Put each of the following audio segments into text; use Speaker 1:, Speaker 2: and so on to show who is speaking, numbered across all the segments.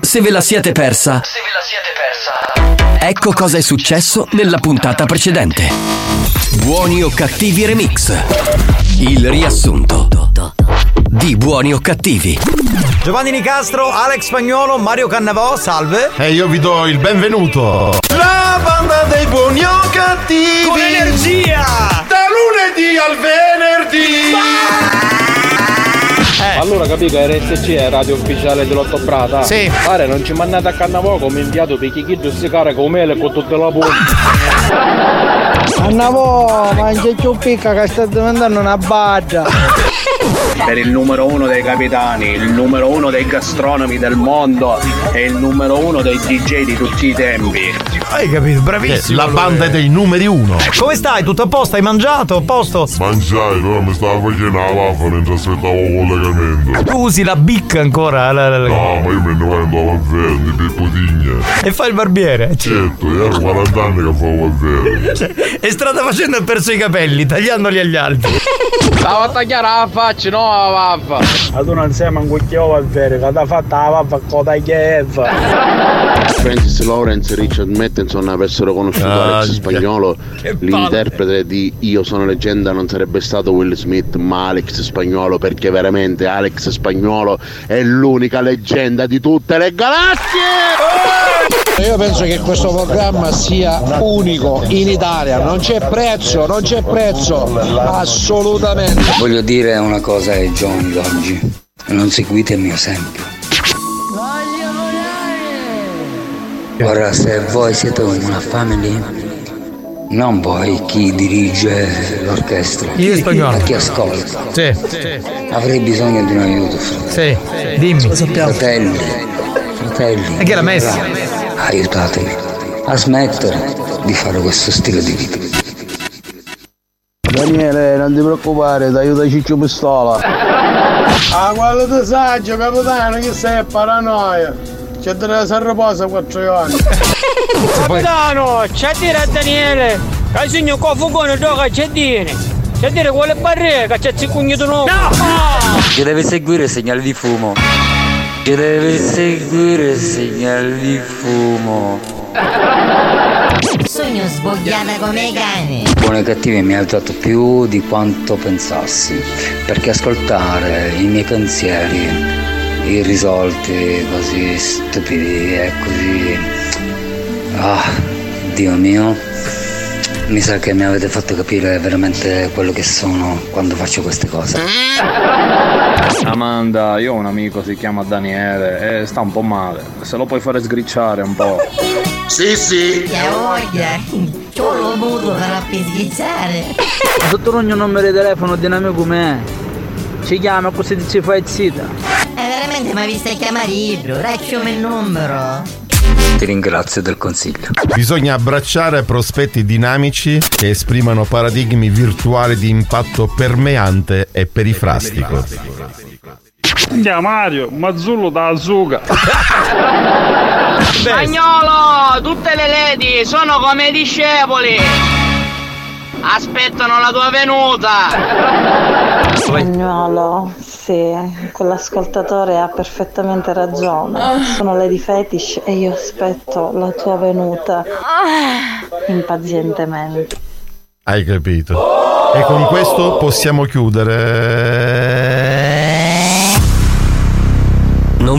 Speaker 1: Se ve la siete persa,
Speaker 2: Se ve la siete persa.
Speaker 1: ecco cosa è successo nella puntata precedente. Buoni o cattivi remix. Il riassunto di buoni o cattivi.
Speaker 3: Giovanni Nicastro, Alex Spagnolo, Mario Cannavò, salve.
Speaker 4: E io vi do il benvenuto. La banda dei buoni o cattivi.
Speaker 3: Con energia.
Speaker 4: Da lunedì al venerdì.
Speaker 3: Eh.
Speaker 5: Allora capito che RSC è radio ufficiale dell'Otto Prata?
Speaker 4: Sì.
Speaker 5: Pare non ci mandate a Cannavò come inviato per chi si carica con mele e con tutte le punte.
Speaker 6: Annavò, mangia più picca che sta diventando una barda.
Speaker 7: per il numero uno dei capitani, il numero uno dei gastronomi del mondo e il numero uno dei DJ di tutti i tempi.
Speaker 3: Hai capito,
Speaker 4: Eh, La banda dei numeri uno.
Speaker 3: Come stai? Tutto a posto? Hai mangiato? A posto?
Speaker 8: Mangiai, però mi stavo facendo la vaffa mentre aspettavo il collegamento.
Speaker 3: Tu usi la bicca Ecco ancora la- la- la-
Speaker 8: No, ma io me ne vado all'inverno, per putigne.
Speaker 3: e fai il barbiere.
Speaker 8: Certo, io ero 40 anni che favo l'inverno.
Speaker 3: E strada facendo ha perso i capelli, tagliandoli agli altri.
Speaker 5: Stavo a tagliare la faccia, no la vaffa.
Speaker 6: Ma tu non sei manco chiova al vero, che t'ha fatta la vaffa con la chieva.
Speaker 9: Francis Lawrence e Richard Mattinson avessero conosciuto
Speaker 4: Ah,
Speaker 9: Alex
Speaker 4: già.
Speaker 9: Spagnolo, l'interprete di Io sono leggenda non sarebbe stato Will Smith, ma Alex Spagnolo, perché veramente Alex Spagnolo è l'unica leggenda di tutte le galassie!
Speaker 6: Io penso che questo programma sia unico in Italia, non c'è prezzo, non c'è prezzo, assolutamente.
Speaker 10: Voglio dire una cosa ai giovani oggi. Non seguite il mio esempio. Ora, se voi siete una family, non voi chi dirige l'orchestra,
Speaker 3: Io spagnolo.
Speaker 10: ma chi ascolta.
Speaker 3: Sì,
Speaker 10: Avrei bisogno di un aiuto, fratelli.
Speaker 3: sì, dimmi.
Speaker 10: Fratelli, fratelli.
Speaker 3: E chi l'ha messa?
Speaker 10: bravo, Aiutatemi a smettere di fare questo stile di vita.
Speaker 9: Daniele, Eh, non ti preoccupare, ti aiuta Ciccio Pistola.
Speaker 6: Ah, quello di saggio, capitano, che sei paranoia. C'è della sarroposa quattro giorni. Capitano, c'è dire a Daniele, che segno con fugone doga c'è dire. C'è dire quelle barriere che c'è cicugno di nuovo.
Speaker 10: Ci deve seguire segnali di fumo. Ci deve seguire segnali di fumo.
Speaker 11: Sogno svogliata come cane.
Speaker 10: Buoni e cattivi mi ha aiutato più di quanto pensassi, perché ascoltare i miei pensieri irrisolti, così stupidi e così... Ah, Dio mio, mi sa che mi avete fatto capire veramente quello che sono quando faccio queste cose.
Speaker 5: Amanda, io ho un amico, si chiama Daniele, e sta un po' male. Se lo puoi fare sgricciare un po'.
Speaker 4: Sì, sì.
Speaker 11: Che voglia. Solo muto farà peschizzare.
Speaker 6: Dottor ogni numero di telefono di un amico com'è? Ci chiama così ti ci fai zitta.
Speaker 11: È Eh, veramente mi ha visto chiamare Ibro. Racciami il numero.
Speaker 10: Ti ringrazio del consiglio.
Speaker 4: Bisogna abbracciare prospetti dinamici che esprimano paradigmi virtuali di impatto permeante e perifrastico.
Speaker 5: Andiamo Mario, Mazzullo da Zuga.
Speaker 6: Spagnolo, tutte le lady sono come discepoli. Aspettano la tua venuta.
Speaker 11: Spagnolo, sì, quell'ascoltatore ha perfettamente ragione. Sono Lady Fetish e io aspetto la tua venuta impazientemente.
Speaker 4: Hai capito? E con questo possiamo chiudere.
Speaker 1: Non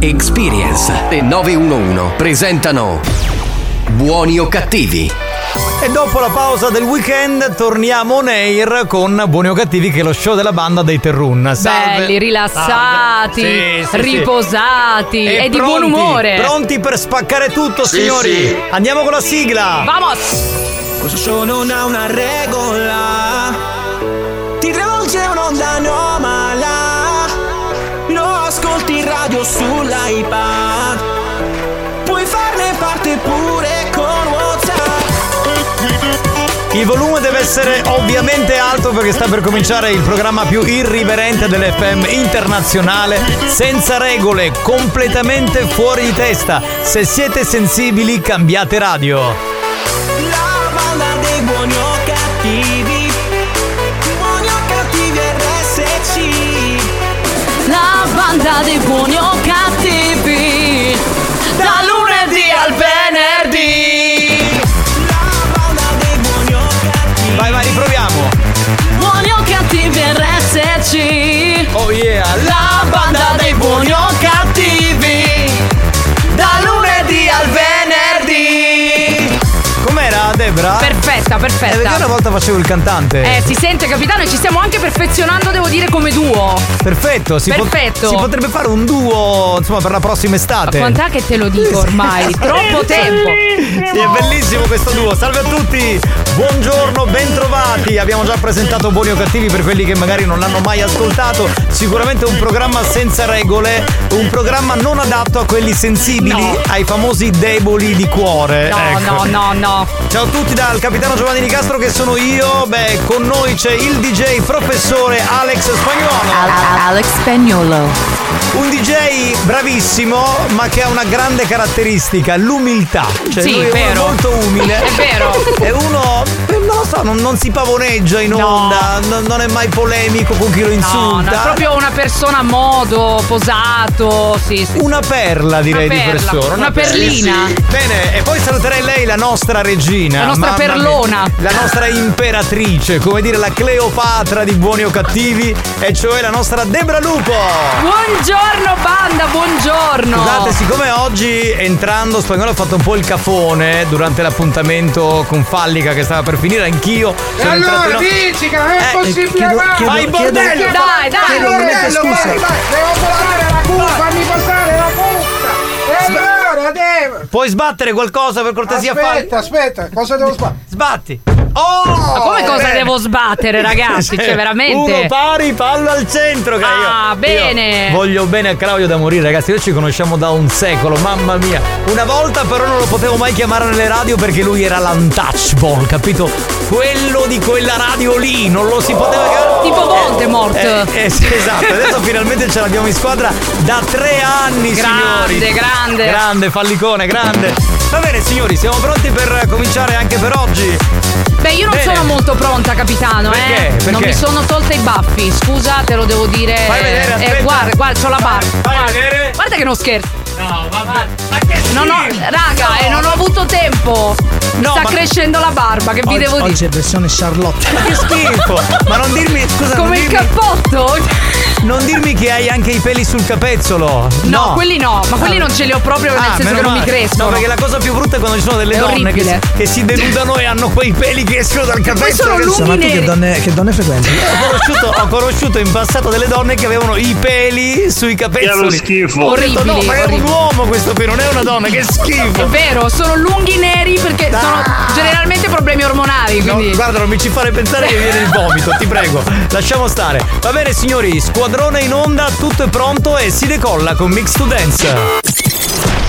Speaker 1: Experience e 911 presentano Buoni o cattivi?
Speaker 3: E dopo la pausa del weekend torniamo on air con Buoni o Cattivi che è lo show della banda dei Terrun. Salve.
Speaker 12: Belli, rilassati,
Speaker 3: Salve. Sì, sì, sì.
Speaker 12: riposati e, di buon
Speaker 3: pronti,
Speaker 12: umore.
Speaker 3: Pronti per spaccare tutto, signori. Andiamo con la sigla.
Speaker 12: Vamos!
Speaker 2: Questo show non ha una regola. Ti travolge un'onda anomala. Lo ascolti in radio sull'iPad. Puoi fare
Speaker 3: Il volume deve essere ovviamente alto perché sta per cominciare il programma più irriverente dell'FM internazionale, senza regole, completamente fuori di testa. Se siete sensibili cambiate radio.
Speaker 13: banda dei buoni o cattivi Buoni o cattivi RSC
Speaker 12: La banda dei buoni o cattivi Da lunedì al venerdì
Speaker 3: Vai, vai, riproviamo.
Speaker 12: Buoni o cattivi RSC
Speaker 3: Oh yeah
Speaker 12: La banda dei buoni o cattivi Da lunedì al venerdì
Speaker 3: Com'era Debra?
Speaker 12: Perfetta,
Speaker 3: Eh, perché una
Speaker 12: perfetta
Speaker 3: volta facevo il cantante.
Speaker 12: eh, si sente capitano e ci stiamo anche perfezionando, devo dire, come duo.
Speaker 3: Perfetto, si, pot-
Speaker 12: Perfetto.
Speaker 3: si potrebbe fare un duo, insomma, per la prossima estate.
Speaker 12: Quant'è che te lo dico ormai? Troppo tempo.
Speaker 3: Sì, è bellissimo questo duo. Salve a tutti! Buongiorno, bentrovati! Abbiamo già presentato Buoni o Cattivi per quelli che magari non l'hanno mai ascoltato. Sicuramente un programma senza regole, un programma non adatto a quelli sensibili, ai famosi deboli di cuore.
Speaker 12: No,
Speaker 3: Ecco.
Speaker 12: no, no, no.
Speaker 3: Ciao a tutti dal capitano Giovanni Di Castro che sono io. Beh, con noi c'è il DJ professore Alex Spagnolo.
Speaker 12: Alex Spagnolo.
Speaker 3: Un DJ bravissimo, ma che ha una grande caratteristica, l'umiltà. Cioè,
Speaker 12: Sì,
Speaker 3: lui è uno
Speaker 12: vero.
Speaker 3: molto umile.
Speaker 12: È vero.
Speaker 3: È uno, eh, non lo so, non, non si pavoneggia in onda, non- non è mai polemico con chi lo
Speaker 12: No, no,
Speaker 3: insulta.
Speaker 12: è proprio una persona a modo, posato, sì, sì.
Speaker 3: Una perla direi
Speaker 12: Una
Speaker 3: di
Speaker 12: perla,
Speaker 3: persona.
Speaker 12: una perlina.
Speaker 3: Sì, sì. Bene, e poi saluterei lei, la nostra regina.
Speaker 12: La nostra
Speaker 3: Mamma mia.
Speaker 12: perlona.
Speaker 3: La nostra imperatrice, come dire la Cleopatra di buoni o cattivi, e cioè la nostra Debra Lupo.
Speaker 12: Buongiorno banda, buongiorno.
Speaker 3: Scusate, siccome oggi entrando Spagnolo ha fatto un po' il cafone durante l'appuntamento con Fallica che stava per finire, anch'io
Speaker 13: E allora dici che non è possibile
Speaker 3: Eh, chiedo-
Speaker 13: mai.
Speaker 3: chiedo-
Speaker 13: Vai,
Speaker 3: chiedo-
Speaker 13: bordello,
Speaker 3: chiedo-
Speaker 13: vai,
Speaker 3: chiedo
Speaker 13: vai,
Speaker 3: veramente
Speaker 13: bordello,
Speaker 3: scusa.
Speaker 13: vai, vai. Devo passare la cuffia, fammi passare la cuffia. E allora devo.
Speaker 3: Puoi sbattere qualcosa per cortesia
Speaker 13: Aspetta, aspetta, cosa devo fare?
Speaker 3: Sbatti. Oh!
Speaker 12: Ma come cosa
Speaker 3: bene.
Speaker 12: devo sbattere, ragazzi? Cioè, veramente.
Speaker 3: Uno pari, fallo al centro, che io-
Speaker 12: Ah,
Speaker 3: io
Speaker 12: bene.
Speaker 3: voglio bene a Claudio da morire, ragazzi. Noi ci conosciamo da un secolo, mamma mia. Una volta però non lo potevo mai chiamare nelle radio perché lui era l'untouchable, capito? Quello di quella radio lì, non lo si poteva chiamare.
Speaker 12: Tipo Voldemort.
Speaker 3: Eh, eh, sì, esatto, adesso finalmente ce l'abbiamo in squadra da tre anni,
Speaker 12: Grande,
Speaker 3: signori.
Speaker 12: grande.
Speaker 3: Grande, fallicone, grande. Va bene, signori, siamo pronti per eh, cominciare anche per oggi.
Speaker 12: Beh, io non
Speaker 3: Bene.
Speaker 12: sono molto pronta, capitano, eh.
Speaker 3: Perché? Perché?
Speaker 12: Non mi sono tolta i baffi, scusa, te lo devo dire.
Speaker 3: Fai vedere,
Speaker 12: Eh,
Speaker 3: aspetta.
Speaker 12: guarda, guarda, c'ho la barba. guarda.
Speaker 3: vedere.
Speaker 12: Guarda che non scherzo.
Speaker 3: No, vabbè.
Speaker 12: Non ho, raga, e non ho avuto tempo. Mi
Speaker 14: No,
Speaker 12: sta
Speaker 14: ma-
Speaker 12: crescendo la barba, che vi devo dire?
Speaker 14: Oggi è versione Charlotte.
Speaker 3: Che schifo! Ma non dirmi, scusa,
Speaker 12: Come
Speaker 3: non
Speaker 12: il
Speaker 3: dirmi,
Speaker 12: cappotto?
Speaker 3: non dirmi che hai anche i peli sul capezzolo.
Speaker 12: No, quelli no, ma quelli
Speaker 3: Ah.
Speaker 12: non ce li ho proprio, nel
Speaker 3: Ah,
Speaker 12: senso
Speaker 3: meno
Speaker 12: che non mi
Speaker 3: male.
Speaker 12: crescono.
Speaker 3: No, perché la cosa più brutta è quando ci sono delle
Speaker 12: È
Speaker 3: donne che,
Speaker 12: orribile.
Speaker 3: che si denudano e hanno quei peli che escono dal capezzolo.
Speaker 12: sono
Speaker 3: che-
Speaker 12: lunghi
Speaker 14: Ma tu che
Speaker 12: neri.
Speaker 14: donne, che donne frequenti?
Speaker 3: Ho conosciuto, ho conosciuto in passato delle donne che avevano i peli sui capezzoli.
Speaker 15: Che è lo schifo.
Speaker 3: Ho detto, no,
Speaker 12: Orribili,
Speaker 3: ma è un
Speaker 12: orribili.
Speaker 3: uomo questo qui, non è una donna, che
Speaker 12: È
Speaker 3: schifo.
Speaker 12: vero, sono lunghi neri perché sono generalmente problemi ormonali,
Speaker 3: No,
Speaker 12: quindi.
Speaker 3: guarda, non mi ci fare pensare che viene il vomito, ti prego. Lasciamo stare. Va bene, signori, squadrone in onda, tutto è pronto e si decolla con Mix to Dance.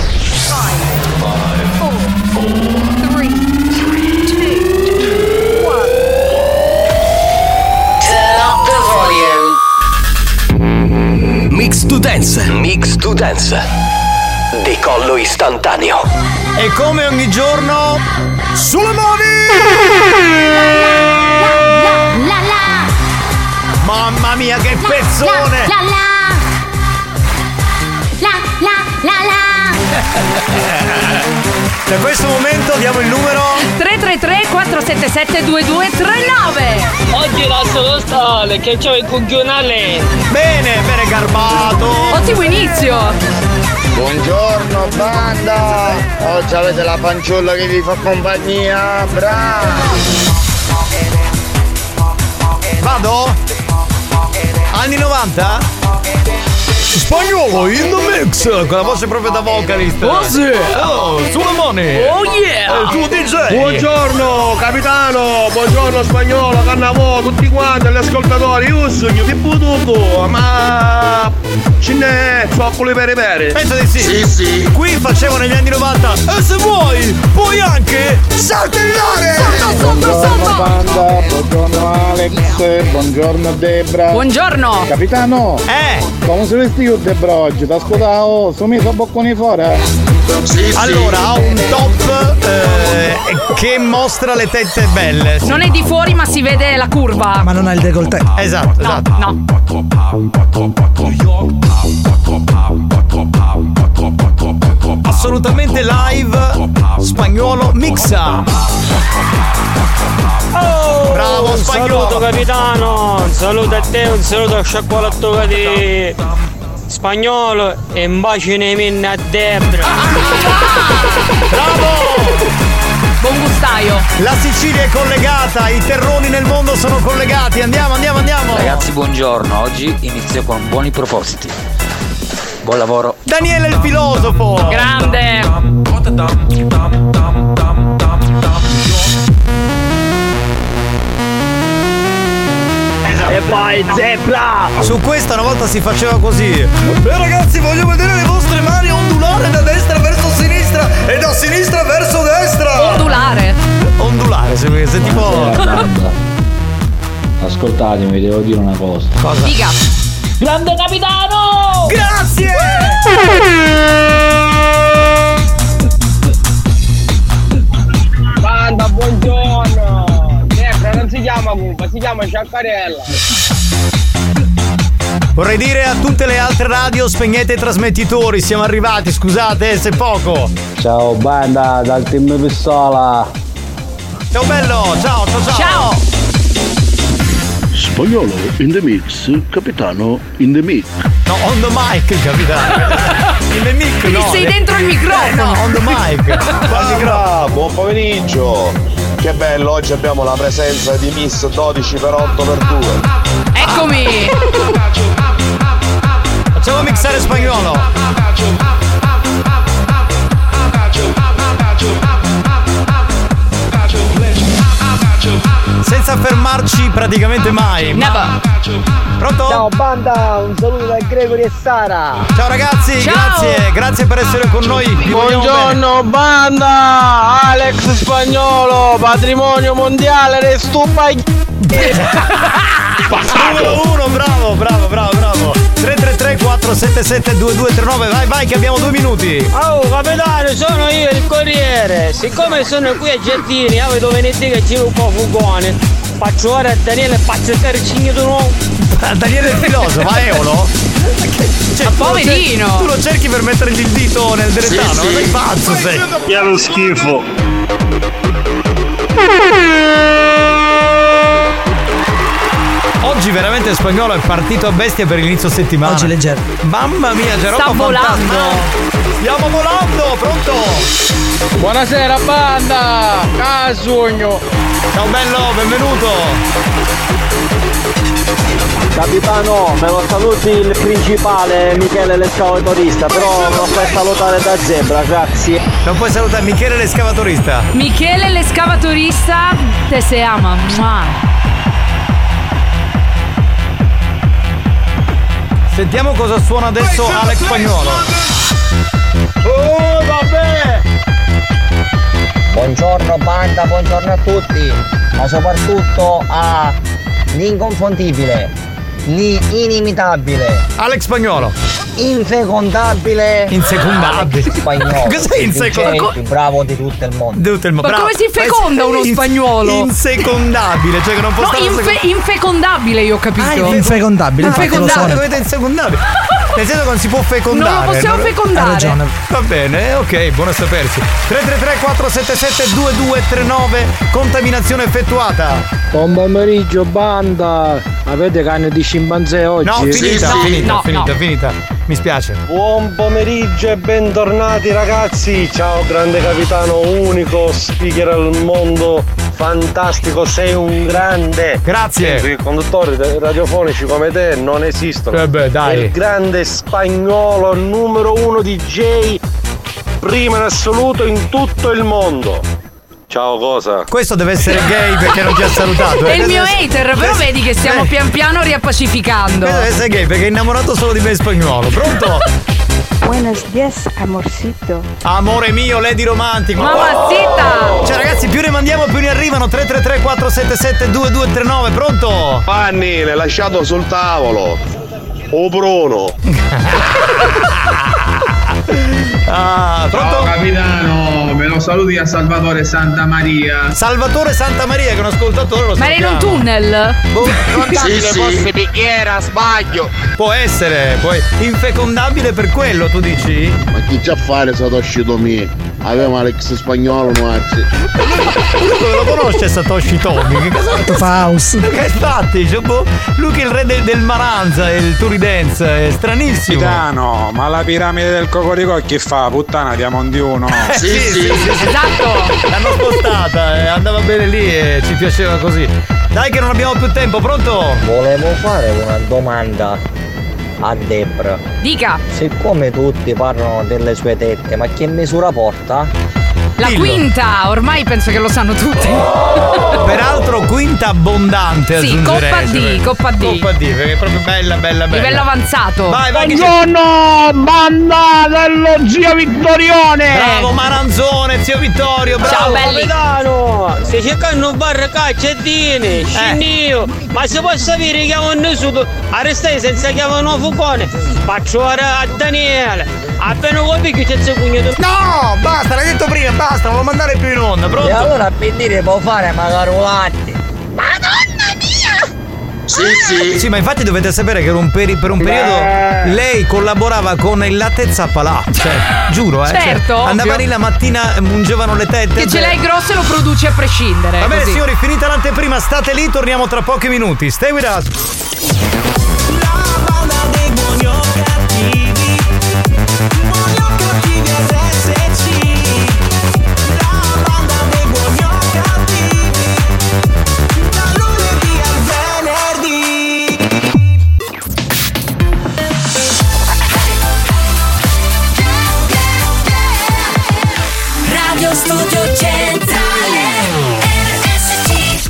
Speaker 1: Mix to dance. Mix to dance. Decollo istantaneo.
Speaker 3: E come ogni giorno, sulle mani! Mamma mia, che pezzone!
Speaker 16: La la la la la la
Speaker 3: Da questo momento diamo il numero.
Speaker 12: 333 477 2239
Speaker 6: Oggi la solo stale che c'ho il cuglionale.
Speaker 3: Bene, bene, garbato.
Speaker 12: Ottimo inizio
Speaker 5: Buongiorno banda! Oggi avete la fanciulla che vi fa compagnia, bravo!
Speaker 3: Vado? Anni 90? Spagnolo in the mix con la voce proprio da vocalist.
Speaker 13: Oh, sì.
Speaker 3: Oh, sulle mani!
Speaker 13: Oh, yeah.
Speaker 3: il tuo DJ.
Speaker 6: Buongiorno capitano, buongiorno spagnolo, carnavò, tutti quanti, gli ascoltatori, io sogno che butuco, ma ce n'è zoccoli per i peri.
Speaker 3: Penso di sì. Qui facevo negli anni 90. E se vuoi, puoi anche saltellare.
Speaker 17: Buongiorno banda, buongiorno Alex, buongiorno Debra.
Speaker 12: Buongiorno.
Speaker 17: Capitano. Eh. Come si vestito Debra oggi? T'ha scodato, sono messo a bocconi fuori.
Speaker 3: Allora, ha un top eh, che mostra le tette belle.
Speaker 12: Non è di fuori, ma si vede la curva.
Speaker 18: Ma non ha il decolleté.
Speaker 3: Esatto,
Speaker 12: No,
Speaker 3: esatto.
Speaker 12: no.
Speaker 3: Assolutamente live spagnolo mixa. Oh!
Speaker 5: Bravo spagnolo! Saluto capitano! Un saluto a te, un saluto a sciacquolatto di spagnolo e un bacio nei minni a
Speaker 3: Ah,
Speaker 5: Debra!
Speaker 12: Buon gustaio.
Speaker 3: La Sicilia è collegata, i terroni nel mondo sono collegati. Andiamo, andiamo, andiamo.
Speaker 10: Ragazzi, buongiorno. Oggi inizio con buoni propositi. Buon lavoro.
Speaker 3: Daniele il filosofo.
Speaker 12: Grande.
Speaker 3: E poi zebra! Su questa una volta si faceva così. E ragazzi, voglio vedere le vostre mani ondulare da destra verso sinistra e da sinistra verso destra!
Speaker 12: Ondulare.
Speaker 3: Ondulare, se, se tipo.
Speaker 19: Ascoltatemi, devo dire una cosa.
Speaker 3: Cosa?
Speaker 12: Figa.
Speaker 15: Grande capitano!
Speaker 3: Grazie!
Speaker 5: Banda, buongiorno! Debra non si chiama Cuba, si chiama Sciaccarella!
Speaker 3: Vorrei dire a tutte le altre radio spegnete i trasmettitori, siamo arrivati, scusate eh, se poco.
Speaker 5: Ciao banda, dal team Pistola!
Speaker 3: Ciao bello, ciao, ciao, ciao. Ciao.
Speaker 9: Spagnolo in the mix, capitano in the mix.
Speaker 3: No, on the mic, capitano. Il mic,
Speaker 12: Quindi
Speaker 3: no. eh.
Speaker 12: sei dentro il microfono.
Speaker 3: on the mic.
Speaker 17: Banda, buon pomeriggio. Che bello, oggi abbiamo la presenza di Miss 12 x 8 x 2.
Speaker 12: Eccomi.
Speaker 3: Facciamo mixare spagnolo. Senza fermarci praticamente mai.
Speaker 12: Never.
Speaker 3: Pronto?
Speaker 5: Ciao banda, un saluto da Gregory e Sara!
Speaker 3: Ciao ragazzi,
Speaker 5: Ciao.
Speaker 3: grazie, grazie per essere con noi. Vi vogliamo bene.
Speaker 5: Buongiorno banda! Alex Spagnolo, patrimonio mondiale del
Speaker 3: Numero uno, bravo, bravo, bravo, bravo. 333 477 2239, vai, vai che abbiamo due minuti.
Speaker 5: Oh capitano, sono io il corriere! Siccome sono qui a Giardini, avevo venerdì che giro un po' fugone! Faccio ora a Daniele e faccio cercare il cigno di nuovo!
Speaker 3: Ah, Daniele il filosofo, a Eolo? Cioè, tu lo
Speaker 12: Eh. Ah, poverino.
Speaker 3: cer- Tu lo cerchi per mettergli il dito nel drettano,
Speaker 5: sì.
Speaker 3: sei pazzo sei.
Speaker 6: Piano schifo.
Speaker 3: Oggi veramente il spagnolo è partito a bestia per l'inizio settimana. Oggi leggero. Mamma mia, c'è
Speaker 5: Sta
Speaker 3: roba
Speaker 5: volando.
Speaker 3: fantastica. Stiamo volando, pronto?
Speaker 5: Buonasera banda! Casugno!
Speaker 3: Ciao bello, benvenuto.
Speaker 5: Capitano, me lo saluti il principale Michele l'escavatorista, però non fai salutare da zebra, grazie.
Speaker 3: Non puoi salutare Michele l'escavatorista.
Speaker 12: Michele l'escavatorista te se ama. Ma.
Speaker 3: Sentiamo cosa suona adesso Alex Spagnolo. Oh vabbè!
Speaker 20: Buongiorno banda, buongiorno a tutti, ma soprattutto a l'inconfondibile, ni- inimitabile,
Speaker 3: Alex Spagnolo.
Speaker 20: infecondabile,
Speaker 3: Insecondabile.
Speaker 20: spagnolo.
Speaker 3: Cos'è insecondabile?
Speaker 20: Il più bravo di tutto il mondo.
Speaker 3: Di tutto il mo-
Speaker 12: Ma
Speaker 3: bravo.
Speaker 12: come si feconda uno
Speaker 3: Ins-
Speaker 12: spagnolo?
Speaker 3: Insecondabile, cioè che non può
Speaker 12: No,
Speaker 3: stare
Speaker 12: infe- infecondabile io ho capito.
Speaker 18: Ah, Infecondabile, infatti lo so.
Speaker 12: Infecondabile.
Speaker 3: Dovete insecondabile. Nel senso che non si può fecondare.
Speaker 12: Non lo possiamo fecondare. Hai ragione.
Speaker 3: Va bene, eh, ok, buono a sapersi. 333 477 2239 contaminazione effettuata.
Speaker 5: Buon pomeriggio banda! Avete cane di scimpanzé oggi?
Speaker 3: No, finita, finita, finita, finita. Mi spiace.
Speaker 5: Buon pomeriggio e bentornati ragazzi! Ciao grande capitano unico, speaker al mondo, fantastico, sei un grande!
Speaker 3: Grazie.
Speaker 5: Penso che conduttori te- radiofonici come te non esistono.
Speaker 3: Eh beh, dai.
Speaker 5: Il grande spagnolo numero uno DJ, prima in assoluto in tutto il mondo.
Speaker 21: Ciao cosa?
Speaker 3: Questo deve essere gay perché non ti ha salutato.
Speaker 12: È
Speaker 3: eh.
Speaker 12: il
Speaker 3: Questo
Speaker 12: mio
Speaker 3: deve essere-
Speaker 12: hater, però
Speaker 3: Questo-
Speaker 12: vedi che stiamo
Speaker 3: eh,
Speaker 12: pian piano riappacificando.
Speaker 3: Questo deve essere gay perché è innamorato solo di me in spagnolo. Pronto?
Speaker 22: Buenos dias, amorcito.
Speaker 3: Amore mio, Lady Romantico.
Speaker 22: Mamacita!
Speaker 3: Cioè ragazzi, più ne mandiamo più ne arrivano. 333 477 2239. Pronto?
Speaker 21: Fanni, l'hai lasciato sul tavolo. Oh, O Bruno.
Speaker 3: Ah, pronto?
Speaker 23: capitano, me lo saluti a Salvatore Santa Maria.
Speaker 3: Salvatore Santa Maria che è un ascoltatore lo
Speaker 12: Ma era in un
Speaker 3: sappiamo.
Speaker 12: tunnel?
Speaker 3: Boh, Sì, sì.
Speaker 5: picchiera, sbaglio.
Speaker 3: Può essere, poi infecondabile per quello, tu dici?
Speaker 9: Ma chi già fare Satoshi Tomi? Aveva Alex Spagnolo, Maxi.
Speaker 3: Lui dove lo conosce Satoshi Tomi? Che cosa
Speaker 14: Faust.
Speaker 3: Che fatti? Cioè, boh, lui che è il re del, del Maranza, e il Turidenza, è stranissimo.
Speaker 24: Capitano, ma la piramide del Cocorico chi fa? Puttana di Amondiuno.
Speaker 3: Eh, sì, sì, sì.
Speaker 12: Esatto.
Speaker 3: L'hanno spostata, eh, andava bene lì e ci piaceva così. Dai che non abbiamo più tempo, pronto?
Speaker 10: Volevo fare una domanda a Debra.
Speaker 12: Dica,
Speaker 10: Siccome tutti parlano delle sue tette, ma che misura porta?
Speaker 12: la
Speaker 10: Dillo.
Speaker 12: quinta, ormai penso che lo sanno tutti.
Speaker 3: Peraltro
Speaker 10: Oh.
Speaker 3: quinta abbondante
Speaker 12: Sì,
Speaker 3: aggiungerei,
Speaker 12: Coppa
Speaker 3: cioè,
Speaker 12: D, Coppa D.
Speaker 3: Coppa D, perché è proprio bella, bella, bella.
Speaker 12: Livello avanzato.
Speaker 3: Vai, vai, che
Speaker 13: Buongiorno, banda dello zio Vittorione!
Speaker 3: Bravo Maranzone, zio Vittorio, bravo.
Speaker 25: capitano! Se cercano un bar
Speaker 3: Eh.
Speaker 25: caccettini, scendio! Ma se può sapere che hanno nessuno, arrestai senza chiamare un fucone! Faccio ora a Daniele! Appena colpi che c'è il secondo!
Speaker 3: No! Basta, l'hai detto prima, basta, non lo mandare più in onda, pronto?
Speaker 10: E allora per dire può fare magari un latte.
Speaker 3: Sì, sì. Eh. Sì, ma infatti dovete sapere che per un, peri- per un periodo lei collaborava con il latte zappalà. Cioè, giuro, eh. cioè,
Speaker 12: Certo, ovvio.
Speaker 3: andava lì la mattina, eh, mungevano le tette.
Speaker 12: Che ce
Speaker 3: cioè-
Speaker 12: l'hai grosso e lo produci a prescindere.
Speaker 3: Va bene,
Speaker 12: così.
Speaker 3: signori, finita l'anteprima, state lì, torniamo tra pochi minuti. Stay with us.
Speaker 16: Radio Studio Centrale RSC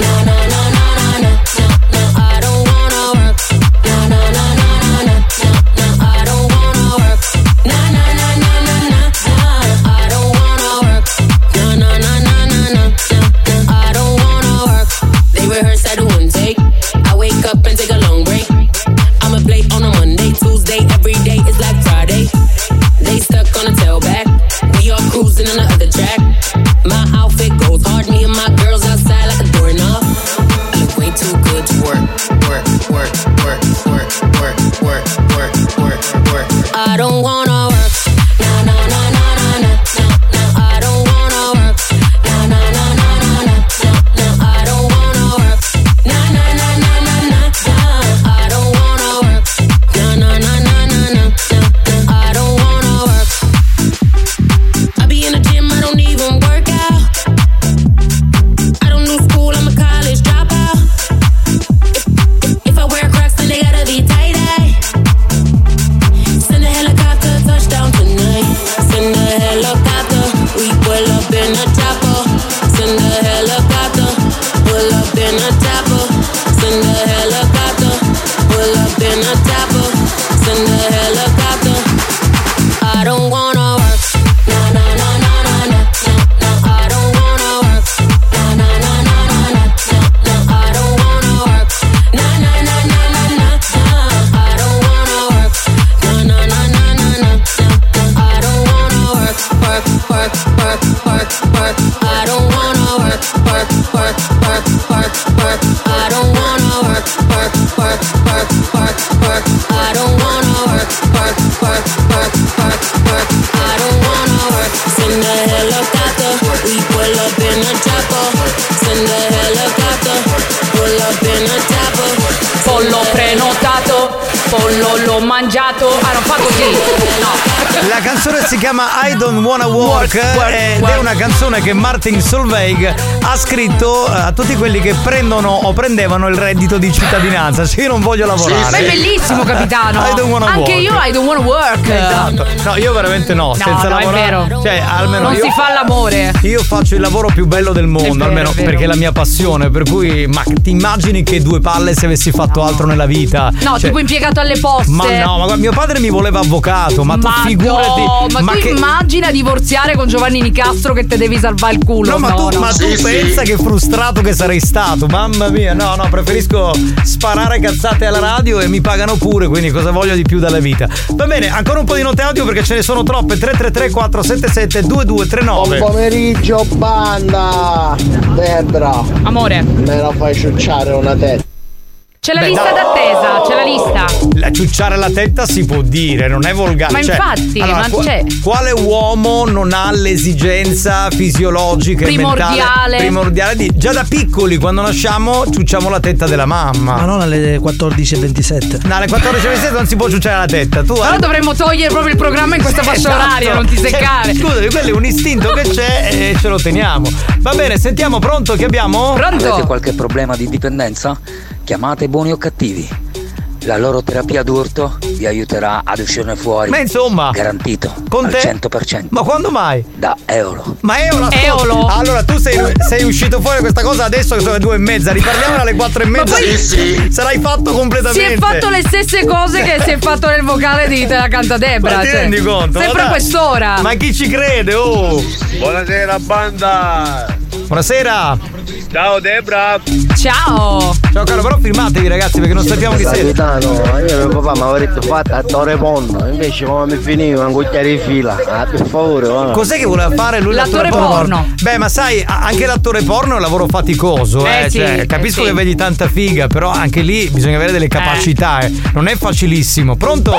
Speaker 16: No, no, no, no, no, no, no, no, I don't wanna work. No, no, no, no, no, no, no, no, I don't wanna work. No, no, no, no, no, no, no, I don't wanna work. No, no, no, no, no, no, no, no, I don't wanna work. They rehearse at a one take. I wake up and take a long break. I'ma play on a Monday, Tuesday, every day is like Friday. They stuck on a tailback. We all cruising on the other track. My outfit goes hard, me and my girls outside like a doorknob. I look way too good to work, work, work, work, work, work, work, work, work, work. I don't wanna work. No, no, no, no, no, no, no, no, I don't wanna work. No, no, no, no, no, no, no, no, I don't wanna work. No, no, no, no, no, no, no, I don't wanna work. No, no, no, no, no, no, no, no, I don't wanna work. I be in the gym, I don't even work out. I don't do school, I'm a college dropout. If, if, if I wear Crocs, then they gotta be tie dye. Send a helicopter, touchdown tonight. Send a helicopter, we pull up in a chopper. Send a helicopter, pull up in a chopper. Send a helicopter, pull up in a chopper. Send a helicopter. I don't wanna work. No, no, no, no, no, no, no, no. I don't wanna work. No, no, no, no, no, no, no, no. I don't wanna work. No, no, no, no, no, no, no. I don't wanna work. No, no, no, no, no, no, no, no. I don't wanna work, work, work, work, work, work. I don't wanna work, work, work, work, work, work. I don't wanna work, work, work, work, work, work. I don't wanna work, work, work, work, work, work.
Speaker 3: La canzone si chiama I Don't Wanna Walk eh, ed è una canzone che Martin Solveig ha scritto eh, a tutti quelli che prendono o prendevano il reddito di cittadinanza. Cioè, io non voglio lavorare.
Speaker 12: Ma è bellissimo, capitano.
Speaker 3: I don't wanna
Speaker 12: Anche
Speaker 3: work.
Speaker 12: io I don't wanna work.
Speaker 3: Esatto. No, io veramente no,
Speaker 12: No,
Speaker 3: senza
Speaker 12: no, è
Speaker 3: lavorare.
Speaker 12: vero.
Speaker 3: Cioè, almeno
Speaker 12: Non
Speaker 3: io-
Speaker 12: si fa l'amore.
Speaker 3: Io faccio il lavoro più bello del mondo,
Speaker 12: vero,
Speaker 3: almeno
Speaker 12: è vero.
Speaker 3: perché è la mia passione, per cui ma ti immagini che due palle se avessi fatto altro nella vita?
Speaker 12: No,
Speaker 3: Cioè,
Speaker 12: tipo impiegato alle poste.
Speaker 3: Ma no, ma guarda, mio padre mi voleva avvocato, ma tu
Speaker 12: Ma
Speaker 3: figurati.
Speaker 12: no, ma, tu immagina divorziare con Giovanni Nicastro che te devi salvare il culo.
Speaker 3: No, ma tu, ma tu pensa che frustrato che sarei stato, mamma mia, no, no, preferisco sparare cazzate alla radio e mi pagano pure, quindi cosa voglio di più dalla vita? Va bene, ancora un po' di note audio perché ce ne sono troppe, 333 477 2239.
Speaker 5: pomeriggio, banda! Debra!
Speaker 12: Amore!
Speaker 5: Me la fai ciucciare una testa!
Speaker 12: C'è la lista d'attesa, c'è la lista.
Speaker 3: La ciucciare alla testa si può dire, non è volgare.
Speaker 12: Ma
Speaker 3: cioè,
Speaker 12: infatti,
Speaker 3: allora,
Speaker 12: ma
Speaker 3: qua-
Speaker 12: c'è.
Speaker 3: Quale uomo non ha l'esigenza fisiologica e mentale
Speaker 12: Primordiale.
Speaker 3: primordiale di già da piccoli quando nasciamo ciucciamo la tetta della mamma. Ma non alle 14:27. No, alle 14:27 non si può ciucciare la tetta. Tu eh?
Speaker 12: Però dovremmo togliere proprio il programma in questa fascia
Speaker 3: Esatto.
Speaker 12: oraria, non ti
Speaker 3: Cioè,
Speaker 12: seccare.
Speaker 3: Scusami, quello è un istinto che c'è e ce lo teniamo. Va bene, sentiamo pronto che abbiamo?
Speaker 26: Avete qualche problema di dipendenza? Chiamate buoni o cattivi. La loro terapia d'urto vi aiuterà ad uscirne fuori.
Speaker 3: Ma insomma,
Speaker 26: garantito
Speaker 3: con
Speaker 26: al
Speaker 3: te-
Speaker 26: 100%.
Speaker 3: Ma quando mai?
Speaker 26: Da Eolo.
Speaker 3: Ma Eolo, ascolta.
Speaker 26: Eolo.
Speaker 3: Allora tu sei, sei uscito fuori da questa cosa adesso che sono le due e mezza, riparliamo alle quattro e mezza.
Speaker 12: poi-
Speaker 3: Sarai fatto
Speaker 12: Si
Speaker 3: completamente.
Speaker 12: è fatto le stesse cose che si è fatto nel vocale di Te la canta Debra.
Speaker 3: Ma ti
Speaker 12: cioè,
Speaker 3: rendi conto? Ma
Speaker 12: Sempre a
Speaker 3: dai.
Speaker 12: quest'ora.
Speaker 3: Ma chi ci crede? Oh!
Speaker 15: Buonasera banda!
Speaker 3: Buonasera!
Speaker 15: Ciao Debra!
Speaker 12: Ciao!
Speaker 3: Ciao caro, però firmatevi ragazzi perché non sappiamo chi siete.
Speaker 5: Capitano, io mio papà mi aveva detto fatta a Torre Ponno, invece come mi finiva un cucchiaio di fila. Ah, per favore, va.
Speaker 3: Cos'è che voleva fare lui Beh, ma sai, a- anche l'attore porno è un lavoro faticoso, eh.
Speaker 5: Eh, sì,
Speaker 3: cioè,
Speaker 5: eh,
Speaker 3: capisco
Speaker 5: sì.
Speaker 3: che vedi tanta figa, però anche lì bisogna avere delle capacità, eh. Non è facilissimo. Pronto?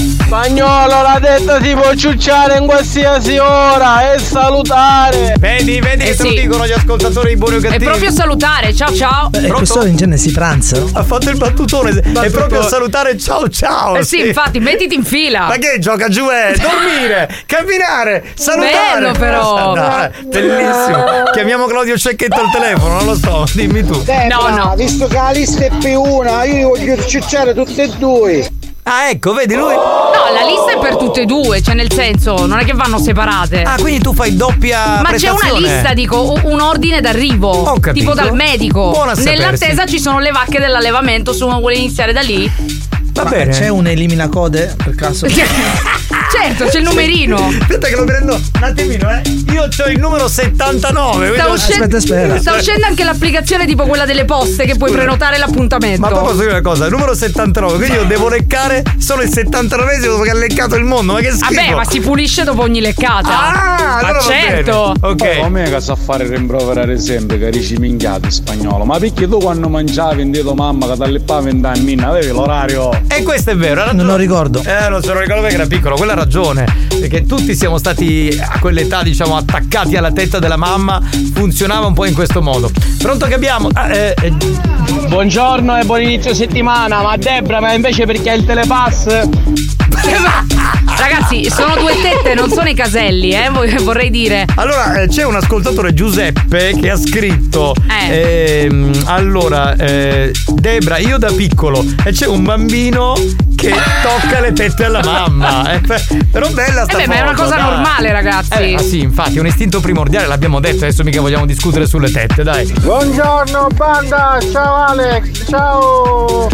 Speaker 27: Spagnolo l'ha detto si può ciucciare in qualsiasi ora e salutare.
Speaker 3: Vedi, vedi
Speaker 12: Eh che te lo sì. dicono
Speaker 3: gli ascoltatori di Buoni o
Speaker 12: È proprio salutare, ciao ciao.
Speaker 14: E Eh, questo in genere si pranza.
Speaker 3: Ha fatto il battutone, è proprio a salutare ciao ciao.
Speaker 12: Eh sì, infatti, mettiti in fila.
Speaker 3: Ma che gioca giù è? Dormire, Eh, camminare, salutare.
Speaker 12: Bello però.
Speaker 3: Dai, Bellissimo. Chiamiamo Claudio Cecchetto al telefono, non lo so, dimmi tu.
Speaker 5: Debra,
Speaker 3: no.
Speaker 5: visto che la lista è più una, io voglio ciucciare tutte e due.
Speaker 3: Ah, ecco, vedi lui.
Speaker 12: No, la lista è per tutte e due, cioè nel senso, non è che vanno separate.
Speaker 3: Ah, quindi tu fai doppia
Speaker 12: Ma c'è una
Speaker 3: prestazione.
Speaker 12: lista, dico, u- un ordine d'arrivo.
Speaker 3: Ho capito.
Speaker 12: Tipo dal medico.
Speaker 3: Buona a sapersi.
Speaker 12: Nell'attesa ci sono le vacche dell'allevamento, se uno vuole iniziare da lì.
Speaker 3: Va
Speaker 14: Ma
Speaker 3: bene.
Speaker 14: C'è un eliminacode per caso?
Speaker 12: Certo, c'è il numerino.
Speaker 3: Aspetta che lo prendo un attimino, eh. Io ho il numero 79.
Speaker 12: Sta
Speaker 3: vedo-
Speaker 12: uscendo, sta uscendo anche l'applicazione tipo quella delle poste che puoi prenotare l'appuntamento.
Speaker 3: Ma poi posso dire una cosa, numero 79, quindi io devo leccare solo il 79esimo che ha leccato il mondo, ma che schifo.
Speaker 12: Vabbè, ma si pulisce dopo ogni leccata.
Speaker 3: Ah,
Speaker 12: ma
Speaker 3: allora va bene.
Speaker 12: certo.
Speaker 3: Ok.
Speaker 21: Ma me che sa fare rimproverare sempre che dici minchiate spagnolo. Ma perché tu quando mangiavi in dietro mamma che t'alleppava vent'anni, non avevi l'orario?
Speaker 3: E questo è vero, non lo ricordo. Eh, non se lo ricordo perché era piccolo, quella ha ragione. Perché tutti siamo stati a quell'età, diciamo, attaccati alla testa della mamma. Funzionava un po' in questo modo. Pronto che abbiamo? Ah, eh, eh,
Speaker 27: Buongiorno e buon inizio settimana, ma Debra, ma invece perché hai il telepass?
Speaker 12: Ragazzi, sono due tette, non sono i caselli, eh, vor- vorrei dire.
Speaker 3: Allora, eh, c'è un ascoltatore Giuseppe che ha scritto:
Speaker 12: Eh.
Speaker 3: ehm, Allora, eh, Debra, io da piccolo e c'è un bambino che tocca le tette alla mamma. Eh, beh, però bella sta
Speaker 12: Eh beh, ma è una
Speaker 3: foto,
Speaker 12: cosa
Speaker 3: dai.
Speaker 12: normale, ragazzi.
Speaker 3: Eh, ah sì, infatti, è un istinto primordiale, l'abbiamo detto, adesso mica vogliamo discutere sulle tette, dai.
Speaker 5: Buongiorno banda, ciao Alex, ciao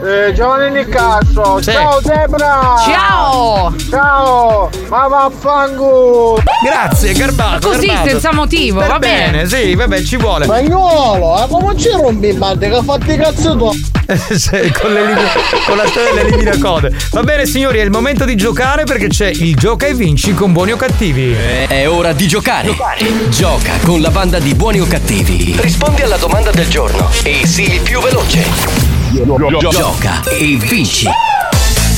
Speaker 5: eh, Giovanni Nicastro,
Speaker 3: Sì.
Speaker 5: ciao Debra,
Speaker 12: Ciao.
Speaker 5: ciao, ma vaffanculo.
Speaker 3: Grazie,
Speaker 12: Ma
Speaker 3: Garbato.
Speaker 12: così,
Speaker 3: Garbato.
Speaker 12: senza motivo,
Speaker 3: Per
Speaker 12: va bene.
Speaker 3: bene, sì, vabbè, ci vuole.
Speaker 5: Spagnolo,
Speaker 20: eh,
Speaker 5: ma come ci rompi in bande che fatti cazzo tu?
Speaker 3: Sì, Eh, con, le linee- con la storia delle eliminacode. Va bene, signori, è il momento di giocare perché c'è il gioca e vinci con buoni o cattivi.
Speaker 1: È ora di giocare. Gioca con la banda di buoni o cattivi. Rispondi alla domanda del giorno e sii il più veloce. Gioca e vinci.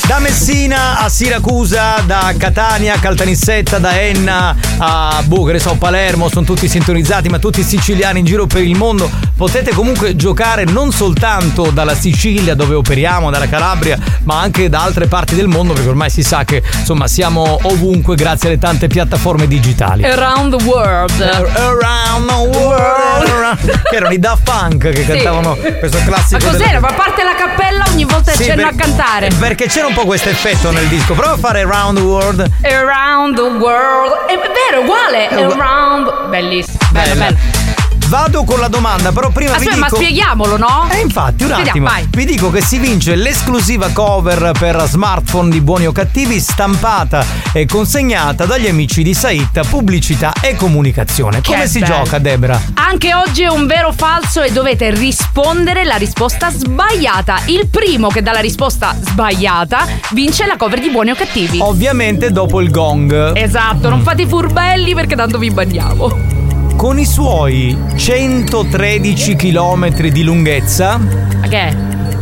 Speaker 3: Da Messina a Siracusa, da Catania a Caltanissetta, da Enna a boh, che ne so, Palermo, sono tutti sintonizzati, ma tutti siciliani in giro per il mondo. Potete comunque giocare non soltanto dalla Sicilia dove operiamo, dalla Calabria, ma anche da altre parti del mondo, perché ormai si sa che insomma siamo ovunque grazie alle tante piattaforme digitali.
Speaker 12: Around the world.
Speaker 3: Around the world. Che erano i Da Funk che cantavano questo
Speaker 12: Ma
Speaker 3: classico. delle-
Speaker 12: cos'era? Ma parte la cappella ogni volta
Speaker 3: Sì,
Speaker 12: che c'erano
Speaker 3: per-
Speaker 12: a cantare.
Speaker 3: Perché c'era un po' questo effetto nel disco. Prova a fare Round the World.
Speaker 12: Around the world. È vero, è uguale.
Speaker 3: È uguale.
Speaker 12: Around. Bellissimo. Bello,
Speaker 3: Bella.
Speaker 12: bello.
Speaker 3: Vado con la domanda, però prima
Speaker 12: Aspetta,
Speaker 3: vi
Speaker 12: ma
Speaker 3: dico.
Speaker 12: spieghiamolo, no?
Speaker 3: Eh, infatti, un attimo.
Speaker 12: Spieghiamo, vai.
Speaker 3: Vi dico che si vince l'esclusiva cover per smartphone di buoni o cattivi, stampata e consegnata dagli amici di Saitta Pubblicità e Comunicazione. Come
Speaker 12: Che
Speaker 3: si
Speaker 12: bello.
Speaker 3: gioca, Debra?
Speaker 12: Anche oggi è un vero o falso e dovete rispondere la risposta sbagliata. Il primo che dà la risposta sbagliata vince la cover di buoni o cattivi.
Speaker 3: Ovviamente dopo il gong.
Speaker 12: Esatto,
Speaker 3: Mm.
Speaker 12: non fate i furbelli perché tanto vi bagniamo.
Speaker 3: Con i suoi 113 km di lunghezza,
Speaker 12: Che?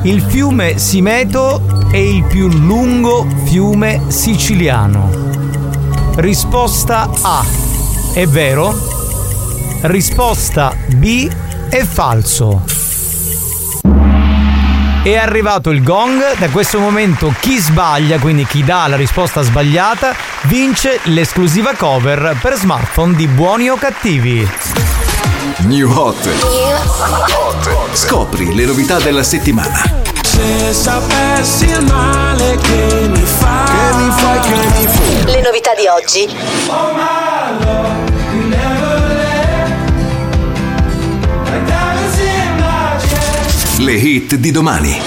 Speaker 3: il fiume Simeto è il più lungo fiume siciliano. Risposta A. È vero. Risposta B. È falso. È arrivato il gong, da questo momento chi sbaglia, quindi chi dà la risposta sbagliata, vince l'esclusiva cover per smartphone di buoni o cattivi.
Speaker 26: New Hot. Scopri le novità della settimana.
Speaker 6: Se sapessi il male che mi fa Che mi fai, che mi fai
Speaker 24: Le novità di oggi.
Speaker 26: Le hit di domani.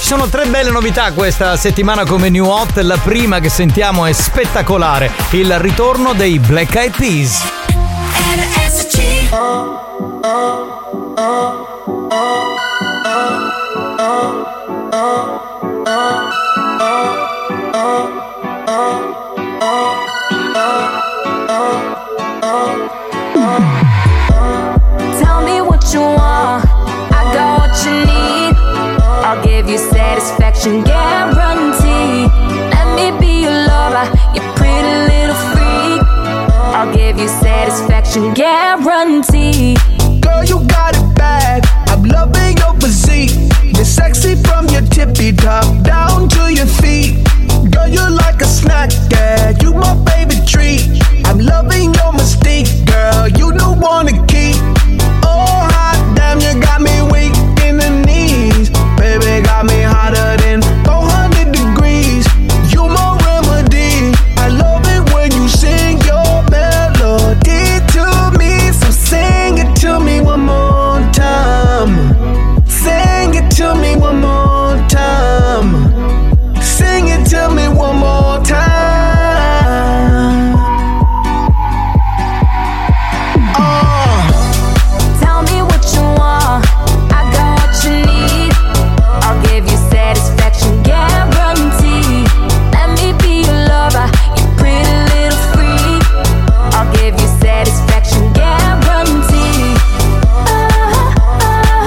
Speaker 3: Ci sono tre belle novità questa settimana come New Hot, la prima che sentiamo è spettacolare, il ritorno dei Black Eyed Peas.
Speaker 16: Oh,
Speaker 24: Tell me what you want. I got what you need. I'll give you satisfaction guarantee. Let me be your lover, you pretty little freak. I'll give you satisfaction guarantee.
Speaker 6: Girl, you got it bad I'm loving your physique You're sexy from your tippy top Down to your feet Girl, you're like a snack, yeah You my favorite treat I'm loving your mystique, girl You the one to keep Oh, hot damn, you got me weak in the knees Baby, got me hotter than 400 degrees You my remedy I love it when you sing your melody to me So sing it to me one more time Sing it to me one more time Sing it to me one more time
Speaker 24: Uh. Tell me what you want. I got what you need. I'll give you satisfaction guarantee. Let me be your lover, you pretty little freak. I'll give you satisfaction guarantee. Ah, ah,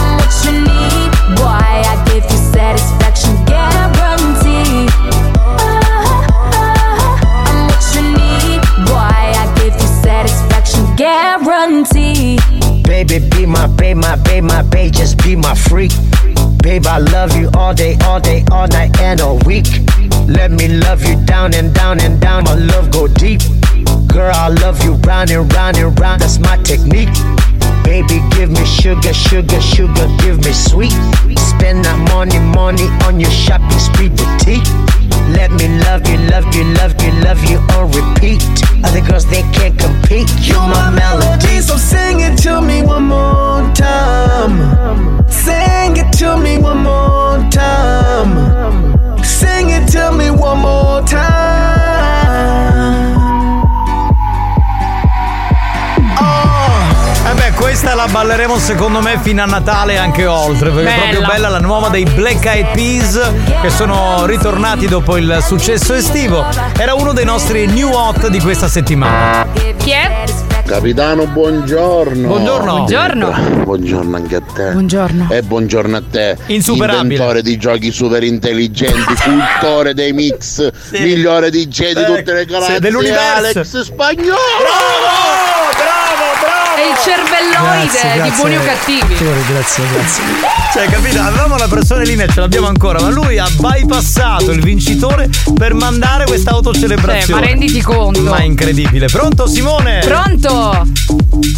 Speaker 24: I'm what you need, boy. I give you satisfaction Uh, guarantee. Ah, ah, I'm what you need, boy. I give you satisfaction guarantee.
Speaker 28: Baby, be my, babe, my, babe, my, babe, just be my freak. Babe, I love you all day, all day, all night and all week. Let me love you down and down and down. My love go deep. Girl, I love you round and round and round. That's my technique. Baby, give me sugar, sugar, sugar, give me sweet. Spend that money, money on your shopping spree boutique. Let me love you, love you, love you, love you on repeat. Other girls, they can't compete. You my melody,
Speaker 6: So sing it to me one more time. Sing it to me one more time. Sing it to me one more time.
Speaker 3: E Eh beh, questa la balleremo secondo me fino a Natale e anche oltre, perché è proprio
Speaker 12: Bella.
Speaker 3: bella la nuova dei Black Eyed Peas che sono ritornati dopo il successo estivo. Era uno dei nostri new hot di questa settimana.
Speaker 12: Chi è? Eh,
Speaker 9: Capitano, buongiorno.
Speaker 12: Buongiorno. Buongiorno.
Speaker 9: Buongiorno anche a te.
Speaker 12: Buongiorno.
Speaker 9: E buongiorno a te.
Speaker 3: Insuperabile.
Speaker 9: Inventore di giochi super intelligenti, cultore dei mix, migliore DJ di tutte le galassie.
Speaker 3: dell'universo.
Speaker 9: Alex Spagnolo.
Speaker 12: È il cervelloide di buoni o cattivi.
Speaker 3: Grazie, grazie. Cioè, capito? Avevamo la persona in linea, ce l'abbiamo ancora, ma lui ha bypassato il vincitore per mandare questa autocelebrazione.
Speaker 12: Cioè, ma renditi conto.
Speaker 3: Ma è incredibile. Pronto Simone?
Speaker 12: Pronto?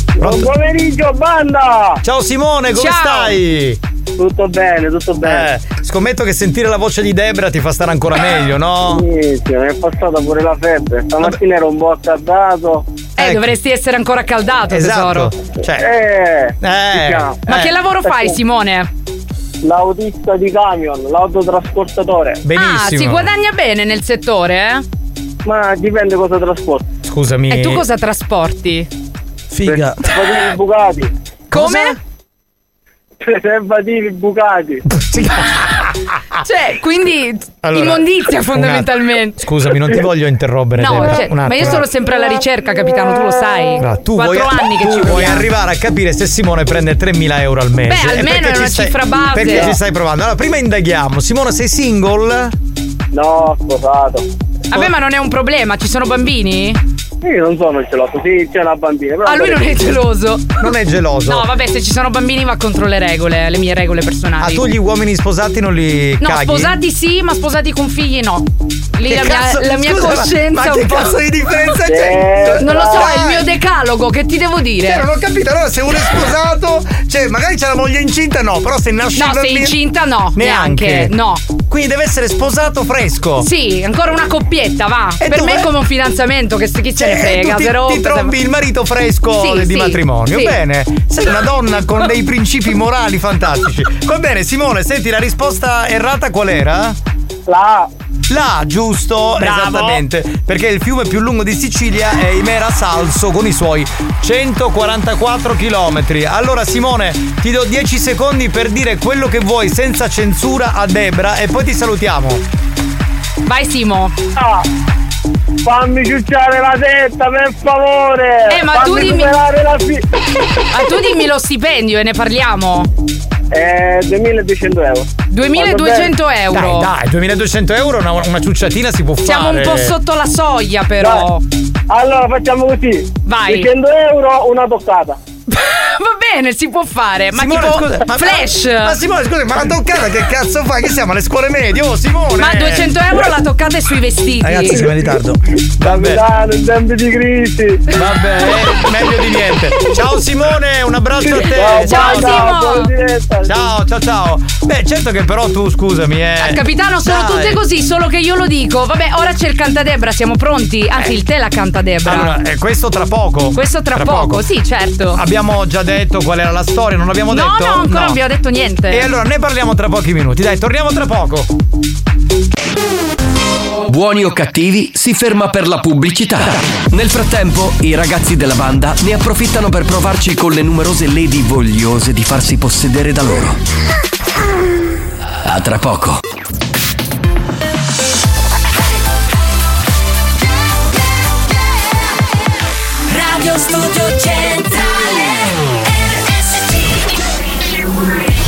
Speaker 3: Pronto.
Speaker 20: Buon pomeriggio, banda!
Speaker 3: Ciao Simone, come
Speaker 20: Ciao.
Speaker 3: stai?
Speaker 20: Tutto bene, tutto bene.
Speaker 3: Eh, scommetto che sentire la voce di Debra ti fa stare ancora meglio, no?
Speaker 20: Sì, sì, mi è passata pure la febbre. Stamattina ero un po' accaldato.
Speaker 12: Eh,
Speaker 3: Ecco.
Speaker 12: dovresti essere ancora accaldato,
Speaker 20: Esatto.
Speaker 12: tesoro.
Speaker 3: Cioè,
Speaker 20: Eh, diciamo.
Speaker 12: Ma
Speaker 3: Eh.
Speaker 12: che lavoro fai, Simone?
Speaker 20: L'autista di camion, l'autotrasportatore.
Speaker 12: Ah, si guadagna bene nel settore, eh?
Speaker 20: Ma dipende cosa trasporti.
Speaker 3: Scusami.
Speaker 12: E tu cosa trasporti?
Speaker 14: Figa.
Speaker 20: Preservativi bucati.
Speaker 12: Come?
Speaker 20: Preservativi bucati.
Speaker 12: Cioè, quindi
Speaker 3: Allora,
Speaker 12: immondizia
Speaker 3: un
Speaker 12: fondamentalmente.
Speaker 3: attimo. Scusami, non ti voglio interrompere.
Speaker 12: No,
Speaker 3: Debra,
Speaker 12: cioè,
Speaker 3: un attimo.
Speaker 12: ma io sono sempre alla ricerca, capitano, tu lo sai.
Speaker 3: Allora, tu
Speaker 12: Quattro
Speaker 3: vuoi,
Speaker 12: anni che
Speaker 3: tu
Speaker 12: ci
Speaker 3: vuoi
Speaker 12: proviamo.
Speaker 3: arrivare a capire se Simone prende 3.000 euro al mese.
Speaker 12: Beh, almeno
Speaker 3: perché
Speaker 12: è
Speaker 3: ci
Speaker 12: una
Speaker 3: stai-
Speaker 12: cifra base.
Speaker 3: Perché ci stai provando? Allora, prima indaghiamo. Simone, sei single?
Speaker 20: No, sposato.
Speaker 12: Vabbè, ma non è un problema, ci sono bambini?
Speaker 20: Io non sono geloso, sì, c'è una bambina. Però
Speaker 12: Ah, lui non è geloso.
Speaker 3: Non è geloso.
Speaker 12: No, vabbè, se ci sono bambini va contro le regole, le mie regole personali.
Speaker 3: Ah, tu gli uomini sposati non li
Speaker 12: No,
Speaker 3: caghi?
Speaker 12: sposati sì, ma sposati con figli no. Lì
Speaker 3: Che
Speaker 12: la mia,
Speaker 3: cazzo-
Speaker 12: la mia
Speaker 3: scusa, ma-
Speaker 12: coscienza.
Speaker 3: ma
Speaker 12: un
Speaker 3: che
Speaker 12: po'-
Speaker 3: cazzo di differenza c'è?
Speaker 12: Non lo so, è il
Speaker 3: Dai.
Speaker 12: mio decalogo, che ti devo dire?
Speaker 3: Cioè, non ho capito, allora se uno è sposato, cioè magari c'è la moglie incinta, no, però se nasce
Speaker 12: No,
Speaker 3: un
Speaker 12: se è
Speaker 3: bambino-
Speaker 12: incinta no,
Speaker 3: Neanche.
Speaker 12: neanche, no.
Speaker 3: Quindi deve essere sposato fresco.
Speaker 12: Sì, ancora una coppietta, va. per me è come un fidanzamento, che se- chi ce ne
Speaker 3: Eh,
Speaker 12: frega,
Speaker 3: tu ti,
Speaker 12: però.
Speaker 3: ti trovi il marito fresco
Speaker 12: Sì,
Speaker 3: di
Speaker 12: sì,
Speaker 3: matrimonio.
Speaker 12: sì.
Speaker 3: Bene, sei una donna con dei principi morali fantastici. Va bene, Simone, senti la risposta errata qual era?
Speaker 20: La
Speaker 3: La, giusto,
Speaker 20: Bravo.
Speaker 3: esattamente, perché il fiume più lungo di Sicilia è Imera Salso con i suoi 144 km. Allora Simone, ti do 10 secondi per dire quello che vuoi senza censura a Debra e poi ti salutiamo.
Speaker 12: Vai Simo.
Speaker 20: Ah, Fammi ciucciare la testa, per favore!
Speaker 12: Eh, ma tu
Speaker 20: Fammi
Speaker 12: dimmi.
Speaker 20: superare la fi-
Speaker 12: Ma Ah, tu dimmi lo stipendio e ne parliamo.
Speaker 20: Eh, 2200 euro.
Speaker 12: 2200 euro.
Speaker 3: Dai, eh. dai, 2200 euro, una, una ciucciatina si può
Speaker 12: Siamo
Speaker 3: fare.
Speaker 12: un po' sotto la soglia, però.
Speaker 20: Allora facciamo così.
Speaker 12: Vai.
Speaker 20: 200 euro, una toccata.
Speaker 12: Va bene, si può fare. Ma
Speaker 3: Simone,
Speaker 12: tipo
Speaker 3: scusa, ma-
Speaker 12: flash.
Speaker 3: Ma, Simone, scusa, ma la toccata che cazzo fai? Che siamo alle scuole medie? Oh, Simone!
Speaker 12: Ma 200 euro la toccate sui vestiti.
Speaker 14: Ragazzi, siamo in ritardo.
Speaker 3: Vabbè.
Speaker 20: Milano, in tempi di crisi.
Speaker 3: Vabbè, eh, meglio di niente. Ciao Simone, un abbraccio a
Speaker 20: Ciao,
Speaker 3: te.
Speaker 20: Ciao, Simo.
Speaker 3: Ciao, ciao, ciao. Beh, certo che però tu, scusami, eh.
Speaker 12: Eh, Capitano, sono
Speaker 3: Dai.
Speaker 12: tutte così, solo che io lo dico. Vabbè, ora c'è il Cantadebra, siamo pronti. Anzi, il te la Cantadebra.
Speaker 3: Eh. Allora, eh, questo tra poco.
Speaker 12: Questo tra, poco. sì, certo.
Speaker 3: Abbiamo già detto qual era la storia, non l'abbiamo
Speaker 12: no,
Speaker 3: detto?
Speaker 12: no, ancora non abbiamo detto niente.
Speaker 3: E allora ne parliamo tra pochi minuti. Dai, torniamo tra poco.
Speaker 1: Buoni o cattivi si ferma per la pubblicità. Nel frattempo, i ragazzi della banda ne approfittano per provarci con le numerose lady vogliose di farsi possedere da loro. A tra poco.
Speaker 16: Radio Studio Centrale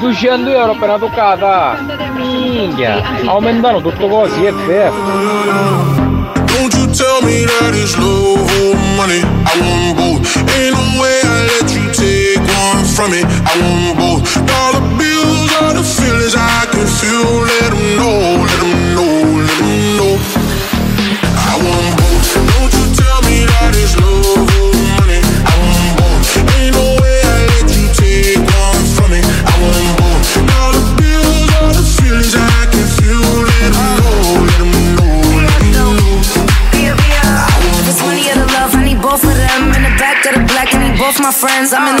Speaker 5: 200 euro per la toccata! Minchia! Aumentano tutto così, è vero!
Speaker 6: Don't you tell me that it's love or money. I want both. Ain't no way I let you take one from me. I want both. All the bills, all the feelings I can feel. Let 'em know, let 'em know, let 'em know. I want both. Don't you tell me that it's love or money. I want both. Ain't no way I let you take one from me. I want both. All the bills, all the feelings I can feel. Let 'em know, let 'em know, let 'em know.
Speaker 22: If it's one of the love, I need both of them. In the back of the black, I need both my friends. I'm in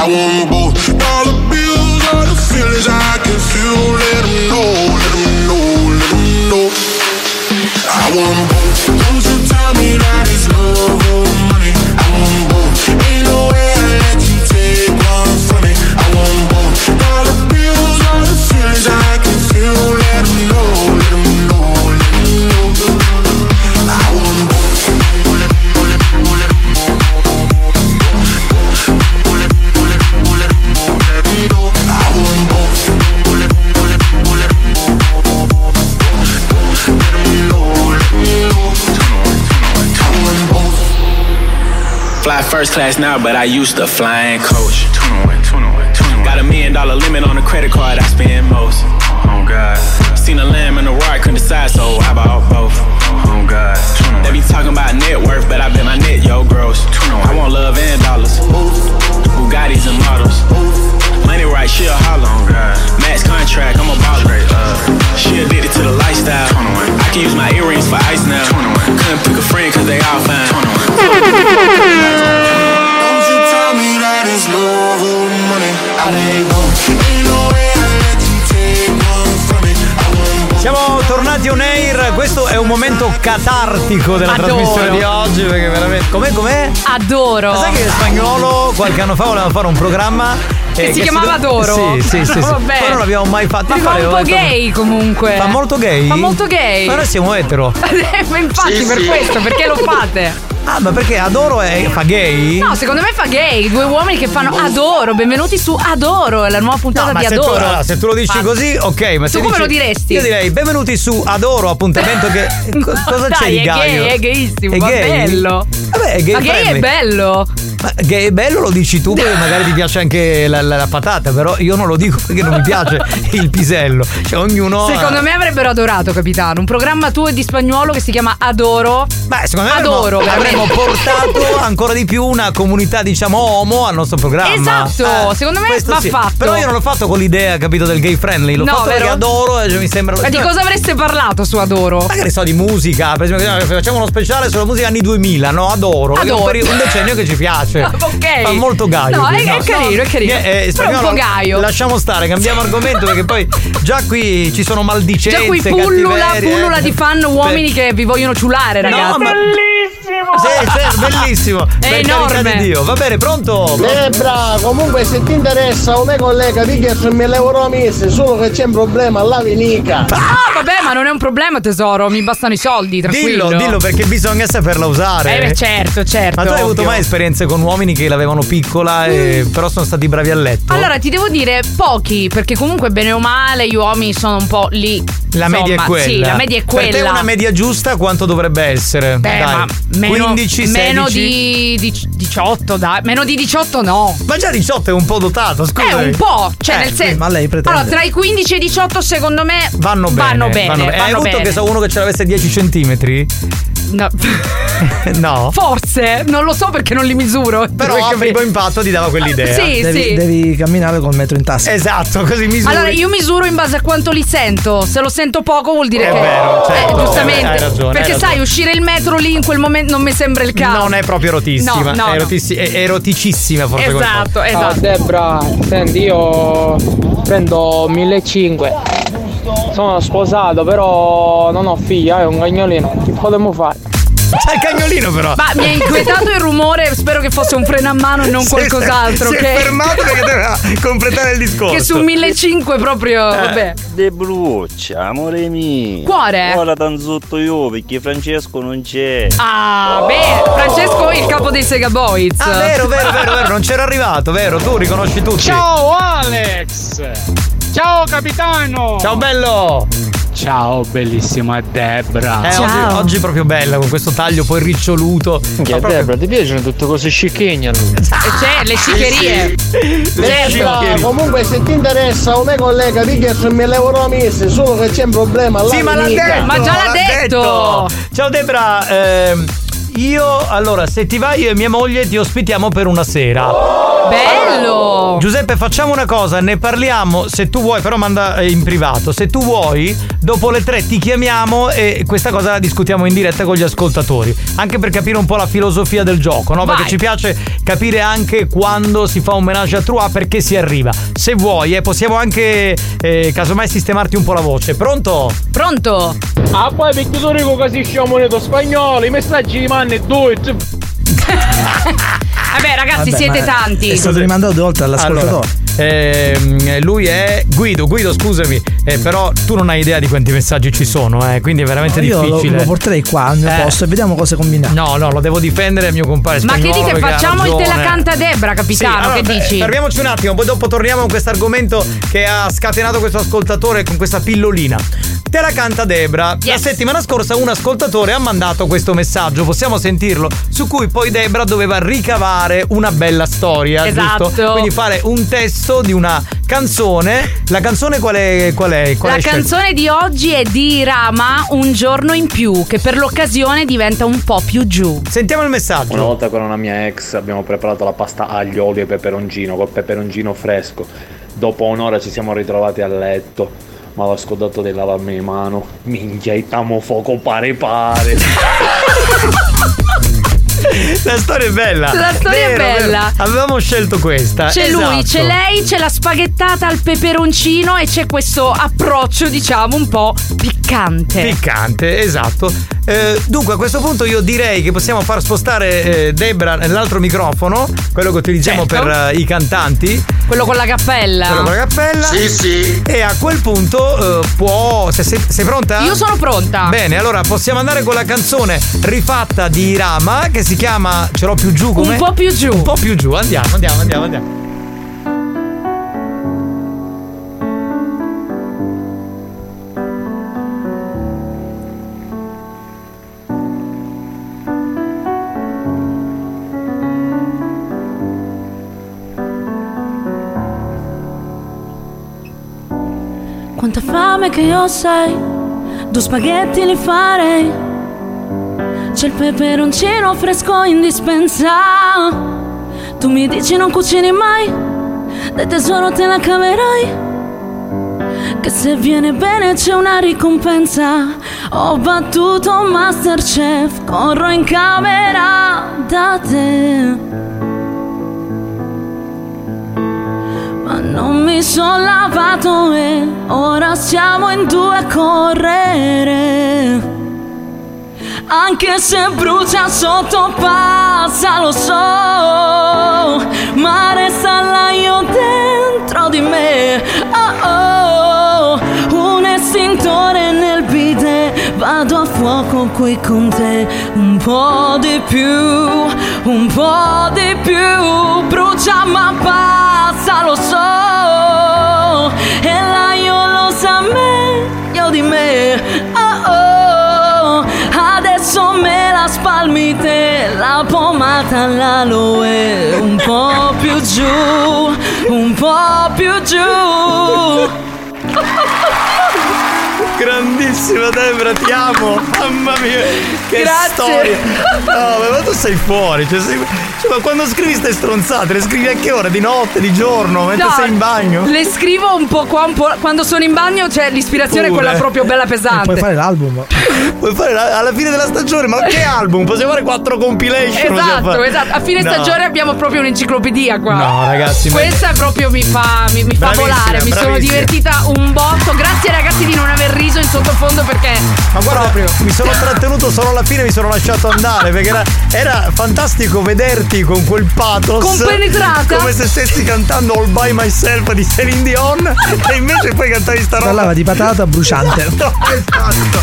Speaker 6: I want both. Dollar bills are the feelings I can feel. Let 'em know, let 'em know, let 'em know. I want both. Don't you tell me that it's love or money. I want both. Ain't no way I let you take one from me. I want both. Dollar bills are the feelings I can feel. Let 'em know, let 'em know, let 'em know. I want both.
Speaker 23: Fly first class now, but I used to fly in coach. Got a million dollar limit on the credit card I spend most. Oh God. Seen a lamb and a roar, I couldn't decide, so I bought both. Oh God. They be talking about net worth, but I bet my net yo gross. I want love and dollars. Bugattis and models. Money right, she a holler. Max contract, I'm a baller. She addicted to the lifestyle. I can use my earrings for ice now. Couldn't pick a friend cause they all fine.
Speaker 6: Don't you tell me that it's love or money. I ain't gon' ain't no way I let you take one from me. I won't
Speaker 3: Siamo tornati on air, questo è un momento catartico della
Speaker 12: Adoro.
Speaker 3: trasmissione di oggi perché veramente... Com'è, com'è?
Speaker 12: Adoro.
Speaker 3: Ma sai che spagnolo qualche anno fa voleva fare un programma eh,
Speaker 12: Che si chiamava Doro.
Speaker 3: Sì, sì, sì. sì.
Speaker 12: No, vabbè.
Speaker 3: Però non l'abbiamo mai fatto.
Speaker 12: Ma
Speaker 3: Io
Speaker 12: fa un
Speaker 3: volevo-
Speaker 12: po' gay comunque.
Speaker 3: Fa molto gay?
Speaker 12: Fa molto gay.
Speaker 3: Ma noi siamo etero.
Speaker 12: Ma infatti
Speaker 3: Sì,
Speaker 12: per
Speaker 3: sì.
Speaker 12: questo, perché lo fate?
Speaker 3: Ah, ma perché Adoro è, fa gay?
Speaker 12: No, secondo me fa gay, due uomini che fanno Adoro, benvenuti su Adoro, è la nuova puntata
Speaker 3: Ah, ma
Speaker 12: di
Speaker 3: se tu,
Speaker 12: Adoro.
Speaker 3: allora, se tu lo dici
Speaker 12: Fa-
Speaker 3: così, ok, ma
Speaker 12: Tu
Speaker 3: se
Speaker 12: come
Speaker 3: dici-
Speaker 12: lo diresti?
Speaker 3: Io direi benvenuti su Adoro, appuntamento che co- cosa
Speaker 12: dai,
Speaker 3: c'è di
Speaker 12: è
Speaker 3: Gaio?
Speaker 12: gay, è gayissimo,
Speaker 3: È
Speaker 12: ma
Speaker 3: gay?
Speaker 12: bello.
Speaker 3: Vabbè, è gay
Speaker 12: ma gay
Speaker 3: friendly.
Speaker 12: è bello.
Speaker 3: Ma gay è bello lo dici tu perché magari ti piace anche la, la- la patata, però io non lo dico perché non mi piace il pisello. Cioè ognuno
Speaker 12: Secondo me avrebbero adorato, capitano. Un programma tuo e di spagnolo che si chiama Adoro.
Speaker 3: Beh, Eh, secondo me avremmo-
Speaker 12: Adoro. veramente.
Speaker 3: avremmo portato ancora di più una comunità, diciamo, homo al nostro programma. Eh,
Speaker 12: Esatto, secondo me
Speaker 3: questo
Speaker 12: va
Speaker 3: sì.
Speaker 12: fatto.
Speaker 3: Però io non l'ho fatto con l'idea, capito, del gay friendly. L'ho
Speaker 12: No,
Speaker 3: fatto perché
Speaker 12: vero?
Speaker 3: adoro e mi sembra. cioè
Speaker 12: Ma di cosa avreste parlato su Adoro?
Speaker 3: Magari so di musica, per esempio, no, facciamo uno speciale sulla musica anni 2000, no? Adoro, perché è un,
Speaker 12: Adoro.
Speaker 3: periodo- un decennio che ci piace.
Speaker 12: Ok.
Speaker 3: Fa molto gaio.
Speaker 12: No, eh, è-
Speaker 3: quindi,
Speaker 12: è carino, è carino.
Speaker 3: Niente, eh,
Speaker 12: Però è un
Speaker 3: spagnolo,
Speaker 12: po' gaio.
Speaker 3: Lasciamo stare, cambiamo argomento perché poi già qui ci sono maldicenze.
Speaker 12: Già qui pullula,
Speaker 3: cattiverie, eh.
Speaker 12: pullula di fan uomini che vi vogliono ciulare,
Speaker 3: No,
Speaker 12: ragazzi. Eh,
Speaker 3: ma-
Speaker 13: Bellissimo!
Speaker 3: Sì, sì, bellissimo.
Speaker 12: È
Speaker 3: per
Speaker 12: enorme.
Speaker 3: carità di Dio. Va bene, pronto?
Speaker 13: Eh bravo, comunque se ti interessa come collega ti chiedo 1000 euro al mese, solo che c'è un problema, la vinica.
Speaker 12: Ah, vabbè, ma non è un problema, tesoro. Mi bastano i soldi, tranquillo.
Speaker 3: Dillo, dillo perché bisogna saperla usare.
Speaker 12: Eh, beh, certo, certo.
Speaker 3: Ma tu hai avuto
Speaker 12: ovvio. Mm.
Speaker 3: mai esperienze con uomini che l'avevano piccola e però sono stati bravi a letto?
Speaker 12: Allora, ti devo dire pochi, perché comunque bene o male gli uomini sono un po' lì.
Speaker 3: La
Speaker 12: Insomma,
Speaker 3: media è quella.
Speaker 12: Sì, la media è quella.
Speaker 3: Per te una media giusta quanto dovrebbe essere?
Speaker 12: Beh,
Speaker 3: Dai.
Speaker 12: ma meno,
Speaker 3: 15, 16.
Speaker 12: meno di, di- 18, dai. Meno di 18 no.
Speaker 3: Ma già 18 è un po' dotato, scusa.
Speaker 12: È un po', cioè nel senso.
Speaker 3: Ma lei pretende.
Speaker 12: Allora, tra i 15 e i 18 secondo me
Speaker 3: vanno bene.
Speaker 12: Vanno bene.
Speaker 3: Hai
Speaker 12: vanno
Speaker 3: avuto
Speaker 12: bene.
Speaker 3: che so uno che ce l'avesse 10 centimetri?
Speaker 12: No.
Speaker 3: no.
Speaker 12: Forse, non lo so perché non li misuro.
Speaker 3: Però a primo impatto ti dava quell'idea.
Speaker 12: Sì,
Speaker 14: devi,
Speaker 12: sì.
Speaker 14: devi camminare col metro in tasca.
Speaker 3: Esatto, così misuri.
Speaker 12: Allora, io misuro in base a quanto li sento. Se lo sento poco vuol dire
Speaker 3: È
Speaker 12: che.
Speaker 3: vero, certo.
Speaker 12: eh, giustamente.
Speaker 3: Hai ragione,
Speaker 12: perché
Speaker 3: hai
Speaker 12: sai,
Speaker 3: ragione.
Speaker 12: uscire il metro lì in quel momento non mi sembra il caso.
Speaker 3: Non è proprio erotissima,
Speaker 12: No, no,
Speaker 3: è
Speaker 12: no.
Speaker 3: erotissi- è eroticissima forse come
Speaker 12: Esatto,
Speaker 3: cosa.
Speaker 12: esatto.
Speaker 5: Ah, Debra, senti, io prendo 1500. Sono sposato, però non ho figlia, è un cagnolino. Che potremmo fare?
Speaker 3: C'è il cagnolino però.
Speaker 12: Ma mi ha inquietato il rumore, spero che fosse un freno a mano e non qualcos'altro.
Speaker 3: Si è
Speaker 12: che...
Speaker 3: fermato perché doveva completare il discorso.
Speaker 12: Che su 1500 proprio,
Speaker 3: Eh.
Speaker 12: vabbè.
Speaker 11: De Bruccia, amore mio.
Speaker 12: Cuore?
Speaker 11: Ora tanzotto io perché Francesco non c'è.
Speaker 12: Ah, beh, Francesco è il capo dei Sega Boys.
Speaker 3: Ah, vero, vero, vero, vero, non c'era arrivato, vero? Tu riconosci tutti.
Speaker 5: Ciao Alex! Ciao capitano!
Speaker 3: Ciao bello!
Speaker 22: Ciao bellissima Debra.
Speaker 3: Eh, Oggi, oggi è proprio bella con questo taglio poi riccioluto. Esatto.
Speaker 22: Minchia, Debra,
Speaker 3: ti piacciono tutte cose scicchegne
Speaker 12: C'è le Certo. scicherie.
Speaker 13: Debra, comunque se ti interessa un mio collega di che 3.000 euro al mese, solo che c'è un problema alla
Speaker 3: Sì, ma l'ha
Speaker 13: vinica.
Speaker 3: detto! detto. Ciao Debra, ehm, io allora se ti vai io e mia moglie ti ospitiamo per una sera.
Speaker 12: Bello!
Speaker 3: Giuseppe, facciamo una cosa, ne parliamo se tu vuoi, però manda eh, in privato. Se tu vuoi, dopo le tre ti chiamiamo e questa cosa la discutiamo in diretta con gli ascoltatori, anche per capire un po' la filosofia del gioco, no? Perché
Speaker 22: Vai.
Speaker 3: ci piace capire anche quando si fa un menage a trois perché si arriva. Se vuoi, eh, possiamo anche eh, casomai sistemarti un po' la voce. Pronto?
Speaker 12: Pronto?
Speaker 27: Ah, poi perché tu dico che si scia moneta spagnolo, i messaggi rimangono due.
Speaker 12: Vabbè, ragazzi,
Speaker 27: Vabbè,
Speaker 12: siete
Speaker 3: ma-
Speaker 12: tanti.
Speaker 14: È stato rimandato due volte all'ascoltatore.
Speaker 3: Allora, ehm, lui è Guido, Guido scusami, eh, però tu non hai idea di quanti messaggi ci sono, eh, quindi è veramente
Speaker 14: Io lo,
Speaker 3: difficile.
Speaker 14: lo porterei qua al mio
Speaker 3: Eh.
Speaker 14: posto e vediamo cosa combina.
Speaker 3: No, no, lo devo difendere il mio compare
Speaker 12: Ma che
Speaker 3: spagnolo
Speaker 12: dite,
Speaker 3: perché ha
Speaker 12: facciamo il te la
Speaker 3: ragione.
Speaker 12: canta Debra, capitano?
Speaker 3: Sì, allora,
Speaker 12: che
Speaker 3: beh,
Speaker 12: dici?
Speaker 3: Fermiamoci un attimo, poi dopo torniamo con questo argomento che ha scatenato questo ascoltatore con questa pillolina. Te la canta Debra. La settimana scorsa un ascoltatore ha mandato questo messaggio, possiamo sentirlo, su cui poi Debra doveva ricavare una bella storia,
Speaker 12: Esatto.
Speaker 3: giusto? Quindi fare un testo di una canzone. La canzone qual è? Qual è? Qual
Speaker 12: La
Speaker 3: è scelta?
Speaker 12: canzone di oggi è di Rama Un giorno in più, che per l'occasione diventa un po' più giù.
Speaker 3: Sentiamo il messaggio.
Speaker 22: Una volta con una mia ex abbiamo preparato la pasta aglio, olio e peperoncino col peperoncino fresco. Dopo un'ora ci siamo ritrovati a letto, ma l'ho scordato di lavarmi le mano. Minchia, itamo fuoco pare pare.
Speaker 3: La storia è bella.
Speaker 12: La storia è
Speaker 3: Vero, vero.
Speaker 12: bella.
Speaker 3: Avevamo scelto questa.
Speaker 12: C'è lui,
Speaker 3: esatto.
Speaker 12: c'è lei, c'è la spaghettata al peperoncino e c'è questo approccio, diciamo, un po' piccante.
Speaker 3: Piccante, esatto. Eh, dunque, a questo punto io direi che possiamo far spostare eh, Debra nell'altro microfono, quello che utilizziamo
Speaker 12: Certo.
Speaker 3: per eh, i cantanti.
Speaker 12: Quello con la cappella.
Speaker 3: Quello con la cappella. Sì, sì. E a quel punto eh, può. se- se- sei pronta?
Speaker 12: Io sono pronta.
Speaker 3: Bene, allora possiamo andare con la canzone rifatta di Rama che si chiama Ce l'ho più giù come?
Speaker 12: Un po' più giù.
Speaker 3: Un po' più giù, andiamo, andiamo, andiamo, andiamo.
Speaker 24: Quanta fame che io sai, due spaghetti li farei. C'è il peperoncino fresco in dispensa. Tu mi dici non cucini mai, del tesoro te la caverai. Che se viene bene c'è una ricompensa. Ho battuto Masterchef, corro in camera da te. Ma non mi sono lavato e ora siamo in due a correre. Anche se brucia sotto passa, lo so, ma resta là io dentro di me. Oh, oh, un estintore nel bide, vado a fuoco qui con te. Un po' di più, un po' di più, brucia ma passa, lo so, e là io lo sa meglio di me. Oh, oh, adesso me la spalmi te, la pomata all'aloe, un po' più giù, un po' più giù.
Speaker 3: Grandissima Debra, ti amo. Mamma mia, che
Speaker 24: Grazie.
Speaker 3: storia. No, ma tu sei fuori. Cioè, sei- cioè, ma quando scrivi queste stronzate, le scrivi a che ora? Di notte, di giorno, mentre
Speaker 12: No,
Speaker 3: sei in bagno?
Speaker 12: Le scrivo un po' qua, un po' là. quando sono in bagno, c'è l'ispirazione è
Speaker 3: Pure.
Speaker 12: quella proprio bella pesante.
Speaker 14: Puoi fare l'album.
Speaker 3: Puoi fare la- alla fine della stagione, ma che album? Possiamo fare quattro compilation? possiamo
Speaker 12: Esatto,
Speaker 3: fare-
Speaker 12: esatto. A fine
Speaker 3: No.
Speaker 12: stagione abbiamo proprio un'enciclopedia qua.
Speaker 3: No, ragazzi, ma-
Speaker 12: Questa proprio mi fa, mi, mi fa
Speaker 3: Bravissima,
Speaker 12: volare. Mi sono
Speaker 3: bravissima.
Speaker 12: divertita un botto. Grazie, ragazzi, di non aver riso in sottofondo perché.
Speaker 3: Ma guarda, mi sono trattenuto solo alla fine, mi sono lasciato andare perché era, era fantastico vederti con quel pathos.
Speaker 12: Compenetrata.
Speaker 3: Come se stessi cantando All by myself di Celine Dion e invece poi cantavi sta roba.
Speaker 14: Parlava di patata bruciante.
Speaker 3: Esatto.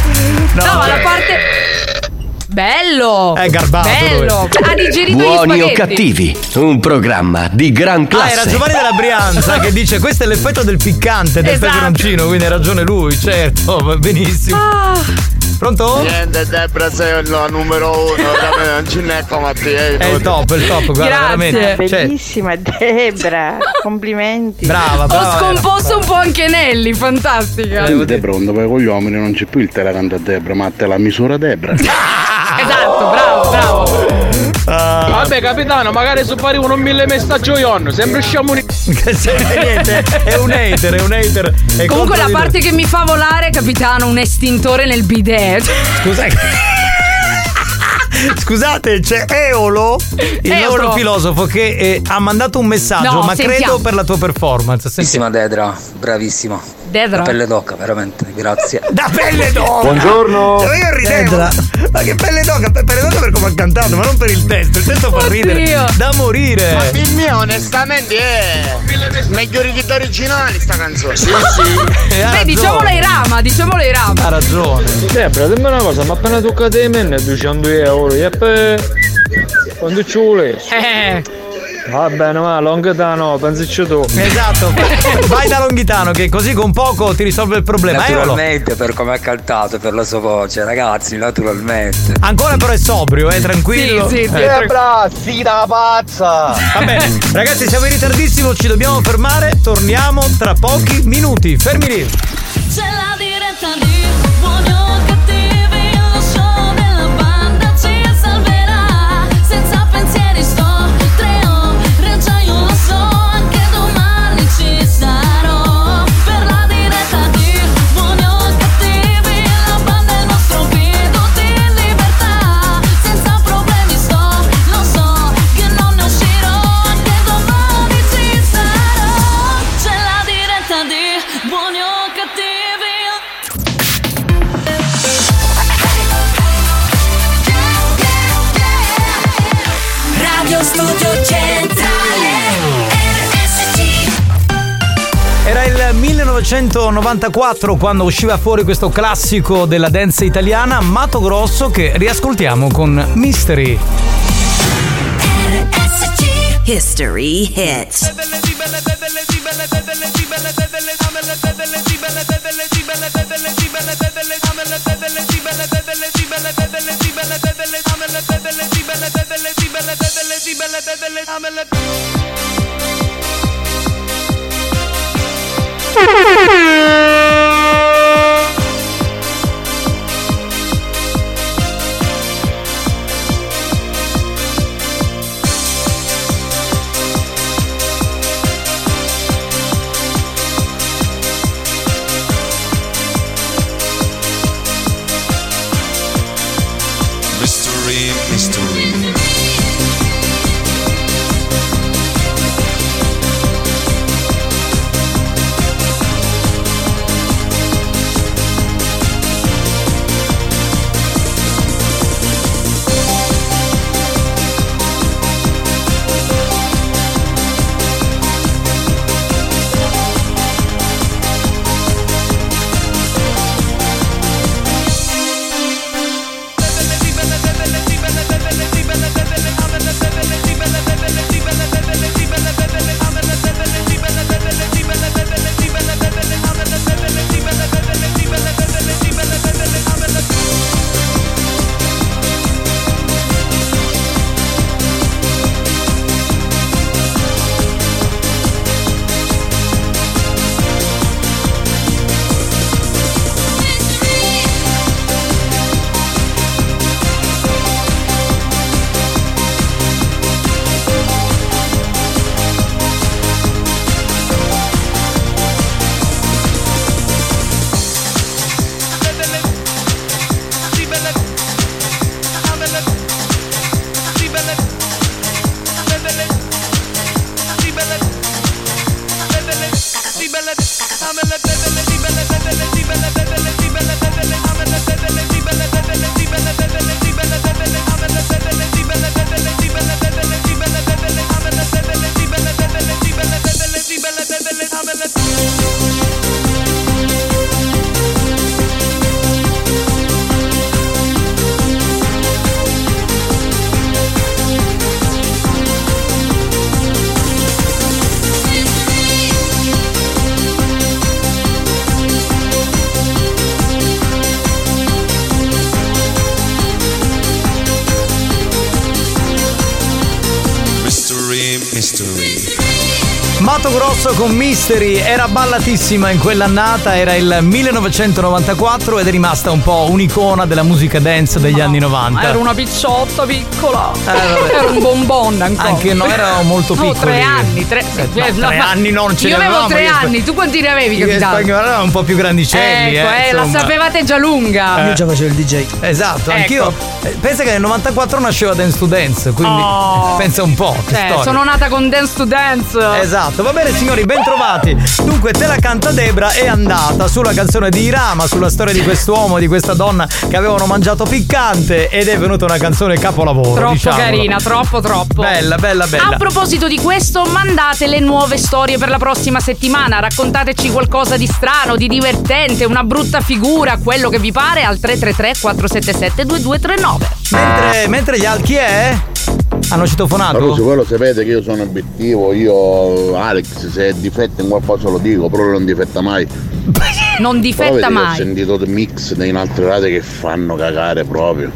Speaker 12: No, ma la parte. Bello!
Speaker 3: È garbato
Speaker 12: Bello! Ha digerito gli
Speaker 1: Buoni o
Speaker 12: spaghetti.
Speaker 1: cattivi, un programma di gran
Speaker 3: Ah, era
Speaker 1: classe.
Speaker 3: Giovanni della Brianza che dice questo è l'effetto del piccante del
Speaker 1: Esatto.
Speaker 3: peperoncino, quindi ha ragione lui, certo, va benissimo. Pronto?
Speaker 9: Niente, Debra sei il numero uno, capito? non ce n'è come te.
Speaker 3: È il top, è il top, guarda,
Speaker 9: Eh,
Speaker 3: veramente.
Speaker 9: certo.
Speaker 3: Cioè,
Speaker 5: Bellissima Debra, complimenti.
Speaker 3: Brava, Eh,
Speaker 12: Ho scomposto un po' anche Nelly, fantastica.
Speaker 9: Debra, non dove con gli uomini non c'è più il telecante a Debra, ma te la misura Debra.
Speaker 12: Esatto, bravo, bravo.
Speaker 3: Ah,
Speaker 5: Vabbè capitano, magari su pari uno mille messaggio ionno, sempre sciamo un...
Speaker 3: eh, niente, è un hater, è un hater. è contro
Speaker 12: Comunque la
Speaker 3: di
Speaker 12: parte che mi fa volare, capitano, un estintore nel bidet.
Speaker 3: Scusa. noi. Scusate, c'è Eolo, il
Speaker 12: Eolo.
Speaker 3: nostro filosofo, che eh, ha mandato un messaggio,
Speaker 12: No,
Speaker 3: ma
Speaker 12: sentiamo.
Speaker 3: credo per la tua performance. Sentiamo.
Speaker 10: Dedra, bravissima.
Speaker 12: Dedra.
Speaker 10: La pelle d'oca, veramente, grazie.
Speaker 3: Da pelle d'oca!
Speaker 10: Buongiorno.
Speaker 3: Cioè, io ridevo! Ma che pelle d'oca! pe- Pelle d'oca per come ha cantato, ma non per il testo. Il testo fa ridere da morire!
Speaker 9: Ma dimmi onestamente, è migliori hit originali sta canzone. Sì,
Speaker 3: sì.
Speaker 12: Beh, diciamolo ai rama, diciamolo ai rama.
Speaker 3: Ha ragione.
Speaker 5: Debra, dimmi una cosa, ma appena tocca a te me 200 euro, e poi... Quando ci vuole.
Speaker 12: Eh.
Speaker 5: Va bene, ma longa no, pensaci tu.
Speaker 3: Esatto, vai da Longhitano che così con poco ti risolve il problema. Eolo!
Speaker 10: Naturalmente per come ha cantato, per la sua voce, ragazzi, naturalmente.
Speaker 3: Ancora però è sobrio, eh, tranquillo.
Speaker 10: Sì, sì, sì.
Speaker 3: Debra, si da pazza. Va bene, ragazzi, siamo in ritardissimo, ci dobbiamo fermare. Torniamo tra pochi minuti. Fermi lì.
Speaker 24: C'è la diretta di buoni o cattivi, lo show della banda ci salverà. Senza pensieri sto, tre ore, già io lo so, anche domani ci sarò. Per la diretta di buoni o cattivi, la banda è il nostro grido di libertà. Senza problemi sto, lo so, che non ne uscirò, anche domani ci sarò. C'è la diretta di buoni o cattivi.
Speaker 6: Radio Studio Centrale RSC
Speaker 3: Era il 1994 quando usciva fuori questo classico della danza italiana, Mato Grosso, che riascoltiamo con Mystery.
Speaker 6: History Hits
Speaker 27: Mystery, mystery.
Speaker 3: Mato Grosso con Mystery era ballatissima in quell'annata, era il 1994 ed è rimasta un po' un'icona della musica dance degli anni 90.
Speaker 29: Era una picciotta piccola.
Speaker 3: Eh, vabbè.
Speaker 29: era un bonbon ancora.
Speaker 3: Anche no, eravamo molto
Speaker 29: No,
Speaker 3: piccoli.
Speaker 29: tre anni, tre,
Speaker 3: Eh, no,
Speaker 29: eh, no,
Speaker 3: tre
Speaker 29: ma-
Speaker 3: anni non ce
Speaker 12: Io
Speaker 3: ne
Speaker 12: avevo
Speaker 3: avevamo,
Speaker 12: tre
Speaker 3: io spe-
Speaker 12: anni, tu quanti ne avevi,
Speaker 3: Io e
Speaker 12: capitano?
Speaker 3: spagnolo eravamo un po' più grandicelli.
Speaker 12: Ecco, eh, la
Speaker 3: insomma.
Speaker 12: sapevate già lunga. Cioè,
Speaker 3: Eh.
Speaker 14: facevo il DJ.
Speaker 3: Esatto,
Speaker 12: Ecco.
Speaker 3: anch'io. eh, Pensa che nel 94 nasceva Dance to Dance, quindi
Speaker 12: Oh.
Speaker 3: pensa un po'. Che
Speaker 12: Cioè,
Speaker 3: storia.
Speaker 12: sono nata con Dance to Dance.
Speaker 3: Esatto, va bene signori, bentrovati. Dunque, te la canta Debra è andata sulla canzone di Irama, sulla storia di quest'uomo, di questa donna che avevano mangiato piccante ed è venuta una canzone capolavoro.
Speaker 12: Troppo
Speaker 3: diciamolo.
Speaker 12: carina, troppo troppo.
Speaker 3: Bella, bella, bella.
Speaker 12: A proposito di questo, mandate le nuove storie per la prossima settimana. Raccontateci qualcosa di strano, di divertente, una brutta figura, quello che vi pare al 333 477 2239.
Speaker 3: mentre, mentre gli altri chi è? Hanno citofonato?
Speaker 9: Maruzzo, quello sapete che io sono obiettivo, io Alex se difetta in qualcosa lo dico, però lui non difetta mai.
Speaker 12: Non
Speaker 9: Però
Speaker 12: difetta
Speaker 9: vedete, Ho
Speaker 12: mai.
Speaker 9: sentito dei mix in altre rate che fanno cagare proprio.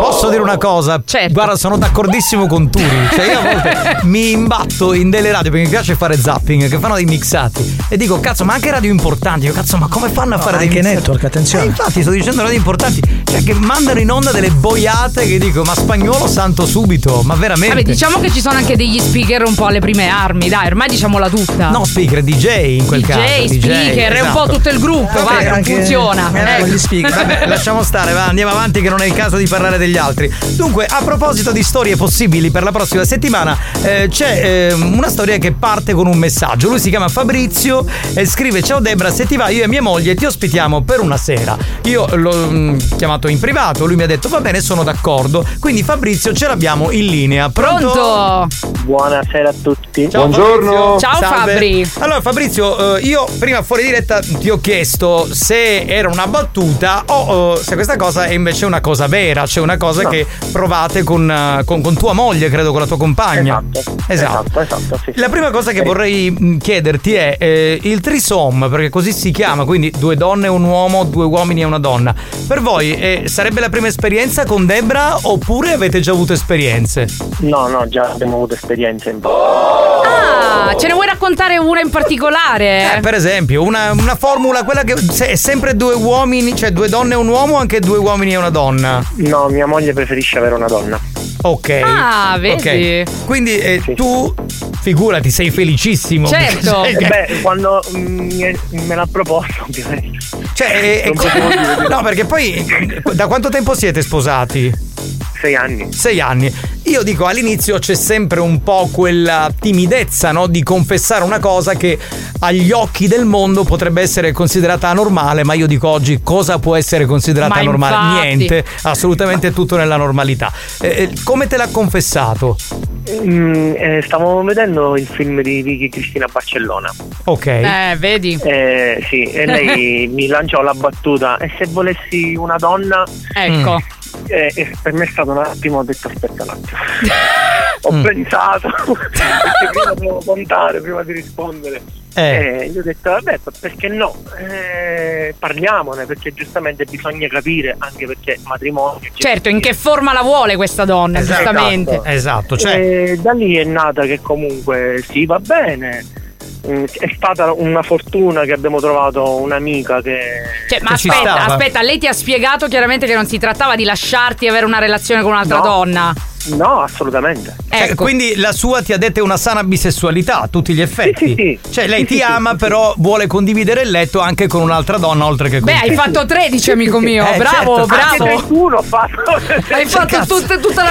Speaker 3: Posso dire una cosa?
Speaker 12: Certo.
Speaker 3: Guarda, sono d'accordissimo con Turi. Cioè, io a volte mi imbatto in delle radio perché mi piace fare zapping, che fanno dei mixati. E dico, cazzo, ma anche radio importanti. Io, cazzo, ma come fanno a fare dei
Speaker 14: anche
Speaker 3: mixati?
Speaker 14: network, attenzione.
Speaker 3: Eh, infatti, sto dicendo radio importanti. Cioè, che mandano in onda delle boiate che dico, ma spagnolo santo subito, ma veramente.
Speaker 12: Vabbè, diciamo che ci sono anche degli speaker un po' alle prime armi, dai, ormai diciamola tutta.
Speaker 3: No, speaker, DJ in quel
Speaker 12: DJ,
Speaker 3: caso. esatto.
Speaker 12: speaker, è un po' tutto il gruppo,
Speaker 3: Vabbè,
Speaker 12: vai, non funziona.
Speaker 3: eh,
Speaker 12: Ecco.
Speaker 3: gli speaker. Vabbè, lasciamo stare, va, andiamo avanti che non è il caso di parlare degli altri. Dunque, a proposito di storie possibili per la prossima settimana, eh, c'è ehm, una storia che parte con un messaggio. Lui si chiama Fabrizio e scrive: Ciao Debra, se ti va, io e mia moglie ti ospitiamo per una sera. Io l'ho mm, chiamato in privato, lui mi ha detto: Va bene, sono d'accordo. Quindi Fabrizio ce l'abbiamo in linea. Pronto?
Speaker 20: Buonasera a tutti.
Speaker 3: Ciao, Fabrizio. Salve.
Speaker 20: Salve.
Speaker 3: Allora Fabrizio, eh, io prima fuori diretta ti ho chiesto se era una battuta o eh, se questa cosa è invece una cosa vera, cioè una cosa
Speaker 20: No.
Speaker 3: che provate con, eh, con- con tua moglie, credo, con la tua compagna.
Speaker 20: Esatto.
Speaker 3: Esatto.
Speaker 20: Esatto, esatto, sì.
Speaker 3: La prima cosa che
Speaker 20: Sì.
Speaker 3: vorrei mh, chiederti è eh, il trisom, perché così si chiama, quindi due donne e un uomo, due uomini e una donna. Per voi eh, sarebbe la prima esperienza con Debra oppure avete già avuto esperienze? Oh,
Speaker 20: No, no, già abbiamo avuto esperienze in
Speaker 12: Ah, ce ne vuoi raccontare una in particolare?
Speaker 3: Eh, per esempio, una, una formula, quella che se- è sempre due uomini, cioè due donne e un uomo, o anche due uomini e una donna.
Speaker 20: No, mia moglie preferisce avere una donna.
Speaker 3: Ok.
Speaker 20: Ah, vedi?
Speaker 3: Ok. Quindi eh, tu, figurati, sei felicissimo.
Speaker 20: Eh,
Speaker 3: Cioè,
Speaker 20: beh, quando mm, me l'ha proposto, ovviamente.
Speaker 3: cioè, eh,
Speaker 20: Non
Speaker 3: co-
Speaker 20: potevo dire di
Speaker 3: no, perché poi eh, da quanto tempo siete sposati?
Speaker 20: Sei anni.
Speaker 3: Sei anni. Io dico all'inizio c'è sempre un po' quella timidezza, no? Di confessare una cosa che agli occhi del mondo potrebbe essere considerata anormale, ma io dico oggi cosa può essere considerata
Speaker 20: Ma
Speaker 3: anormale?
Speaker 20: infatti.
Speaker 3: Niente, assolutamente tutto nella normalità. Eh, eh, come te l'ha confessato?
Speaker 20: Mm, eh, stavo vedendo il film di Vicky Cristina a Barcellona.
Speaker 3: Ok.
Speaker 12: vedi?
Speaker 20: Eh, sì, e lei mi lanciò la battuta. E se volessi una donna?
Speaker 12: Ecco.
Speaker 20: Eh, e per me è stato un attimo, ho detto aspetta un attimo. ho pensato, perché prima devo contare, prima di rispondere.
Speaker 3: Eh.
Speaker 20: Eh, gli ho detto, vabbè, perché no? Eh, parliamone, perché giustamente bisogna capire, anche perché matrimonio...
Speaker 12: Certo, in che forma la vuole questa donna, giustamente.
Speaker 3: Esatto,
Speaker 12: cioè-
Speaker 20: Eh, da lì è nata che comunque sì, va bene. Mm, È stata una fortuna che abbiamo trovato un'amica che.
Speaker 12: Cioè, ma aspetta, aspetta, lei ti ha spiegato chiaramente che non si trattava di lasciarti e avere una relazione con un'altra
Speaker 20: No.
Speaker 12: donna.
Speaker 20: No, assolutamente.
Speaker 3: Cioè, quindi la sua ti ha detto una sana bisessualità a tutti gli effetti. Cioè, lei
Speaker 20: Sì,
Speaker 3: ti
Speaker 20: sì, sì,
Speaker 3: ama, però vuole condividere il letto anche con un'altra donna, oltre che con
Speaker 12: Beh,
Speaker 3: te.
Speaker 12: hai fatto 13, amico mio.
Speaker 3: Eh, certo.
Speaker 12: bravo, bravo.
Speaker 3: Anche
Speaker 20: 31 ho fatto.
Speaker 12: Hai fatto tut- tutta la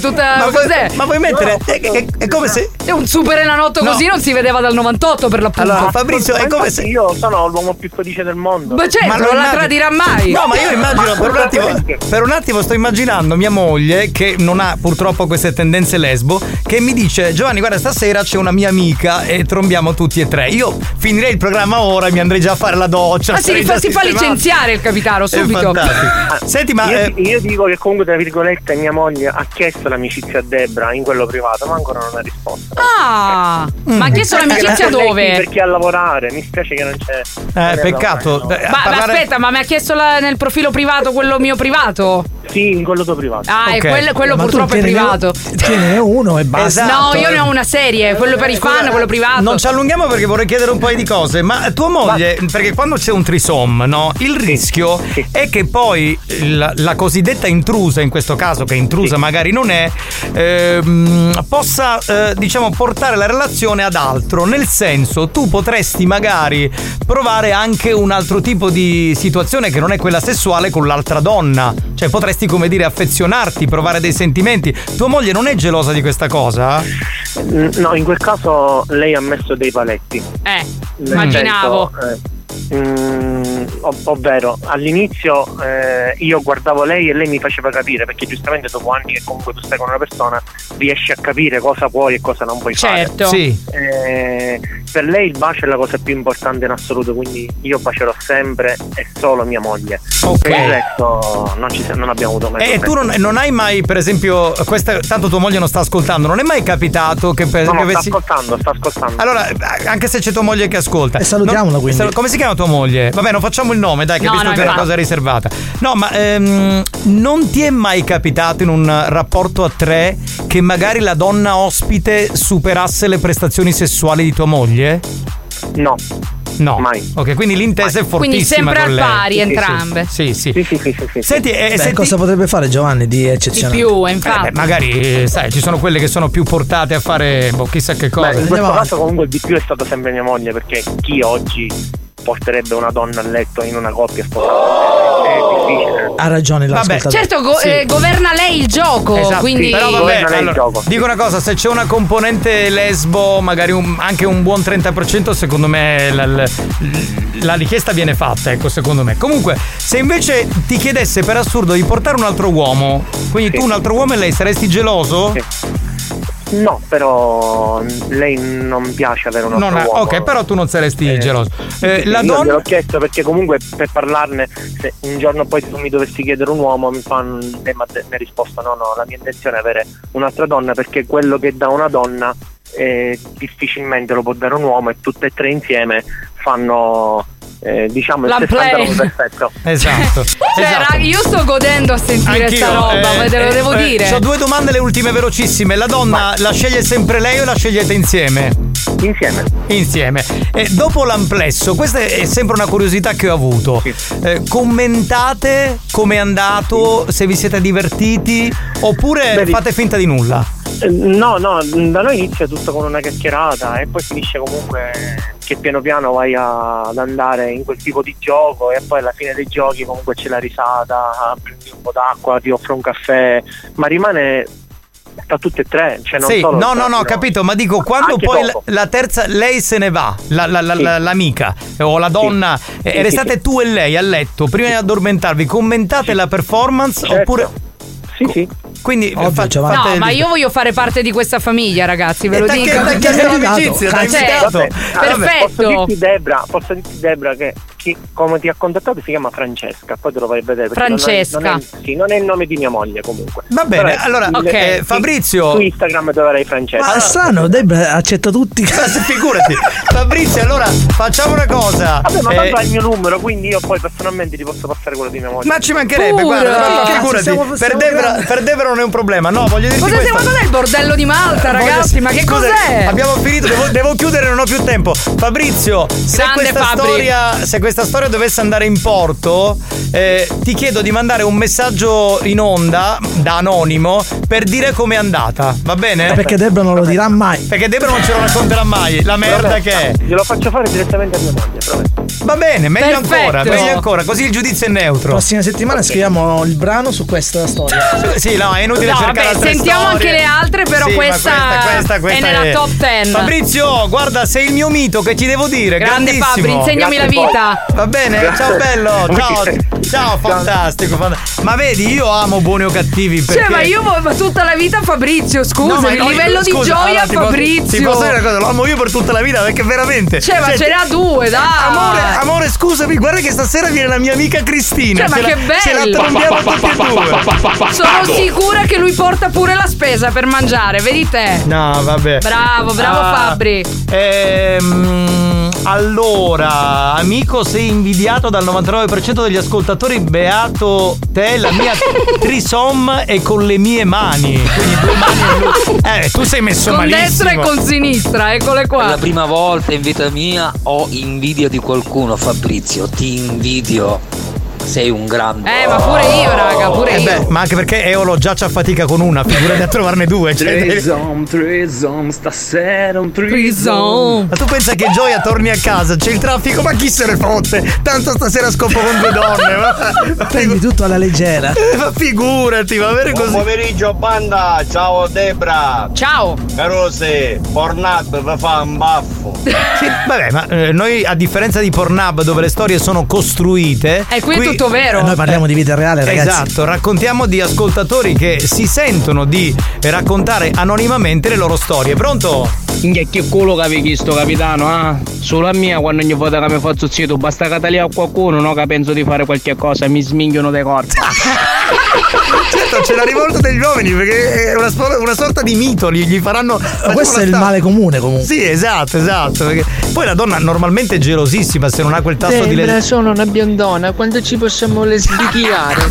Speaker 3: Cioè,
Speaker 12: tutta.
Speaker 3: ma vuoi-
Speaker 12: cos'è?
Speaker 3: ma vuoi mettere- è- è- è come se-
Speaker 12: È un super enanotto
Speaker 3: No.
Speaker 12: così non si vedeva dal 98 per l'appunto.
Speaker 3: Allora, Fabrizio, è come se-
Speaker 20: Io sono l'uomo più felice del mondo.
Speaker 12: Ma certo,
Speaker 3: Ma lo
Speaker 12: non la
Speaker 3: immagino-
Speaker 12: tradirà mai.
Speaker 3: No, ma io immagino per un, attimo, per un attimo sto immaginando mia moglie, che non ha purtroppo queste tendenze lesbo, che mi dice: Giovanni, guarda, stasera c'è una mia amica e trombiamo tutti e tre. Io finirei il programma ora e mi andrei già a fare la doccia.
Speaker 12: Ma si,
Speaker 3: sarei
Speaker 12: rifa-
Speaker 3: già
Speaker 12: si fa
Speaker 3: sistemato.
Speaker 12: licenziare il capitano
Speaker 3: È
Speaker 12: subito.
Speaker 3: fantastico. Senti, ma.
Speaker 20: io,
Speaker 3: eh,
Speaker 20: io dico che comunque, tra virgolette, mia moglie ha chiesto l'amicizia a Debra in quello privato, ma ancora non ha risposto.
Speaker 12: Ah,
Speaker 3: Mm.
Speaker 12: ma ha chiesto l'amicizia
Speaker 20: Lei sì,
Speaker 12: dove?
Speaker 20: Perché a lavorare, mi spiace che non c'è. non è
Speaker 3: Eh, peccato. Eh,
Speaker 20: lavorare, Eh, no.
Speaker 12: Ah, Ma ma aspetta, ma mi ha chiesto la- nel profilo privato quello mio privato?
Speaker 20: Sì, in collodo privato.
Speaker 12: Ah, e
Speaker 20: Ok.
Speaker 12: quello, quello
Speaker 14: Ma tu
Speaker 12: purtroppo è
Speaker 14: tienine-
Speaker 12: privato. Esatto.
Speaker 14: Tienine uno e basta.
Speaker 12: No, io ne ho una serie, quello per i fan, quello privato.
Speaker 3: Non ci allunghiamo perché vorrei chiedere un paio di cose, ma tua moglie, perché quando c'è un trisom, no? Il rischio è che poi la, la cosiddetta intrusa, in questo caso che intrusa magari non è, ehm, possa eh, diciamo portare la relazione ad altro, nel senso tu potresti magari provare anche un altro tipo di situazione che non è quella sessuale con l'altra donna, cioè potresti come dire affezionarti, provare dei sentimenti. Tua moglie non è gelosa di questa cosa?
Speaker 20: No, in quel caso lei ha messo dei paletti.
Speaker 12: Eh,
Speaker 20: Nel
Speaker 12: immaginavo.
Speaker 20: senso, eh, mm, ov- ovvero all'inizio eh, io guardavo lei e lei mi faceva capire perché giustamente dopo anni che comunque tu stai con una persona riesci a capire cosa puoi e cosa non puoi
Speaker 12: Certo.
Speaker 20: fare
Speaker 12: Sì.
Speaker 20: Eh, per lei il bacio è la cosa più importante in assoluto quindi io bacerò sempre e solo mia moglie per il resto non, ci, siamo- non abbiamo avuto mai
Speaker 3: E Eh, tu non, non hai mai, per esempio, questa, tanto tua moglie non sta ascoltando, non è mai capitato che per
Speaker 20: No,
Speaker 3: esempio
Speaker 20: no, sta
Speaker 3: avessi-
Speaker 20: ascoltando sta ascoltando
Speaker 3: Allora, anche se c'è tua moglie che ascolta.
Speaker 14: E salutiamola, quindi.
Speaker 3: Sal- Come si chiama tua moglie? Vabbè, non facciamo il nome, dai, che
Speaker 14: No,
Speaker 3: visto
Speaker 14: no,
Speaker 3: che è una
Speaker 14: infatti.
Speaker 3: cosa riservata. No, ma ehm, non ti è mai capitato in un rapporto a tre che magari la donna ospite superasse le prestazioni sessuali di tua moglie?
Speaker 20: No.
Speaker 3: No. Mai. Ok, quindi l'intesa è fortissima
Speaker 12: Quindi sempre
Speaker 3: con
Speaker 12: al
Speaker 3: lei.
Speaker 12: pari
Speaker 3: Sì, sì, sì.
Speaker 12: entrambe.
Speaker 3: Sì, sì.
Speaker 12: Senti, eh,
Speaker 14: Beh,
Speaker 12: senti-
Speaker 14: cosa potrebbe fare Giovanni di eccezionale?
Speaker 12: Di più, infatti.
Speaker 3: Eh, beh, magari, eh, sai, ci sono quelle che sono più portate a fare boh, chissà che cosa.
Speaker 20: Beh, in questo caso comunque il di più è stata sempre mia moglie perché chi oggi porterebbe una donna a letto in una coppia sposata è difficile.
Speaker 14: Ha ragione l'ascoltatore.
Speaker 12: Certo, go- eh, governa lei il gioco,
Speaker 3: Esatto,
Speaker 12: quindi
Speaker 3: però vabbè, allora, dico una cosa, se c'è una componente lesbo, magari un- anche un buon 30%, secondo me la, la- la richiesta viene fatta, ecco, secondo me. Comunque, se invece ti chiedesse per assurdo di portare un altro uomo, quindi tu un altro uomo e lei saresti geloso?
Speaker 20: No, però lei non piace avere un altro
Speaker 3: Non ha-
Speaker 20: uomo.
Speaker 3: ok, però tu non saresti geloso. Eh,
Speaker 20: Sì,
Speaker 3: la
Speaker 20: io
Speaker 3: donna...
Speaker 20: gliel'ho chiesto perché comunque per parlarne, se un giorno poi tu mi dovessi chiedere un uomo, mi fanno lei mi ha de- mi ha risposto no, no, la mia intenzione è avere un'altra donna perché quello che dà una donna eh, difficilmente lo può dare un uomo e tutte e tre insieme fanno eh, diciamo il
Speaker 12: La
Speaker 20: 69
Speaker 12: play.
Speaker 20: perfetto.
Speaker 3: Esatto.
Speaker 12: Cioè, raga, io sto godendo a sentire sta
Speaker 3: eh,
Speaker 12: roba, ve lo devo dire.
Speaker 3: Ho due domande, le ultime velocissime. La donna la sceglie sempre lei o la scegliete insieme?
Speaker 20: Insieme.
Speaker 3: Insieme. E dopo l'amplesso, questa è è sempre una curiosità che ho avuto. Eh, commentate come è andato, se vi siete divertiti, oppure fate finta di nulla.
Speaker 20: Eh, No, no, da noi inizia tutto con una chiacchierata e poi finisce comunque che piano piano vai a- ad andare in quel tipo di gioco e poi alla fine dei giochi comunque c'è la risata, prendi un po' d'acqua, ti offro un caffè, ma rimane da tutte e tre, cioè non
Speaker 3: sì,
Speaker 20: solo
Speaker 3: no, no, no,
Speaker 20: capito
Speaker 3: ho capito, ma dico quando
Speaker 20: Anche
Speaker 3: poi la,
Speaker 20: dopo.
Speaker 3: la terza, lei se ne va, la- la- la- la- l'amica eh, o la donna, e
Speaker 20: Sì, sì,
Speaker 3: restate tu e lei a letto prima di addormentarvi, commentate la performance oppure.
Speaker 20: Certo. Sì, sì.
Speaker 3: Quindi
Speaker 14: Ovvio,
Speaker 3: fa-
Speaker 14: Giovanni.
Speaker 3: fate-
Speaker 12: No, ma io voglio fare parte di questa famiglia, ragazzi, ve lo
Speaker 3: t'ha
Speaker 12: dico.
Speaker 3: chiesto- t'ha chiesto l'amicizia, t'ha
Speaker 12: Cioè,
Speaker 3: invitato.
Speaker 12: Perfetto.
Speaker 20: Posso dirti Debra, posso dirti Debra che chi- come ti ha contattato si chiama Francesca, poi te lo vai a vedere. perché non è-
Speaker 12: Francesca.
Speaker 20: Non è, sì, non è il nome di mia moglie comunque.
Speaker 3: Va bene,
Speaker 20: Però è-
Speaker 3: allora,
Speaker 20: il-
Speaker 3: ok,
Speaker 20: eh,
Speaker 3: Fabrizio-
Speaker 20: Su Instagram troverai
Speaker 3: Eh,
Speaker 20: Francesca.
Speaker 14: Ma è strano, Debra accetta tutti.
Speaker 3: Figurati, Fabrizio, allora facciamo una cosa.
Speaker 20: Vabbè, ma
Speaker 3: Eh,
Speaker 20: tanto hai il mio numero, quindi io poi personalmente ti posso passare quello di mia moglie.
Speaker 3: ma ci mancherebbe, guarda, ma figurati, per, Debra, per Debra non è un problema, no, voglio dirti
Speaker 12: Cosa
Speaker 3: questo.
Speaker 12: siamo- cos'è il bordello di Malta,
Speaker 3: Voglio-
Speaker 12: ragazzi? Ma che
Speaker 3: Scusa,
Speaker 12: cos'è?
Speaker 3: Abbiamo finito, devo, devo chiudere, non ho più tempo. Fabrizio, se
Speaker 12: Grande
Speaker 3: questa,
Speaker 12: Fabri.
Speaker 3: storia, se questa storia dovesse andare in porto, eh, ti chiedo di mandare un messaggio in onda da anonimo per dire com'è andata, va bene?
Speaker 14: Perché Debra non lo dirà mai.
Speaker 3: Perché Debra non ce lo racconterà mai, la merda
Speaker 20: Vabbè,
Speaker 3: che è.
Speaker 20: Glielo faccio fare direttamente a mia moglie, prometto.
Speaker 3: Va bene, meglio
Speaker 14: Perfetto.
Speaker 3: ancora, meglio ancora, così il giudizio è neutro.
Speaker 14: Prossima settimana scriviamo il brano su questa storia.
Speaker 3: Sì, no, è inutile
Speaker 12: No,
Speaker 3: cercare
Speaker 12: vabbè,
Speaker 3: altre
Speaker 12: sentiamo
Speaker 3: storie.
Speaker 12: anche le altre, però
Speaker 3: Sì, ma
Speaker 12: questa
Speaker 3: questa, questa
Speaker 12: è nella top 10.
Speaker 3: Fabrizio, guarda, sei il mio mito, che ti devo dire?
Speaker 12: Grande
Speaker 3: Grandissimo.
Speaker 12: Fabri, insegnami la vita.
Speaker 3: Va bene,
Speaker 12: Grazie.
Speaker 3: ciao bello, ciao, ciao fantastico, fanta- Ma vedi, io amo buoni o cattivi perché
Speaker 12: Cioè, ma io vo- ma tutta la vita Fabrizio, scusa,
Speaker 3: No, ma
Speaker 12: il
Speaker 3: no,
Speaker 12: livello di
Speaker 3: scusa,
Speaker 12: gioia
Speaker 3: allora, ti posso-
Speaker 12: Fabrizio.
Speaker 3: Ti posso dire una cosa, lo amo io per tutta la vita perché veramente.
Speaker 12: Cioè, ma
Speaker 3: Cioè,
Speaker 12: ce n'ha due, dai.
Speaker 3: Amore, Amore, amore, scusami, guarda che stasera viene la mia amica Cristina.
Speaker 12: Cioè, ma
Speaker 3: Ce la-
Speaker 12: che bello!
Speaker 3: Ce la prendiamo tutti e due.
Speaker 12: Sono sicura che lui porta pure la spesa per mangiare, vedi te?
Speaker 3: No, vabbè.
Speaker 12: Bravo, bravo
Speaker 3: Ah,
Speaker 12: Fabri.
Speaker 3: Ehm, allora, amico, sei invidiato dal 99% degli ascoltatori. Beato te, la mia trisom è con le mie mani. Quindi due mani. Eh, tu sei messo
Speaker 12: con
Speaker 3: malissimo.
Speaker 12: destra e con sinistra, eccole
Speaker 10: Per
Speaker 12: qua.
Speaker 10: la prima volta in vita mia ho invidia di qualcuno, Fabrizio. Ti invidio. Sei un grande.
Speaker 12: Eh, ma pure io, raga, pure
Speaker 3: Eh
Speaker 12: io.
Speaker 3: beh, ma anche perché Eolo già c'ha fatica con una, figurati a trovarne due. cioè,
Speaker 30: Trisom, trisom, stasera un
Speaker 3: Prison. Ma tu pensa che Gioia torni a casa, c'è il traffico, ma chi se ne fotte? Tanto stasera scopo con due donne. ma-
Speaker 21: Prendi tutto alla leggera.
Speaker 3: Eh, Ma figurati, va bene
Speaker 31: Buon
Speaker 3: così.
Speaker 31: pomeriggio banda, ciao Debra
Speaker 12: Ciao
Speaker 31: Carose, Pornat vi fa un baffo
Speaker 3: Sì, vabbè, ma eh, noi a differenza di Pornhub dove le storie sono costruite.
Speaker 12: Eh, qui è tutto vero.
Speaker 21: Noi parliamo di vita reale, ragazzi.
Speaker 3: Esatto, raccontiamo di ascoltatori che si sentono di raccontare anonimamente le loro storie. Pronto?
Speaker 5: Minchia, che culo che avevi chiesto capitano, ah? Solo a mia quando ogni volta che mi faccio zitto basta che tagliare a qualcuno, no? Che penso di fare qualche cosa e mi sminghiono dei corpi.
Speaker 3: Certo, c'è la rivolta degli uomini perché è una, spo- una sorta di mito, gli, gli faranno...
Speaker 21: Ma questo è il male comune comunque.
Speaker 3: Sì, esatto, esatto. perché Poi la donna normalmente è gelosissima se non ha quel tasso di... le-
Speaker 5: sono una biondona, quando ci possiamo lesbichiare?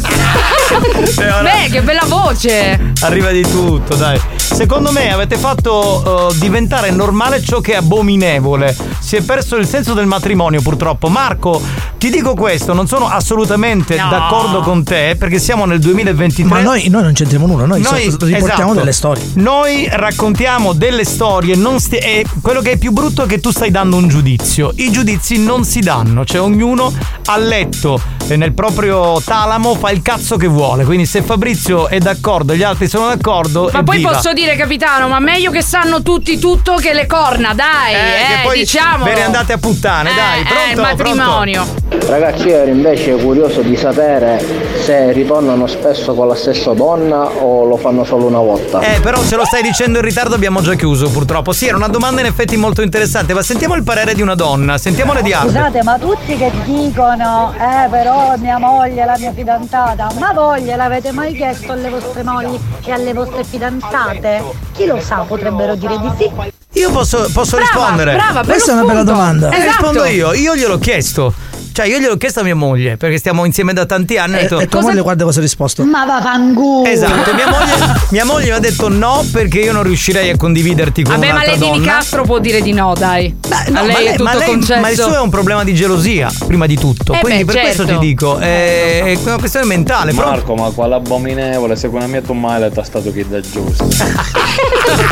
Speaker 3: Eh,
Speaker 12: Beh, che bella voce.
Speaker 3: Arriva di tutto, dai. Secondo me avete fatto eh, diventare normale ciò che è abominevole. Si è perso il senso del matrimonio, purtroppo. Marco, ti dico questo: non sono assolutamente d'accordo con te, perché siamo nel 2023.
Speaker 21: Ma noi, noi non c'entriamo nulla, noi, so- riportiamo
Speaker 3: esatto.
Speaker 21: delle storie.
Speaker 3: Noi raccontiamo delle storie, non sti- e quello che è più brutto è che tu stai dando un giudizio. I giudizi non si danno, cioè ognuno a letto e nel proprio talamo fa il cazzo che vuole. Quindi se Fabrizio è d'accordo, gli altri sono d'accordo.
Speaker 12: Ma poi
Speaker 3: evviva.
Speaker 12: posso dire, capitano, ma meglio che sanno tutti tutto che le corna, dai, eh,
Speaker 3: che poi
Speaker 12: diciamo.
Speaker 3: Ve ne andate a puttane, dai,
Speaker 12: eh,
Speaker 3: pronto?
Speaker 12: il matrimonio.
Speaker 32: Ragazzi, io ero invece curioso di sapere se ritornano spesso con la stessa donna o lo fanno solo una volta.
Speaker 3: Eh, però se lo stai dicendo in ritardo abbiamo già chiuso purtroppo. Sì, era una domanda in effetti molto interessante, ma sentiamo il parere di una donna, sentiamole di altri.
Speaker 11: Scusate, ma tutti che dicono, eh però mia moglie, la mia fidanzata, ma voi gliel'avete mai chiesto alle vostre mogli e alle vostre fidanzate? Chi lo sa, potrebbero dire di sì.
Speaker 3: Io posso, posso rispondere?
Speaker 11: brava, bello
Speaker 21: Questa è una bella
Speaker 11: spunto.
Speaker 21: domanda.
Speaker 12: Esatto.
Speaker 3: Eh, rispondo io, io gliel'ho chiesto. Cioè, io gliel'ho chiesto a mia moglie, perché stiamo insieme da tanti anni. ho
Speaker 21: E,
Speaker 3: detto-
Speaker 21: e tua moglie guarda cosa ha risposto.
Speaker 11: Ma va fangulo!
Speaker 3: Esatto, mia moglie, mia moglie mi ha detto no perché io non riuscirei a condividerti con
Speaker 12: Vabbè, ma
Speaker 3: un'altra
Speaker 12: lei di
Speaker 3: donna. Eh,
Speaker 12: Nicastro può dire di no, dai. a
Speaker 3: No,
Speaker 12: lei,
Speaker 3: ma,
Speaker 12: è tutto
Speaker 3: ma
Speaker 12: concesso.
Speaker 3: ma il suo è un problema di gelosia, prima di tutto.
Speaker 12: Eh
Speaker 3: Quindi
Speaker 12: beh,
Speaker 3: per questo
Speaker 12: certo.
Speaker 3: ti dico, eh, è una questione mentale. però-
Speaker 33: Marco, ma quell'abominevole, secondo me tu mai l'hai tastato chi da giusto.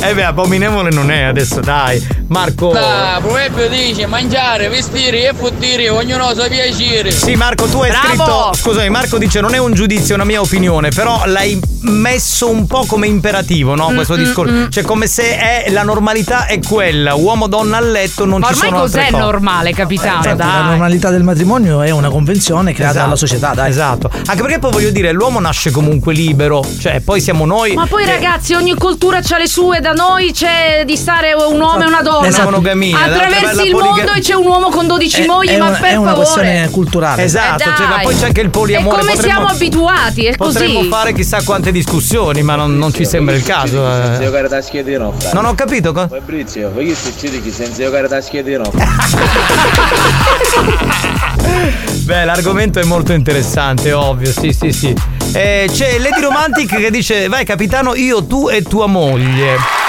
Speaker 3: Eh beh, abominevole non è adesso, dai. Marco.
Speaker 5: Il proverbio dice mangiare, vestire e fottire, ognuno sa piacere.
Speaker 3: Sì, Marco, tu hai scritto. Scusami, Marco dice: Non è un giudizio, è una mia opinione. Però l'hai messo un po' come imperativo, no? Questo
Speaker 12: Mm, mm,
Speaker 3: discorso.
Speaker 12: mm.
Speaker 3: Cioè, come se è- la normalità è quella: uomo-donna a letto, non
Speaker 12: Ma
Speaker 3: ci
Speaker 12: ormai
Speaker 3: sono altre
Speaker 12: cos'è
Speaker 3: cose. Eh,
Speaker 12: normale, capitano?
Speaker 21: Certo, la
Speaker 12: dai.
Speaker 21: normalità del matrimonio è una convenzione creata
Speaker 3: Esatto,
Speaker 21: dalla società, dai.
Speaker 3: Esatto. Anche perché poi voglio dire, l'uomo nasce comunque libero, cioè poi siamo noi.
Speaker 12: Ma poi
Speaker 3: che-
Speaker 12: ragazzi, ogni cultura ha le sue, da noi c'è di stare un uomo e una donna.
Speaker 3: Esatto. Monogamia, la- la
Speaker 12: Attraversi il
Speaker 3: poliga-
Speaker 12: mondo e c'è un uomo con 12
Speaker 3: È-
Speaker 12: mogli,
Speaker 3: è
Speaker 12: ma
Speaker 3: una-
Speaker 12: per
Speaker 3: è una
Speaker 12: favore.
Speaker 3: questione culturale. Esatto,
Speaker 12: Eh,
Speaker 3: cioè, ma
Speaker 12: dai.
Speaker 3: poi c'è anche il poliamore,
Speaker 12: È come
Speaker 3: potremmo-
Speaker 12: siamo abituati, è
Speaker 3: Potremmo
Speaker 12: così.
Speaker 3: fare chissà quante discussioni, ma non, non ci sembra il caso. eh.
Speaker 31: giocare da schedino
Speaker 3: Non ho capito. co-
Speaker 31: Fabrizio, voglio succede che senza giocare da schedino
Speaker 3: Beh, l'argomento è molto interessante, ovvio, sì, sì, sì. Eh, c'è Lady Romantic che dice: Vai, capitano, io, tu e tua moglie.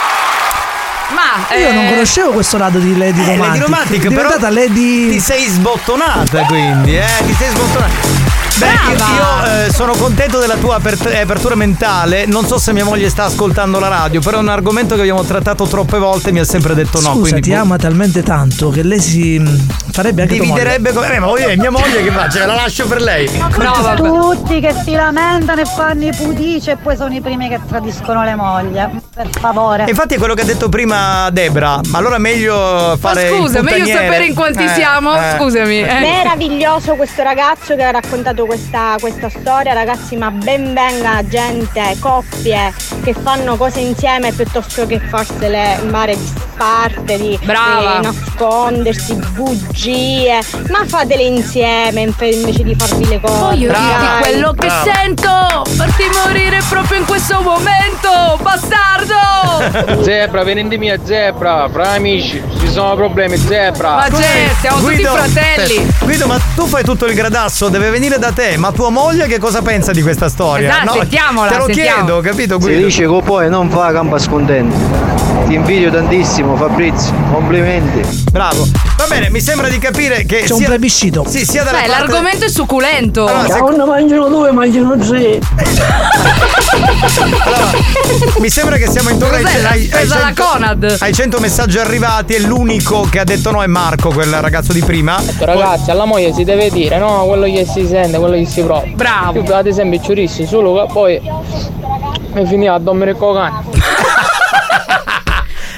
Speaker 12: Ma
Speaker 21: Io non
Speaker 12: eh,
Speaker 21: conoscevo questo lato di Lady
Speaker 3: Eh,
Speaker 21: Romantic.
Speaker 3: Lady Romantic,
Speaker 21: È
Speaker 3: però.
Speaker 21: diventata Lady.
Speaker 3: Ti sei sbottonata, quindi, eh? Ti sei sbottonata. Beh, io, io, eh, sono contento della tua apert- eh, apertura mentale. Non so se mia moglie sta ascoltando la radio, però è un argomento che abbiamo trattato troppe volte e mi ha sempre detto Esatto, no.
Speaker 21: Scusa,
Speaker 3: quindi boh,
Speaker 21: ti ama talmente tanto che lei si mh, farebbe anche tua moglie.
Speaker 3: dividerebbe come. Eh, ma voglio dire, mia moglie che fa? Cioè, la lascio per lei.
Speaker 11: Tutti- Tutti che si lamentano e fanno i pudici e poi sono i primi che tradiscono le mogli. eh, Per favore.
Speaker 12: Eh.
Speaker 3: E Infatti è quello che ha detto prima Debra, ma allora meglio fare. il
Speaker 11: scusa, meglio
Speaker 3: puttaniere. Eh,
Speaker 11: sapere in quanti
Speaker 34: Eh.
Speaker 11: siamo,
Speaker 12: scusami, eh.
Speaker 34: Meraviglioso questo ragazzo che ha raccontato questa, questa storia, ragazzi, ma ben venga gente, coppie che fanno cose insieme piuttosto che farsele in mare di sparte, di,
Speaker 12: Brava.
Speaker 34: di eh, nascondersi, bugie. bugie, ma fatele insieme invece di farvi le cose.
Speaker 12: Voglio dirti
Speaker 34: dai.
Speaker 12: quello che sento, farti morire proprio in questo momento, Oh, bastardo!
Speaker 5: Zebra, venendo mia zebra, fra amici, ci sono problemi, zebra.
Speaker 12: Ma Zebra, siamo tutti fratelli.
Speaker 3: aspetta. Guido, ma tu fai tutto il gradasso, deve venire da te. Ma tua moglie che cosa pensa di questa storia?
Speaker 12: Esatto, sentiamola,
Speaker 3: Te lo
Speaker 12: sentiamo.
Speaker 3: chiedo, capito
Speaker 35: Si
Speaker 3: Guido?
Speaker 35: dice che poi non fa gamba scontenta. Ti invidio tantissimo Fabrizio, complimenti.
Speaker 3: Bravo. Va bene, mi sembra di capire che.
Speaker 35: C'è un
Speaker 3: plebiscito. Sì, sia dalla
Speaker 12: Beh,
Speaker 3: parte- Ah,
Speaker 12: l'argomento è succulento.
Speaker 35: Madonna, mangiano due, mangiano tre.
Speaker 3: Mi sembra che siamo intorno ai, cioè,
Speaker 12: Cos'è, la
Speaker 3: ai, ai,
Speaker 12: spesa alla
Speaker 3: 100, ai 100 messaggi arrivati e l'unico che ha detto no è Marco, quel ragazzo di prima.
Speaker 5: Ragazzi, alla moglie si deve dire, no, quello che si sente, quello che si prova.
Speaker 12: Bravo.
Speaker 5: Io, ad esempio, il ciurissi solo che poi mi finiva a dormire con cane.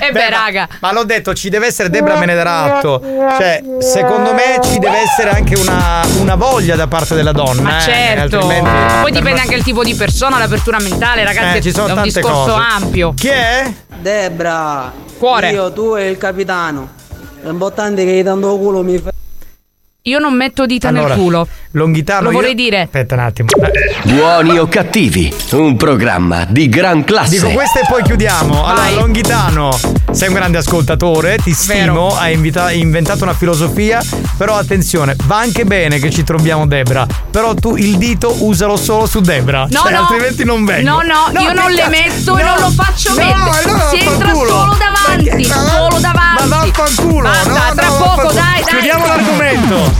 Speaker 12: E Eh beh, raga.
Speaker 3: Ma l'ho detto, ci deve essere, Debra me ne darà atto. Cioè, secondo me ci deve essere anche una, una voglia da parte della donna.
Speaker 12: Ma
Speaker 3: eh,
Speaker 12: certo.
Speaker 3: altrimenti-
Speaker 12: Poi dipende anche il tipo di persona, l'apertura mentale, ragazzi.
Speaker 3: Eh, ci sono
Speaker 12: è un
Speaker 3: tante
Speaker 12: discorso
Speaker 3: cose.
Speaker 12: ampio.
Speaker 3: Chi è?
Speaker 21: Debra.
Speaker 12: Cuore.
Speaker 21: Io, tu e il capitano. L'importante è che tanto culo mi fai.
Speaker 12: Io non metto dita
Speaker 3: Allora,
Speaker 12: nel culo.
Speaker 3: Longhitano.
Speaker 12: Lo
Speaker 3: io-
Speaker 12: vorrei dire.
Speaker 3: Aspetta un attimo. eh.
Speaker 1: Buoni o cattivi, un programma di gran classe.
Speaker 3: Dico questo e poi chiudiamo. Allora,
Speaker 1: Vai.
Speaker 3: Longhitano, sei un grande ascoltatore, ti stimo, hai invita- inventato una filosofia, però attenzione, va anche bene che ci troviamo Debra, però tu il dito usalo solo su Debra,
Speaker 12: No,
Speaker 3: cioè,
Speaker 12: no.
Speaker 3: altrimenti non vengo.
Speaker 12: No, no, io
Speaker 3: che
Speaker 12: non le
Speaker 3: cazzo-
Speaker 12: metto e non lo faccio
Speaker 3: no,
Speaker 12: mettere.
Speaker 3: allora
Speaker 12: si entra
Speaker 3: vaffanculo.
Speaker 12: solo
Speaker 3: Ma che-
Speaker 12: davanti, solo davanti.
Speaker 3: Ma vaffanculo.
Speaker 12: Basta,
Speaker 3: no,
Speaker 12: tra
Speaker 3: no,
Speaker 12: poco,
Speaker 3: vaffanculo.
Speaker 12: dai, dai.
Speaker 3: Chiudiamo l'argomento.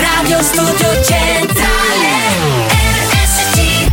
Speaker 10: Radio Studio Centrale RSC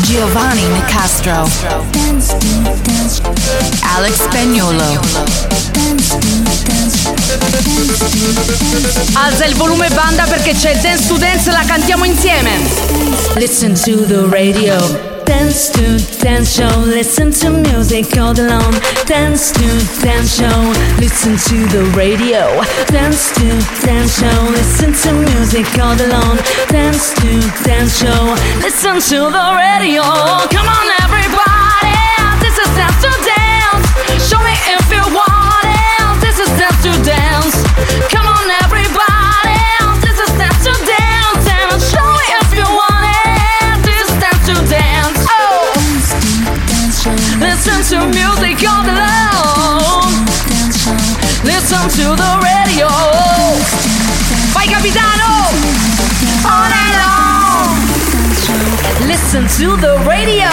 Speaker 24: Giovanni Nicastro. Alex Spagnolo.
Speaker 12: Alza il volume banda perché c'è Dance to Dance, la cantiamo insieme.
Speaker 24: Listen to the radio. Dance to dance show. Listen to music all day long. Dance to dance show. Listen to the radio. Dance to dance show. Listen to music all day long. Dance to dance show. Listen to the radio. Come on, everybody. This is dance to dance. Show me if you want it. This is dance to dance. Come on, everybody. This is dance to dance. And show me if you want it. This is dance to dance. Oh. Listen to music all day long. Listen to the radio.
Speaker 12: Vai capitano!
Speaker 24: All night long. Listen to the radio.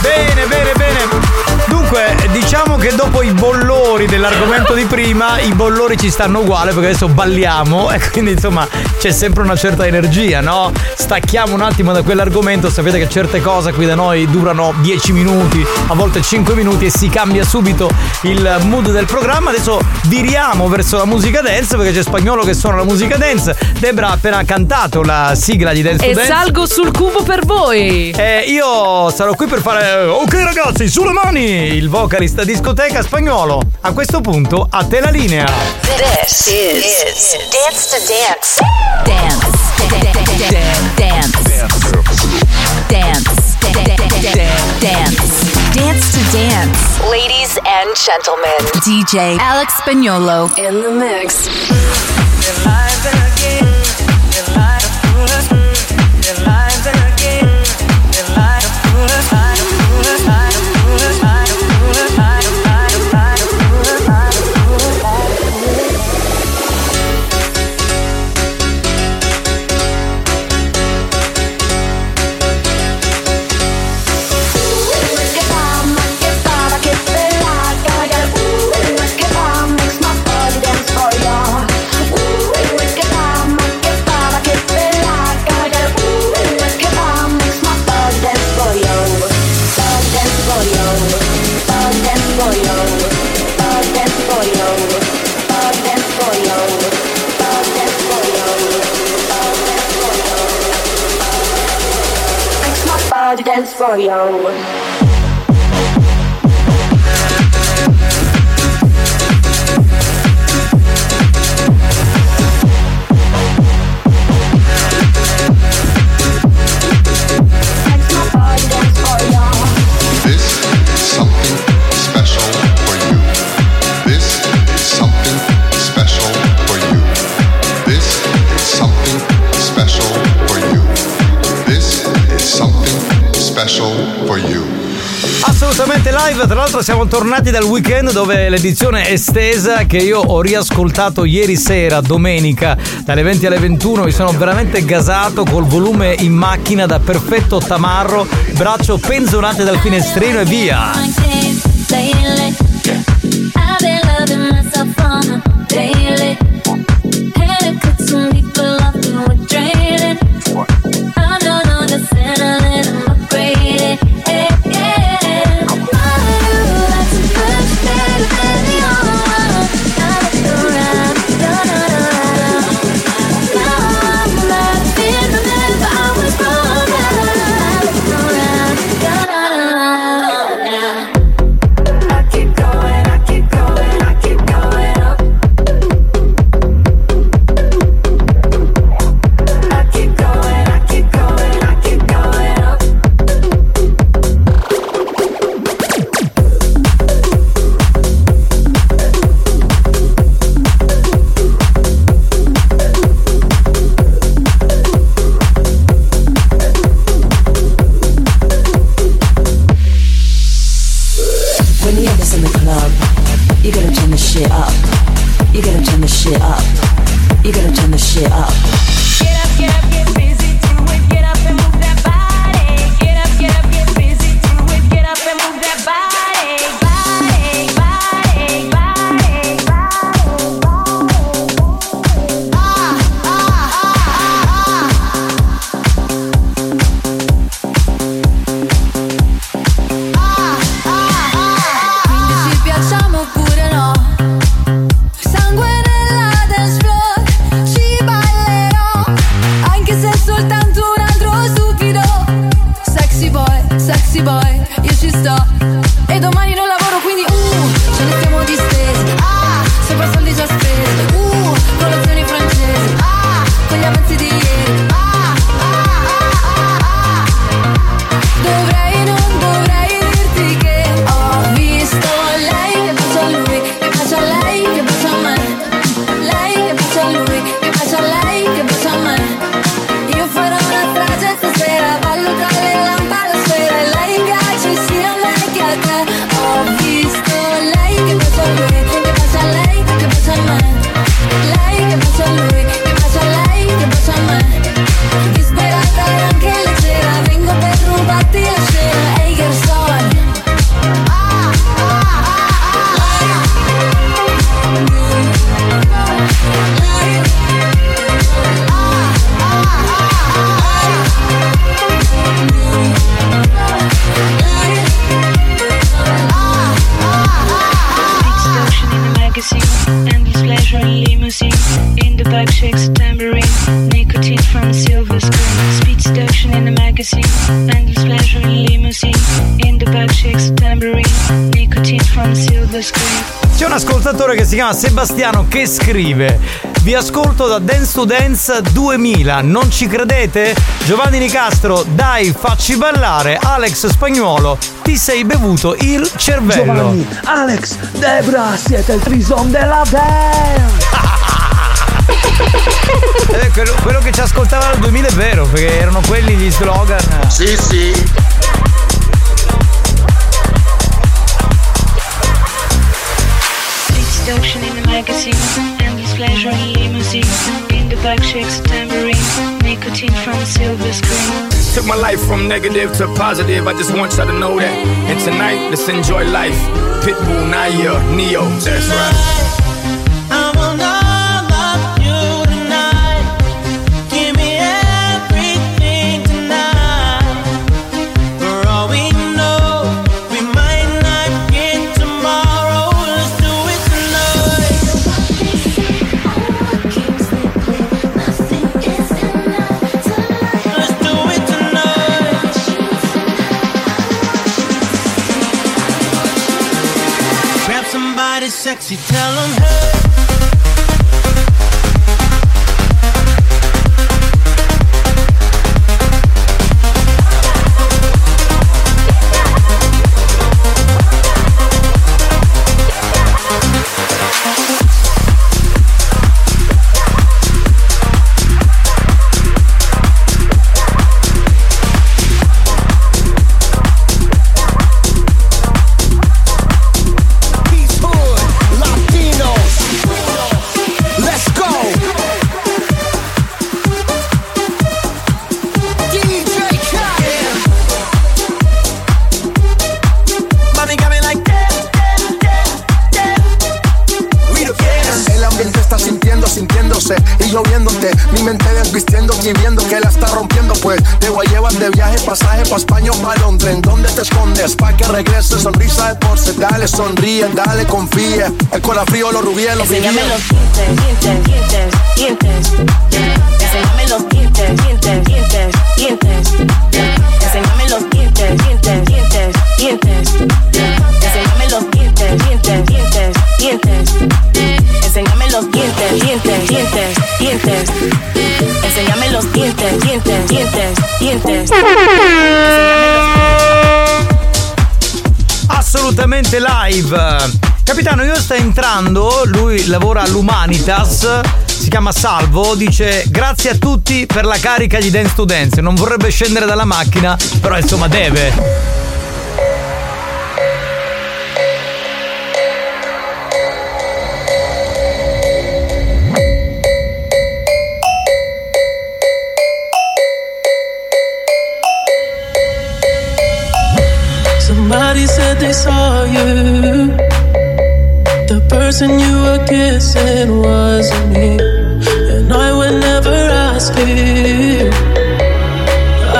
Speaker 3: Bene, bene, bene. Dunque, diciamo che dopo i bollori dell'argomento di prima, i bollori ci stanno uguale perché adesso balliamo e quindi insomma c'è sempre una certa energia, no? Stacchiamo un attimo da quell'argomento, sapete che certe cose qui da noi durano 10 minuti, a volte 5 minuti e si cambia subito il mood del programma. Adesso viriamo verso la musica dance perché c'è spagnolo che suona la musica dance. Debra ha appena cantato la sigla di Dance
Speaker 12: E
Speaker 3: to Dance.
Speaker 12: salgo sul cubo per voi.
Speaker 3: Eh, io sarò qui per fare. eh, Ok, ragazzi, sulle mani! Il vocalista discoteca spagnolo. A questo punto, a te la linea.
Speaker 24: This is, Dance to Dance. Dance. Dance. Dance. Dance. Dance to Dance. Ladies and gentlemen. DJ Alex Spagnolo. In the mix.
Speaker 36: dance for you.
Speaker 27: This is something special for you. This is something special for you. This is something special for you. This is something special for you.
Speaker 3: Assolutamente live, tra l'altro siamo tornati dal weekend dove l'edizione estesa che io ho riascoltato ieri sera, domenica, dalle 20 alle 21, mi sono veramente gasato col volume in macchina da perfetto tamarro, braccio penzolante dal finestrino e via.
Speaker 6: Lately, I've been loving myself on a daily. Had to some people off who were draining. I don't understand how that I'm upgraded. Yeah, yeah. Oh, that's a good thing that you're around. Now I'm laughing, remember I was wrong. I keep going, I keep going, I keep going up. I keep going, I keep going, I keep going up.
Speaker 11: When you have this in the club, you gotta turn the shit up. You gotta turn the shit up. You gotta turn the shit up.
Speaker 6: Get up, get up, get busy, do it. Get up and move that body. Get up, get up, get busy, do it. Get up and move that body. Body, body, body, body, Ah, ah, ah, ah. Quindi ci piacciamo oppure no? Sangue nella dance floor, ci ballerò Anche se è soltanto un altro stupido Sexy boy, sexy boy, io ci sto E domani non lavoro quindi uh, ce ne stiamo distesi Ah, sopra soldi già spesi Uh, colazioni francesi Ah, con gli avanzi di ieri Ah, Dovrei, non dovrei dirti che ho visto lei che bacia a lui, che bacia a lei, che bacia a me. Lei che bacia a lui, che bacia a lei, che bacia a me. Io farò una strage stasera, ballo tra le lampade sfere. Lei piace sia a me che a te. Ho visto lei che bacia a lui, che bacia a lei, che bacia a me. Lei che bacia a lui, che bacia a lei, che bacia a me. Disperata e anche leggera, vengo per rubarti la scena. Ehi, Gerson.
Speaker 24: Distortion in the magazine, endless pleasure in limousine. In the back shakes a tambourine, nicotine from a silver screen. Speed seduction in the magazine, endless pleasure in limousine. In the back shakes a tambourine, nicotine from a silver screen.
Speaker 3: C'è un ascoltatore che si chiama Sebastiano che scrive Vi ascolto da Dance to Dance 2000, non ci credete? Giovanni Nicastro, dai facci ballare, Alex Spagnuolo, ti sei bevuto il cervello
Speaker 37: Giovanni, Alex, Debra, siete il trison della band.
Speaker 3: Eh, quello, quello che ci ascoltava nel 2000 è vero, perché erano quelli gli slogan
Speaker 38: Sì sì
Speaker 24: Distortion in the magazine, endless pleasure in limousine. In the back shakes a tambourine, nicotine from a silver screen.
Speaker 23: Took my life from negative to positive, I just want y'all to know that. And tonight, let's enjoy life. Pitbull, Naya, Neo. That's right.
Speaker 6: I will not love you tonight. Give me everything tonight. For all we know, we might not get tomorrow. Let's do it tonight. Let's do it tonight.
Speaker 39: somebody sexy, tell them hey.
Speaker 6: He's hood, Latinos. Let's go. DJ Khaled. Mami, got me like that, that, that, that. We the best.
Speaker 26: El ambiente está sintiendo, sintiéndose y lloviéndote. Mi mente desvistiendo y viendo que la está rompiendo. Pues te voy a llevar de viaje, pasaje pa' España o pa' Londres. ¿En dónde te escondes? Pa' que regrese, sonrisa de porce. Dale, sonríe, dale, confía. El corazón frío, los rubíes, los
Speaker 6: Enséñame
Speaker 26: brillíes.
Speaker 6: los dientes, dientes, dientes, dientes. Enséñame los dientes, dientes, dientes, dientes. Enséñame los dientes, dientes, dientes, dientes. Enséñame los dientes, dientes, dientes, dientes. Enséñame los dientes, dientes, dientes, dientes. Enséñame los dientes, dientes, dientes, dientes.
Speaker 3: Assolutamente live. Capitano, io sto entrando, lui lavora all'Humanitas, si chiama Salvo, dice grazie a tutti per la carica di Dance to Dance, non vorrebbe scendere dalla macchina, però insomma deve.
Speaker 6: Somebody said they saw you. The person you were kissing wasn't me. And I would never ask you.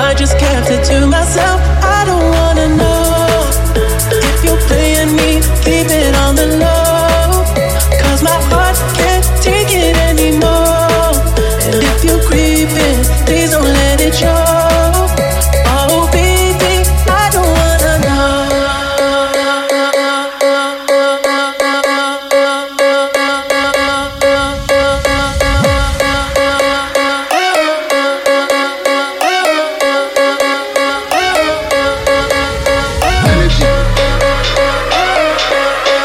Speaker 6: I just kept it to myself. I don't wanna know. If you're playing me, keep it on the low. Cause my heart can't take it anymore. And if you're creeping, please don't let it show. Oh, baby, I don't wanna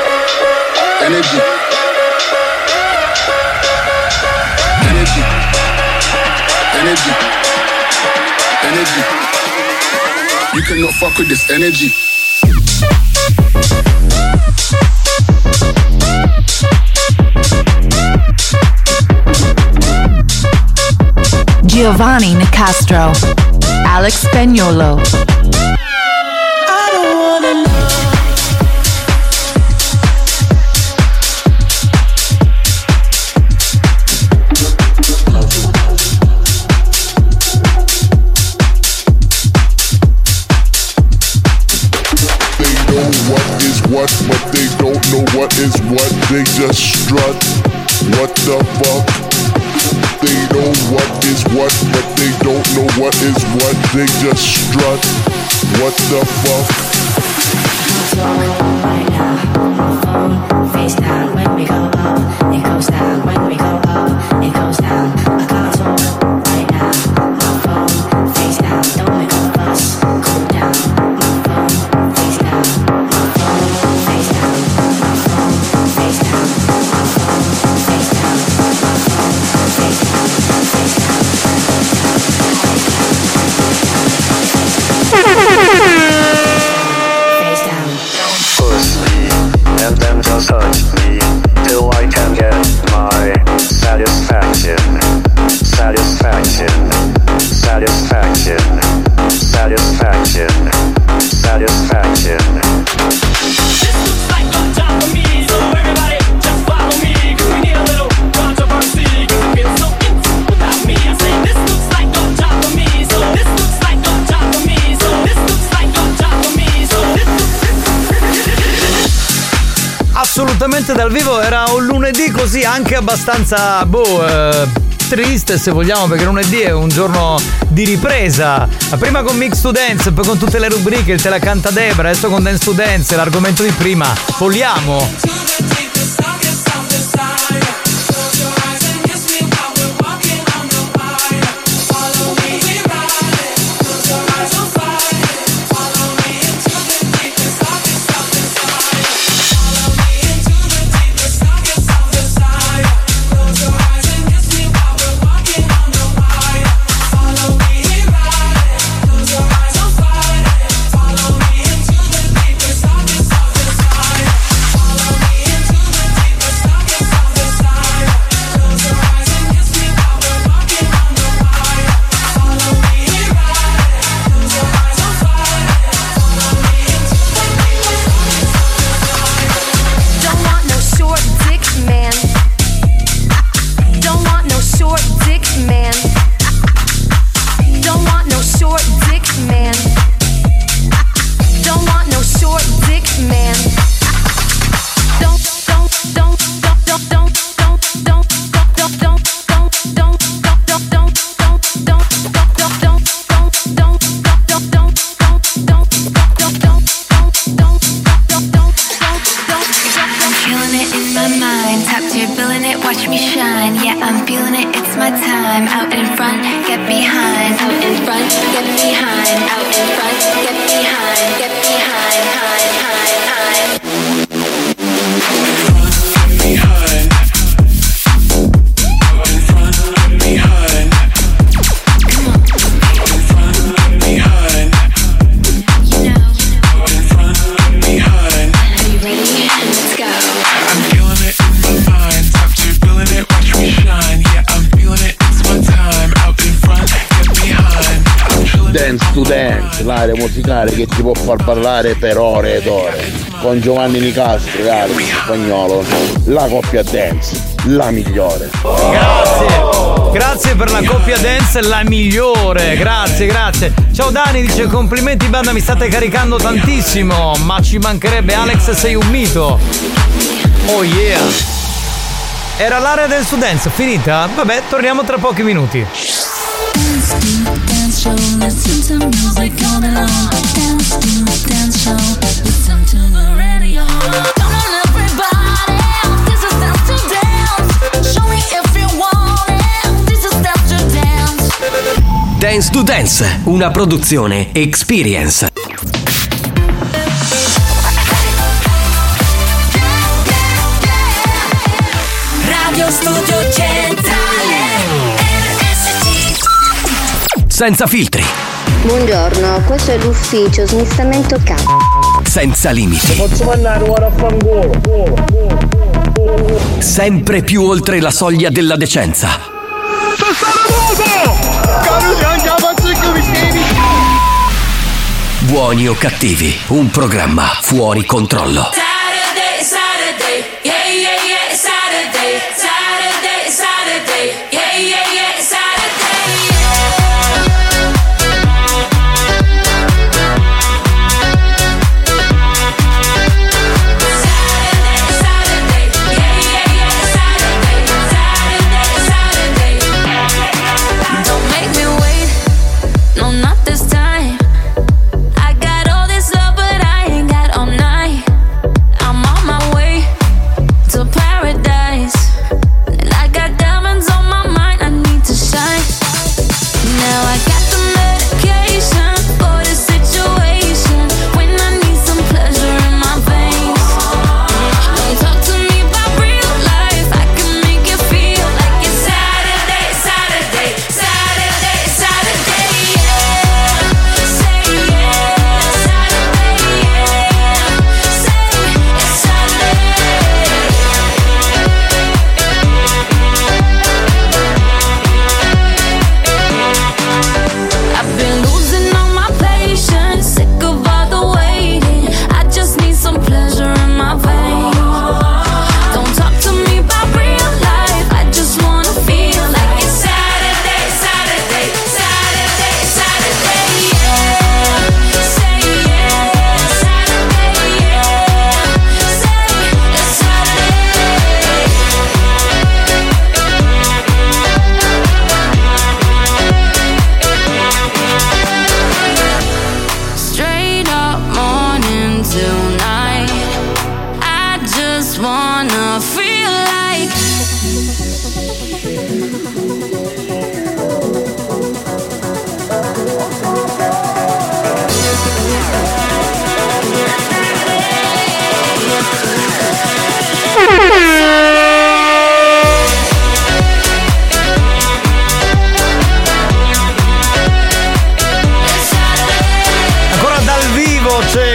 Speaker 8: Energy. Energy. Energy. Energy. You cannot fuck with this energy.
Speaker 9: Giovanni Nicastro, Alex Spagnolo.
Speaker 6: I don't wanna know.
Speaker 8: They know what is what, but they don't know what is what. They just strut. What the fuck? They know what is what, but they don't know what is what. They just strut. What the fuck?
Speaker 6: Face down when we go up, it goes down when we go up, it goes down. I can't talk right now. My phone, face down, don't pick up us. Calm down, my phone, face down, my phone, face down, my phone, face down, my phone, face down, my phone, face down, face down, face down, face down, face down, face down.
Speaker 26: Push me and then just touch me till I can get my satisfaction. Satisfaction. Satisfaction. Satisfaction. Satisfaction.
Speaker 3: Assolutamente dal vivo, era un lunedì così anche abbastanza boh. eh, triste se vogliamo perché lunedì è un giorno di ripresa. Ma Prima con Mix to Dance, poi con tutte le rubriche, il te la canta Debra, adesso con Dance to Dance, l'argomento di prima. Vogliamo?
Speaker 24: Don't want no short dick man. Don't want no short dick man. Don't want no short dick man. Don't want no short dick man. Don't don't don't don't don't don't don't don't don't don't don't don't don't don't don't
Speaker 25: Feeling it in my mind, top tier, feeling it, watch me shine. Yeah, I'm feeling it, it's my time. Out in front, get behind. Out in front, get behind. Out in front, get behind. Get behind, behind, behind, behind.
Speaker 9: Dance to Dance, l'area musicale che ti può far ballare per ore ed ore. Con Giovanni Nicastro e Alex Spagnolo, la coppia dance, la migliore.
Speaker 3: Oh,
Speaker 12: Oh.
Speaker 3: Grazie per la coppia dance, la migliore. Grazie, grazie. Ciao Dani, dice complimenti banda, mi state caricando tantissimo. Ma ci mancherebbe Alex, sei un mito. Oh yeah. Era l'area del students, finita? Vabbè, torniamo tra pochi minuti.
Speaker 25: Dance to dance show, listen to music all day long. Dance to dance show, listen to the radio.
Speaker 24: Come on everybody, this is dance to dance. Show me if you want it. This is dance to dance.
Speaker 1: Dance to Dance, una produzione Experience.
Speaker 24: Radio Studio Centrale RSC
Speaker 1: Senza filtri,
Speaker 28: Buongiorno, questo è l'ufficio smistamento K.
Speaker 1: senza limiti,
Speaker 28: Posso mandare ora a fangolo?
Speaker 1: sempre più oltre la soglia della decenza. Buoni o cattivi, un programma fuori controllo.
Speaker 24: Saturday, Saturday, yeah, yeah, yeah, it's Saturday. Saturday, it's Saturday, yeah, yeah, yeah, it's Saturday. Don't make me wait, no, not this time. I got all this love, but I ain't got all night.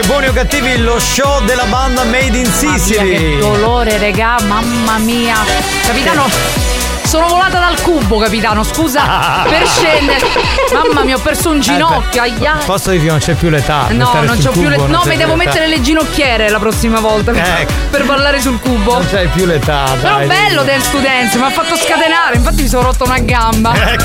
Speaker 3: Buoni o cattivi, lo show della banda Made in
Speaker 12: Mia, che
Speaker 3: Sicily.
Speaker 12: dolore, regà, mamma mia. Capitano, sono volata dal cubo, capitano, scusa, per scendere. Mamma mia, ho perso un ginocchio, aia.
Speaker 3: Posso dire che non c'è più l'età. Eh, per
Speaker 12: No,
Speaker 3: stare
Speaker 12: non
Speaker 3: sul
Speaker 12: c'ho più le.
Speaker 3: cubo, non
Speaker 12: No,
Speaker 3: c'è
Speaker 12: mi
Speaker 3: più
Speaker 12: devo
Speaker 3: l'età.
Speaker 12: mettere le ginocchiere la prossima volta.
Speaker 3: Ecco.
Speaker 12: Per ballare sul cubo.
Speaker 3: Non c'è più l'età,
Speaker 12: Però
Speaker 3: dai.
Speaker 12: bello Dance to Dance, mi ha fatto scatenare, infatti mi sono rotto una gamba.
Speaker 3: Ecco.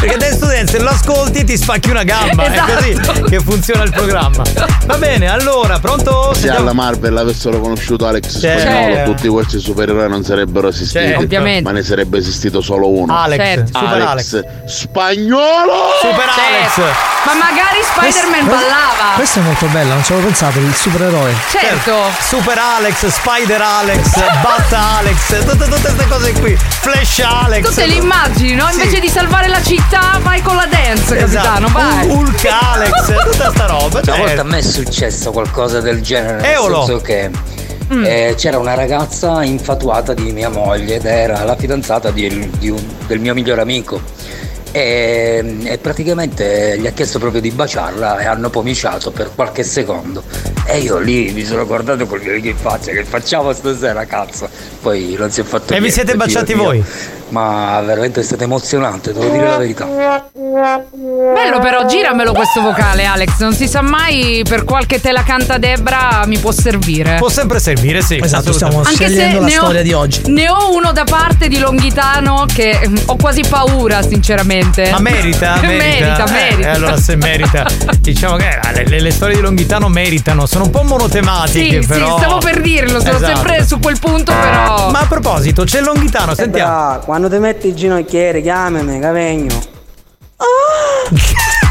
Speaker 3: Perché Dance to Dance lo ascolti e ti spacchi una gamba.
Speaker 12: Esatto.
Speaker 3: È così che funziona il programma. Va bene, allora, pronto?
Speaker 9: Se alla Marvel avessero conosciuto Alex
Speaker 3: Certo.
Speaker 9: Spagnolo, tutti questi supereroi non sarebbero esistiti.
Speaker 3: Certo. Ovviamente.
Speaker 9: Ma ne sarebbe esistito solo uno.
Speaker 3: Alex, Certo. Super
Speaker 9: Spagnolo!
Speaker 3: Super Alex.
Speaker 12: Ma magari Spider-Man
Speaker 3: Questa-
Speaker 12: ballava.
Speaker 21: Questa è molto bella, non ci avevo pensato, il supereroe.
Speaker 12: Certo.
Speaker 3: Super Alex, Spider Alex, Batta Alex, tutte, tutte queste cose qui. Flash Alex.
Speaker 12: Tu te li immagini, no? Invece di salvare la città, vai con la dance, capitano, vai.
Speaker 3: Esatto. Hulk Alex, tutta sta roba.
Speaker 22: Una
Speaker 3: cioè-
Speaker 22: volta a me è successo qualcosa del genere. Nel
Speaker 3: Eolo.
Speaker 22: senso che eh, c'era una ragazza infatuata di mia moglie ed era la fidanzata di- di un- del mio migliore amico. E, e praticamente gli ha chiesto proprio di baciarla e hanno pomiciato per qualche secondo. E io lì mi sono guardato con gli occhi in faccia, che facciamo stasera, cazzo? Poi non si è fatto
Speaker 3: E vi
Speaker 22: niente.
Speaker 3: siete
Speaker 22: Dio
Speaker 3: baciati
Speaker 22: mio.
Speaker 3: voi?
Speaker 22: Ma veramente è stato emozionante, devo dire la verità.
Speaker 12: Bello però, giramelo questo vocale Alex, non si sa mai per qualche te la canta Debra mi può servire.
Speaker 3: Può sempre servire, sì.
Speaker 21: Esatto, stiamo
Speaker 3: assolutamente.
Speaker 21: scegliendo la storia di oggi.
Speaker 12: Ne ho uno da parte di Longhitano che ehm, ho quasi paura sinceramente.
Speaker 3: Ma merita, merita.
Speaker 12: merita, merita.
Speaker 3: Eh, allora se merita, diciamo che eh, le, le- le storie di Longhitano meritano, sono un po' monotematiche
Speaker 12: Sì,
Speaker 3: però.
Speaker 12: sì, stavo per dirlo, sono
Speaker 3: Esatto.
Speaker 12: sempre su quel punto Certo, però.
Speaker 3: Ma a proposito, c'è Longhitano, sentiamo.
Speaker 27: Debra, Eh, quando ti metti il ginocchiere, chiamami, che vengo.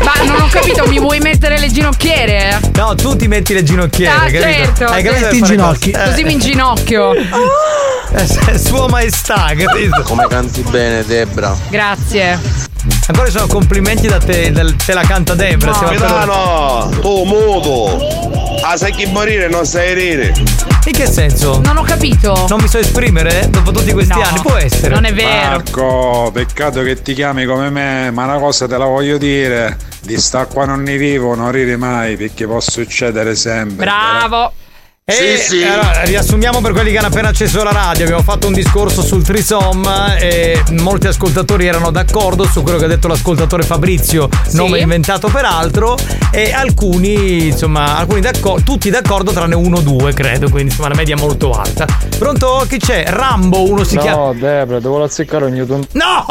Speaker 12: Ma non ho capito, mi vuoi mettere le ginocchiere?
Speaker 3: No, tu ti metti le ginocchiere,
Speaker 12: Ah,
Speaker 3: capito?
Speaker 12: certo.
Speaker 3: Eh, Hai capito
Speaker 12: Metti
Speaker 3: per
Speaker 12: i
Speaker 3: fare
Speaker 21: ginocchi.
Speaker 3: cosa? Eh,
Speaker 12: Così mi inginocchio.
Speaker 3: eh, se- Sua maestà, capito? Come canti bene, Debra.
Speaker 12: Grazie.
Speaker 3: Ancora ci sono complimenti da te, dal- te la canta Debra. siamo
Speaker 10: Capitano,
Speaker 3: oh,
Speaker 10: tu muto! Ah, sai chi morire non sai rire!
Speaker 3: In che senso?
Speaker 12: Non ho capito.
Speaker 3: Non mi so esprimere eh, dopo tutti questi
Speaker 12: No,
Speaker 3: anni, può essere.
Speaker 12: non è vero.
Speaker 4: Marco, peccato che ti chiami come me, ma una cosa te la voglio dire. Di sta qua non ne vivo, non ride mai, perché può succedere sempre.
Speaker 12: Bravo.
Speaker 3: E
Speaker 4: Sì, sì.
Speaker 3: Eh, allora, riassumiamo per quelli che hanno appena acceso la radio. Abbiamo fatto un discorso sul trisom e molti ascoltatori erano d'accordo su quello che ha detto l'ascoltatore Fabrizio, nome inventato peraltro, e alcuni, insomma, alcuni d'accordo, tutti d'accordo tranne uno o due, credo, quindi insomma la media è molto alta. Pronto? Chi c'è? Rambo, uno si chiama.
Speaker 5: No, Debra, devo azzeccare ogni tuo.
Speaker 3: No!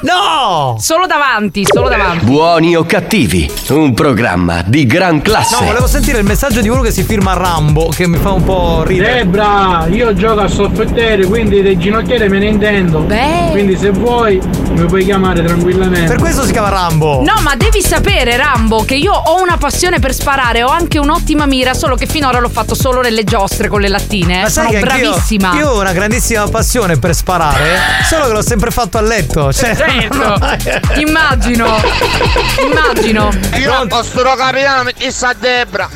Speaker 3: No!
Speaker 12: Solo davanti, solo davanti.
Speaker 1: Buoni o cattivi, un programma di gran
Speaker 3: No,
Speaker 1: classe.
Speaker 3: volevo sentire il messaggio di uno che si firma Rambo, che mi fa un po' ridere.
Speaker 5: Debra, io gioco a soffettere, quindi dei ginocchiere me ne intendo. Quindi se vuoi mi puoi chiamare tranquillamente.
Speaker 3: Per questo si chiama Rambo.
Speaker 12: No, ma devi sapere, Rambo, che io ho una passione per sparare, ho anche un'ottima mira, solo che finora l'ho fatto solo nelle giostre con le lattine. eh.
Speaker 3: Ma sai
Speaker 12: Sono
Speaker 3: che anch'io-
Speaker 12: bravissima.
Speaker 3: Io ho una grandissima passione per sparare, solo che l'ho sempre fatto a letto. Cioè,
Speaker 12: Certo. Immagino. Immagino.
Speaker 10: Io vostro capitano mi chissà Debra!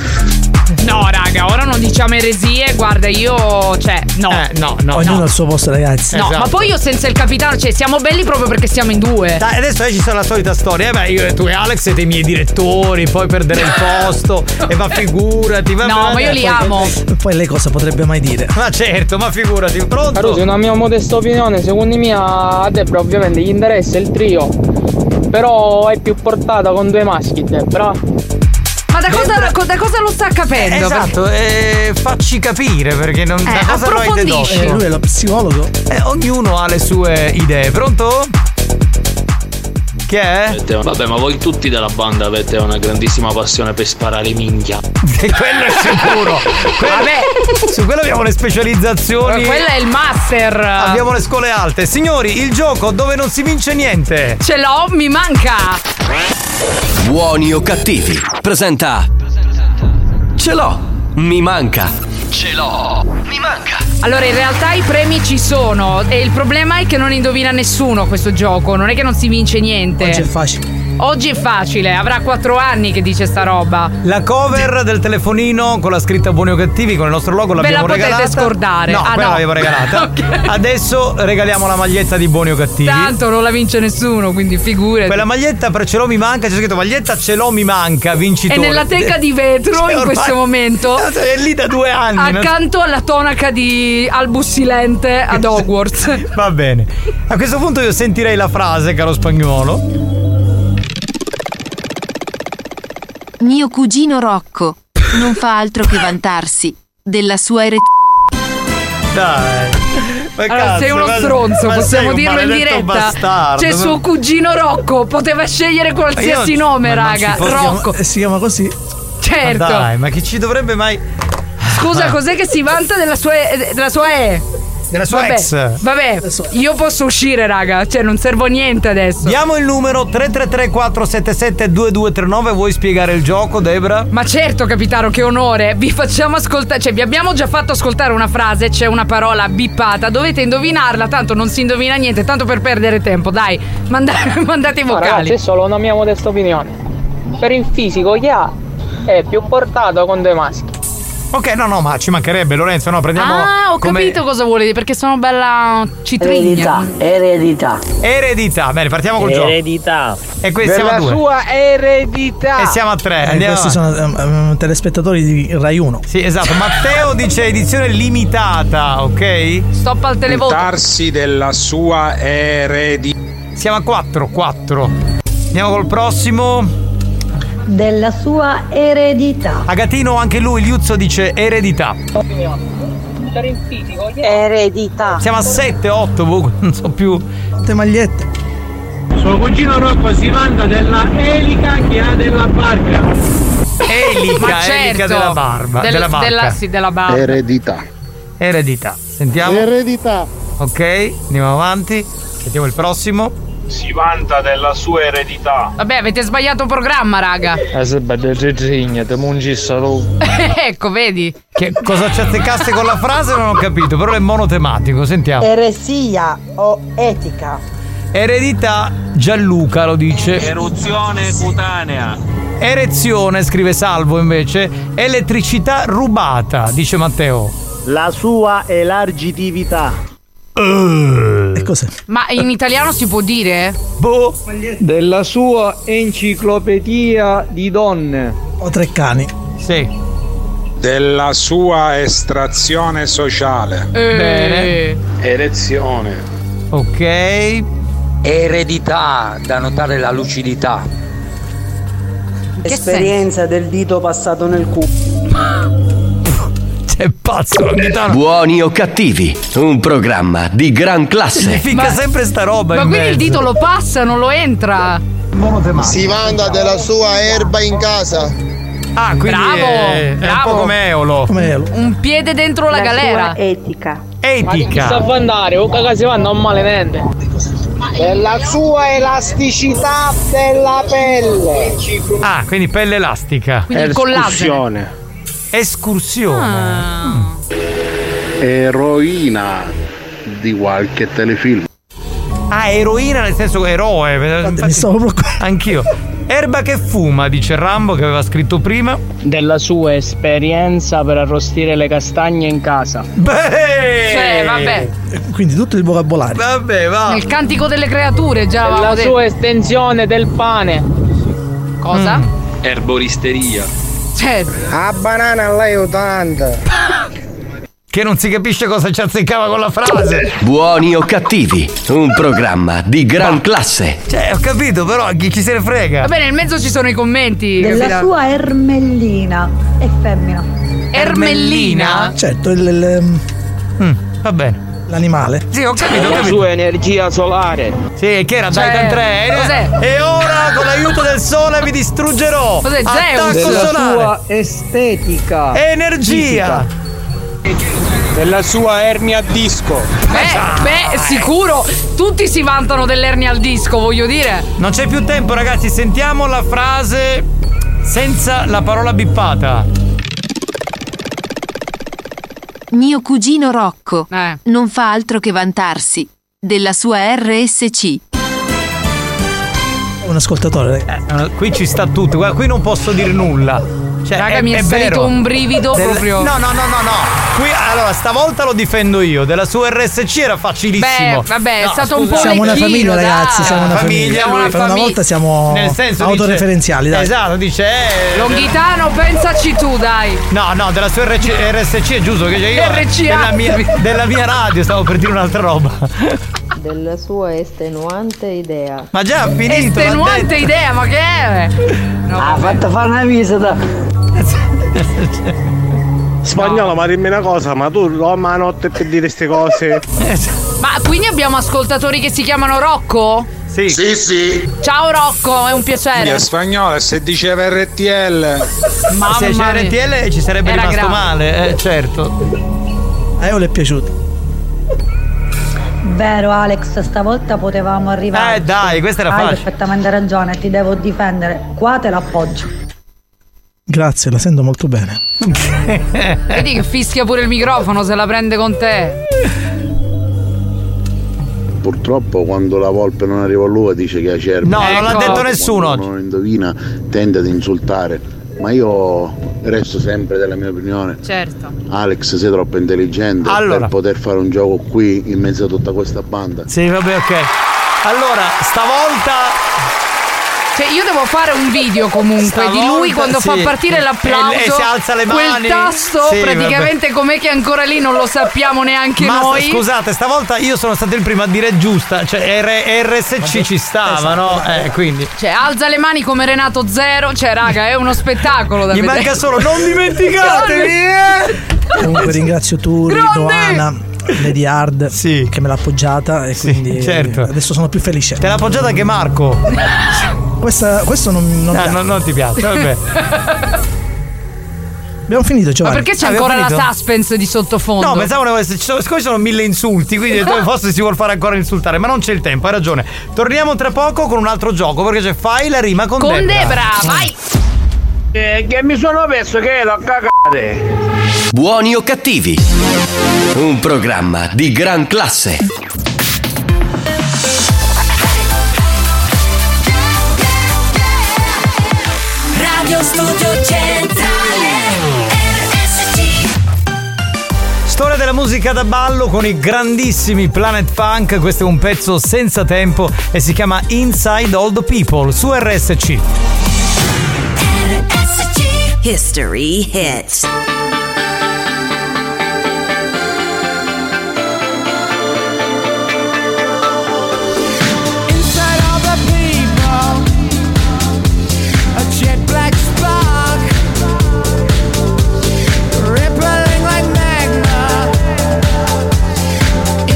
Speaker 12: No, raga, ora non diciamo eresie, guarda, io. Cioè, no.
Speaker 3: Eh, no, Esatto. no.
Speaker 21: Ognuno al suo posto, ragazzi.
Speaker 12: No, ma poi io senza il capitano, cioè, siamo belli proprio perché siamo in due.
Speaker 3: Dai, adesso eh, ci sarà la solita storia. Eh beh, io e tu e Alex siete i miei direttori, poi perdere il posto. e ma figurati, va bene, poi-
Speaker 21: Poi lei cosa potrebbe mai dire?
Speaker 3: Ma certo, ma figurati, pronto?
Speaker 5: Caruso, una mia modesta opinione, secondo me a Debra ovviamente gli interessa il trio, però è più portata con due maschi, Debra.
Speaker 12: Ma da cosa, co- da cosa lo sta capendo?
Speaker 3: Eh, esatto, eh, facci capire perché non
Speaker 12: Eh,
Speaker 3: da cosa lo hai dedotto?
Speaker 21: Eh, lui è lo psicologo.
Speaker 3: Eh, ognuno ha le sue idee, pronto? Che è?
Speaker 28: Vabbè, ma voi tutti della banda avete una grandissima passione per sparare minchia.
Speaker 3: quello è sicuro. Quello- Su quello abbiamo le specializzazioni.
Speaker 12: Vabbè, Eh, quello è il eh, master.
Speaker 3: eh, Abbiamo le scuole alte. Signori, il gioco dove non si vince niente.
Speaker 12: Ce l'ho, mi manca.
Speaker 1: Buoni o cattivi, presenta. Ce l'ho, mi manca. Ce l'ho, mi manca.
Speaker 12: Allora, in realtà i premi ci sono e il problema è che non indovina nessuno questo gioco, non è che non si vince niente.
Speaker 21: Oggi è facile.
Speaker 12: Oggi è facile, avrà 4 anni che dice sta roba.
Speaker 3: La cover del telefonino con la scritta Buoni o Cattivi con il nostro logo
Speaker 12: Ve la
Speaker 3: l'abbiamo
Speaker 12: potete
Speaker 3: regalata.
Speaker 12: scordare.
Speaker 3: No,
Speaker 12: Ah,
Speaker 3: quella
Speaker 12: no.
Speaker 3: l'avevo regalata. Adesso regaliamo la maglietta di Buoni o Cattivi.
Speaker 12: Tanto non la vince nessuno, quindi figurati.
Speaker 3: Quella maglietta per ce l'ho mi manca, c'è scritto maglietta ce l'ho mi manca,
Speaker 12: è
Speaker 3: vincitore.
Speaker 12: nella teca di vetro
Speaker 3: Cioè,
Speaker 12: in
Speaker 3: ormai-
Speaker 12: questo momento.
Speaker 3: È lì da due anni. non-
Speaker 12: Accanto alla tonaca di Albus Silente ad Hogwarts.
Speaker 3: Va bene. A questo punto io sentirei la frase, caro spagnolo.
Speaker 13: Mio cugino Rocco non fa altro che vantarsi della sua eret.
Speaker 3: Dai. Ma
Speaker 12: Allora,
Speaker 3: cazzo,
Speaker 12: Ah, sei uno
Speaker 3: ma-
Speaker 12: stronzo,
Speaker 3: ma sei
Speaker 12: possiamo
Speaker 3: un
Speaker 12: dirlo in
Speaker 3: maledetto
Speaker 12: diretta.
Speaker 3: bastardo.
Speaker 12: C'è suo cugino Rocco, poteva scegliere qualsiasi
Speaker 3: Io- ma
Speaker 12: nome,
Speaker 3: non
Speaker 12: raga.
Speaker 3: si può-
Speaker 12: Rocco.
Speaker 21: Si chiama così?
Speaker 12: Certo.
Speaker 3: Ma dai, ma chi ci dovrebbe mai.
Speaker 12: Scusa,
Speaker 3: Ma-
Speaker 12: cos'è che si vanta della sua eh, della sua E?
Speaker 3: Della sua
Speaker 12: vabbè,
Speaker 3: ex.
Speaker 12: Vabbè, io posso uscire, raga. Cioè, non servo a niente adesso.
Speaker 3: Diamo il numero 333 477 2239 vuoi spiegare il gioco, Debra?
Speaker 12: Ma certo, capitano, che onore. Vi facciamo ascoltare, cioè vi abbiamo già fatto ascoltare una frase, c'è una parola bippata, dovete indovinarla, tanto non si indovina niente, tanto per perdere tempo, dai. manda- mandate i
Speaker 5: Ma
Speaker 12: vocali.
Speaker 5: ragazzi, è solo una mia modesta opinione. Per il fisico chi ha è più portato con due maschi.
Speaker 3: Ok, no, no, ma ci mancherebbe Lorenzo, no, prendiamo
Speaker 12: ah, ho
Speaker 3: come-
Speaker 12: capito cosa vuole dire, perché sono bella citrigna.
Speaker 3: eredità. Eredità, bene, partiamo col gioco.
Speaker 23: Eredità.
Speaker 3: E qui siamo a due.
Speaker 5: eredità.
Speaker 3: E siamo a tre.
Speaker 21: Eh,
Speaker 3: Andiamo
Speaker 21: questi sono ehm, ehm, telespettatori di Rai 1.
Speaker 3: Sì, esatto. Matteo dice edizione limitata, ok?
Speaker 12: Stop al televoto.
Speaker 3: Darsi della sua eredità. Siamo a 4, 4. Andiamo col prossimo.
Speaker 11: Della sua eredità.
Speaker 3: Agatino, anche lui, Liuzzo dice eredità.
Speaker 5: Per il fisico chi è?
Speaker 11: Eredità.
Speaker 3: Siamo a 7, 8, non so più.
Speaker 21: Te magliette.
Speaker 5: Suo cugino Rocco si manda della elica che ha della barca.
Speaker 3: Elica,
Speaker 12: Ma certo.
Speaker 3: elica della barba,
Speaker 12: Del-
Speaker 3: della barca.
Speaker 12: della- sì, della barba.
Speaker 23: Eh.
Speaker 3: Eredità. Eredità. Sentiamo. Eredità. Ok, andiamo avanti. Sentiamo il prossimo.
Speaker 23: Si vanta della sua eredità.
Speaker 12: Vabbè, avete sbagliato programma, raga.
Speaker 5: La seba Eh, del regigno, te mungi solo.
Speaker 12: ecco, vedi.
Speaker 3: Che cosa ci azzeccaste con la frase non ho capito, però è monotematico, sentiamo.
Speaker 11: Eresia o etica.
Speaker 3: Eredità Gianluca lo dice.
Speaker 23: Eruzione cutanea.
Speaker 3: Erezione, scrive Salvo invece. Elettricità rubata, dice Matteo.
Speaker 23: La sua elargitività.
Speaker 3: E
Speaker 21: cos'è?
Speaker 12: Ma in italiano si può dire?
Speaker 3: Boh.
Speaker 5: Della sua enciclopedia di donne.
Speaker 21: Ho tre cani.
Speaker 3: Sì.
Speaker 4: Della sua estrazione sociale.
Speaker 3: Bene.
Speaker 22: Erezione.
Speaker 3: Ok.
Speaker 22: Eredità, da notare la lucidità.
Speaker 27: Esperienza del dito passato nel culo.
Speaker 3: C'è pazzo la chitarra.
Speaker 1: Buoni o cattivi, un programma di gran
Speaker 3: Mi
Speaker 1: classe.
Speaker 3: fica sempre sta roba.
Speaker 12: Ma
Speaker 1: in
Speaker 12: quindi il
Speaker 1: mezzo.
Speaker 12: dito lo passa, non lo entra.
Speaker 16: Si vanta della sua erba in casa.
Speaker 3: Ah, quindi
Speaker 12: Bravo,
Speaker 3: è, è
Speaker 12: bravo.
Speaker 3: un po' come Eolo.
Speaker 12: Un piede dentro la, galera.
Speaker 11: etica.
Speaker 3: Etica.
Speaker 5: Sa andare, o caga si va, non male niente.
Speaker 16: Della sua elasticità della pelle.
Speaker 3: Ah, quindi pelle elastica.
Speaker 16: Quindi il collagene.
Speaker 3: Escursione.
Speaker 5: Ah.
Speaker 9: Eroina di qualche telefilm.
Speaker 3: Ah, eroina nel senso eroe. eh, Infatti, Anch'io. Erba che fuma, dice Rambo che aveva scritto prima.
Speaker 5: Della sua esperienza per arrostire le castagne in casa.
Speaker 3: Beh!
Speaker 12: Cioè, vabbè.
Speaker 21: Quindi tutto il vocabolario.
Speaker 3: Vabbè, va.
Speaker 12: Nel cantico delle creature già l'avevamo
Speaker 5: La
Speaker 12: detto.
Speaker 5: sua estensione del pane.
Speaker 12: Cosa?
Speaker 3: Mm.
Speaker 28: Erboristeria.
Speaker 12: Cioè.
Speaker 16: A banana l'aiutante.
Speaker 3: Che non si capisce cosa ci azzeccava con la frase.
Speaker 1: Buoni o cattivi, un programma di gran classe.
Speaker 3: Cioè, ho capito, però chi chi se ne frega?
Speaker 12: Vabbè, nel mezzo ci sono i commenti.
Speaker 11: Della
Speaker 12: capitano.
Speaker 11: sua ermellina. È femmina.
Speaker 12: Ermellina?
Speaker 21: Certo, il. il-
Speaker 3: Mm, va bene.
Speaker 21: L'animale. Eh,
Speaker 3: Sì, ho capito, ho
Speaker 5: La
Speaker 3: capito.
Speaker 5: sua energia solare.
Speaker 3: Sì, che era
Speaker 5: Cioè,
Speaker 3: Titan 3. eh?
Speaker 5: cos'è?
Speaker 3: E ora con l'aiuto del sole vi distruggerò.
Speaker 5: Cos'è, Zeus?
Speaker 3: Attacco
Speaker 5: Della
Speaker 3: solare.
Speaker 5: sua estetica.
Speaker 3: Energia.
Speaker 5: Della sua ernia a disco.
Speaker 12: Beh, beh, sicuro. Tutti si vantano dell'ernia al disco, voglio dire.
Speaker 3: Non c'è più tempo, ragazzi. Sentiamo la frase senza la parola bippata.
Speaker 13: Mio cugino Rocco
Speaker 12: Eh.
Speaker 13: non fa altro che vantarsi della sua RSC.
Speaker 21: un ascoltatore.
Speaker 3: Eh, qui ci sta tutto, guarda, qui non posso dire nulla. Cioè,
Speaker 12: Raga,
Speaker 3: è,
Speaker 12: mi è salito
Speaker 3: vero.
Speaker 12: un brivido
Speaker 3: Del-
Speaker 12: proprio.
Speaker 3: No, no, no, no, no. Qui, allora, stavolta lo difendo io. Della sua RSC era facilissimo.
Speaker 12: Beh, vabbè, è
Speaker 3: No,
Speaker 12: stato un po'
Speaker 3: scusa.
Speaker 21: Siamo una famiglia, ragazzi. Siamo una
Speaker 3: Famiglia,
Speaker 21: famiglia.
Speaker 3: lui-
Speaker 21: per una volta siamo
Speaker 3: Nel senso dice-
Speaker 21: Oh, autoreferenziali, dai.
Speaker 3: Esatto, dice. eh,
Speaker 12: Longhitano, pensaci tu, dai.
Speaker 3: No, no, della sua RC RSC è giusto che io eh.
Speaker 12: RCA.
Speaker 3: della mia, della mia radio stavo per dire un'altra roba.
Speaker 20: Della sua estenuante idea.
Speaker 3: Ma già ha finito. l'ha
Speaker 12: Estenuante
Speaker 3: detto.
Speaker 12: idea, ma che è?
Speaker 20: ha fatto fare una visita.
Speaker 6: Spagnolo, ma dimmi una cosa, ma tu Roma a notte per dire queste cose?
Speaker 12: Ma quindi abbiamo ascoltatori che si chiamano Rocco?
Speaker 3: Sì.
Speaker 6: Sì, sì.
Speaker 12: Ciao Rocco, è un
Speaker 4: Via
Speaker 12: piacere.
Speaker 4: spagnola, se diceva RTL.
Speaker 12: Mamma
Speaker 3: Se c'era
Speaker 12: mia.
Speaker 3: RTL ci sarebbe
Speaker 12: Era
Speaker 3: rimasto
Speaker 12: grave.
Speaker 3: male, eh, certo.
Speaker 21: A Eolo eh, è piaciuto.
Speaker 11: Vero Alex, stavolta potevamo arrivare.
Speaker 3: Eh, dai, questa era
Speaker 11: Hai
Speaker 3: facile.
Speaker 11: perfettamente ragione, ti devo difendere. Qua te l'appoggio.
Speaker 21: Grazie, la sento molto bene.
Speaker 12: Vedi che fischia pure il microfono se la prende con te.
Speaker 9: Purtroppo quando la volpe non arriva all'uva dice che è acerba.
Speaker 3: No, non l'ha Ecco. detto nessuno
Speaker 9: Quando non indovina, tende ad insultare. Ma io resto sempre della mia opinione.
Speaker 12: Certo.
Speaker 9: Alex, sei troppo intelligente
Speaker 3: Allora.
Speaker 9: per poter fare un gioco qui in mezzo a tutta questa banda.
Speaker 3: Sì, vabbè, ok. Allora, stavolta
Speaker 12: Cioè, io devo fare un video comunque di lui
Speaker 3: Stavolta,
Speaker 12: quando fa
Speaker 3: sì.
Speaker 12: partire l'applauso.
Speaker 3: E- e si alza le mani.
Speaker 12: Quel tasto
Speaker 3: Sì,
Speaker 12: praticamente com'è che è ancora lì non lo sappiamo neanche
Speaker 3: Ma
Speaker 12: noi.
Speaker 3: scusate, stavolta io sono stato il primo a dire giusta, cioè R- RSC ci
Speaker 21: esatto,
Speaker 3: stava, no? Eh, quindi
Speaker 12: Cioè, alza le mani come Renato Zero. Cioè, raga, è uno spettacolo da
Speaker 3: Gli
Speaker 12: vedere.
Speaker 3: manca solo, non dimenticatevi! eh!
Speaker 21: Comunque ringrazio Turi,
Speaker 12: Grande!
Speaker 21: Doana, Lady Hard che me l'ha appoggiata e quindi
Speaker 3: certo.
Speaker 21: adesso sono più felice.
Speaker 3: Te l'ha appoggiata anche Marco.
Speaker 21: Questa, questo non, non
Speaker 3: Ah,
Speaker 21: piace.
Speaker 3: no, non ti piace, vabbè.
Speaker 21: Abbiamo finito,
Speaker 12: Ma
Speaker 21: Giovanni.
Speaker 12: perché c'è
Speaker 3: Abbiamo
Speaker 12: ancora la
Speaker 3: finito?
Speaker 12: suspense di sottofondo?
Speaker 3: No, pensavo ne avesse- ci sono- siccome ci sono mille insulti, quindi ho detto, forse si vuol fare ancora insultare, ma non c'è il tempo, hai ragione. Torniamo tra poco con un altro gioco, perché c'è Fai la rima con,
Speaker 12: Con Debra, vai!
Speaker 6: Eh, che mi sono perso che l'ho cagate.
Speaker 1: Buoni o cattivi? Un programma di gran classe.
Speaker 25: Radio Studio Centrale RSC
Speaker 3: Storia della musica da ballo con i grandissimi Planet Funk, questo è un pezzo senza tempo e si chiama Inside All the People su RSC.
Speaker 26: History hits.
Speaker 24: Inside all the people, a jet black spark, rippling like magma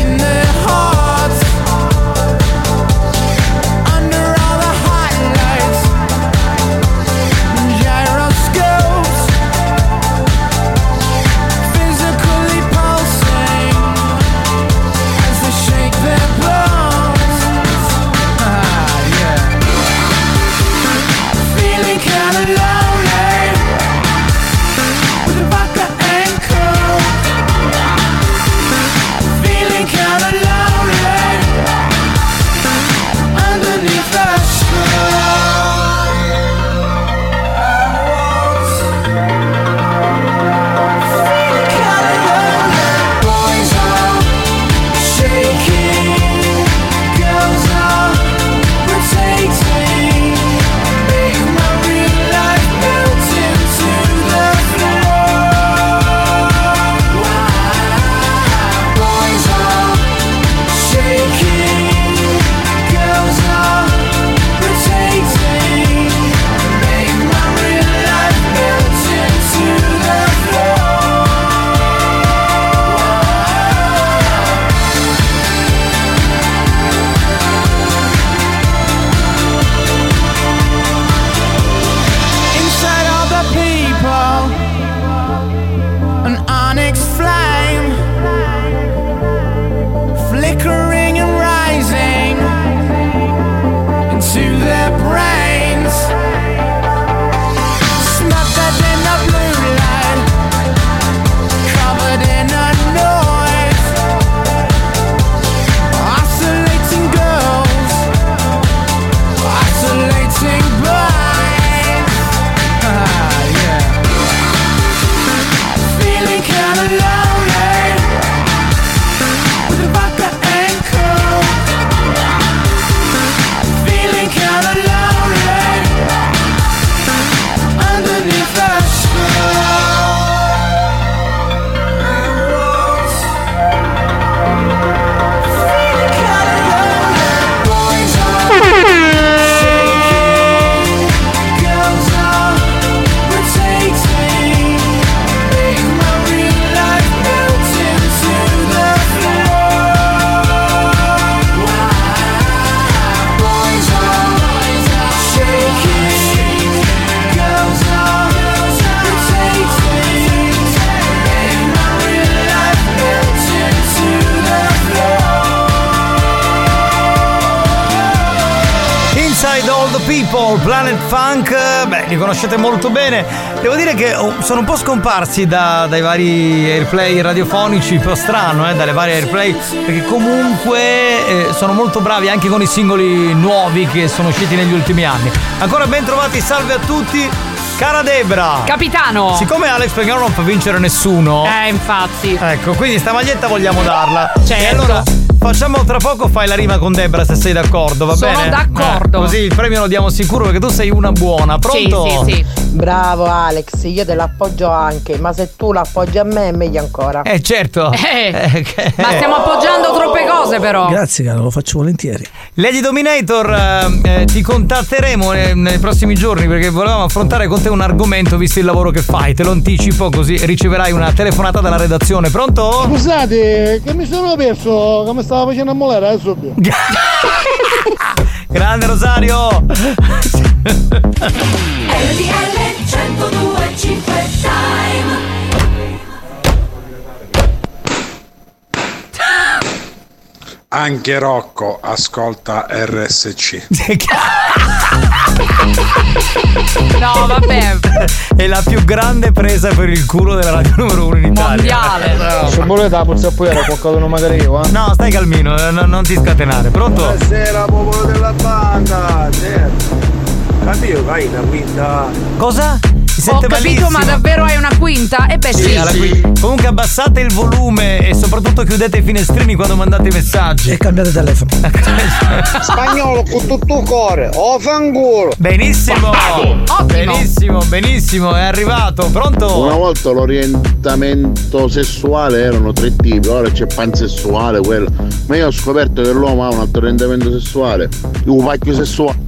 Speaker 24: in their hearts. Under all the highlights, gyroscopes,
Speaker 6: Ah, oh.
Speaker 3: Inside All the People, Planet Funk, eh, beh, li conoscete molto bene. Devo dire che oh, sono un po' scomparsi da- dai vari airplay radiofonici, un po' strano, eh, dalle varie airplay, perché comunque eh, sono molto bravi anche con i singoli nuovi che sono usciti negli ultimi anni. Ancora ben trovati, salve a tutti, cara Debra!
Speaker 12: Capitano!
Speaker 3: Siccome Alex Pagano non fa vincere nessuno,
Speaker 12: Eh, infatti.
Speaker 3: Ecco, quindi sta maglietta vogliamo darla.
Speaker 12: Certo.
Speaker 3: E allora facciamo tra poco fai la rima con Debra se sei d'accordo, va
Speaker 12: Sono
Speaker 3: bene?
Speaker 12: d'accordo.
Speaker 3: Eh, così il premio lo diamo sicuro perché tu sei una buona. Pronto?
Speaker 20: Bravo Alex, io te l'appoggio anche, ma se tu l'appoggi a me è meglio ancora.
Speaker 3: Eh certo. Eh, che-
Speaker 12: Ma stiamo appoggiando troppe cose, però.
Speaker 21: Grazie, caro, lo faccio volentieri.
Speaker 3: Lady Dominator, eh, eh, ti contatteremo eh, nei prossimi giorni perché volevamo affrontare con te un argomento visto il lavoro che fai. Te lo anticipo così riceverai una telefonata dalla redazione. Pronto?
Speaker 15: Scusate, che mi sono perso come stavo facendo a eh, molare adesso.
Speaker 3: Grande Rosario!
Speaker 4: Anche Rocco ascolta RSC.
Speaker 12: No, vabbè.
Speaker 3: È la più grande presa per il culo della radio numero uno in Italia.
Speaker 15: Se volete la puzza poi era qualcuno magari io, eh.
Speaker 3: No, stai calmino, eh, no- non ti scatenare. Pronto?
Speaker 15: Buonasera popolo della banda, certo. Capito, vai da quinta.
Speaker 3: Cosa? Si
Speaker 12: Ho
Speaker 3: sente
Speaker 12: capito,
Speaker 3: malissimo.
Speaker 12: ma davvero hai una quinta? E beh, sì.
Speaker 3: alla qui- Comunque abbassate il volume e soprattutto chiudete i finestrini quando mandate i messaggi. E cambiate telefono.
Speaker 15: Spagnolo con tutto il cuore, Oh, o fanguro.
Speaker 3: Benissimo. Benissimo, benissimo, è arrivato. Pronto?
Speaker 9: Una volta l'orientamento sessuale erano tre tipi, ora c'è pansessuale, quello. Ma io ho scoperto che l'uomo ha un altro orientamento sessuale, un pacchio sessuale.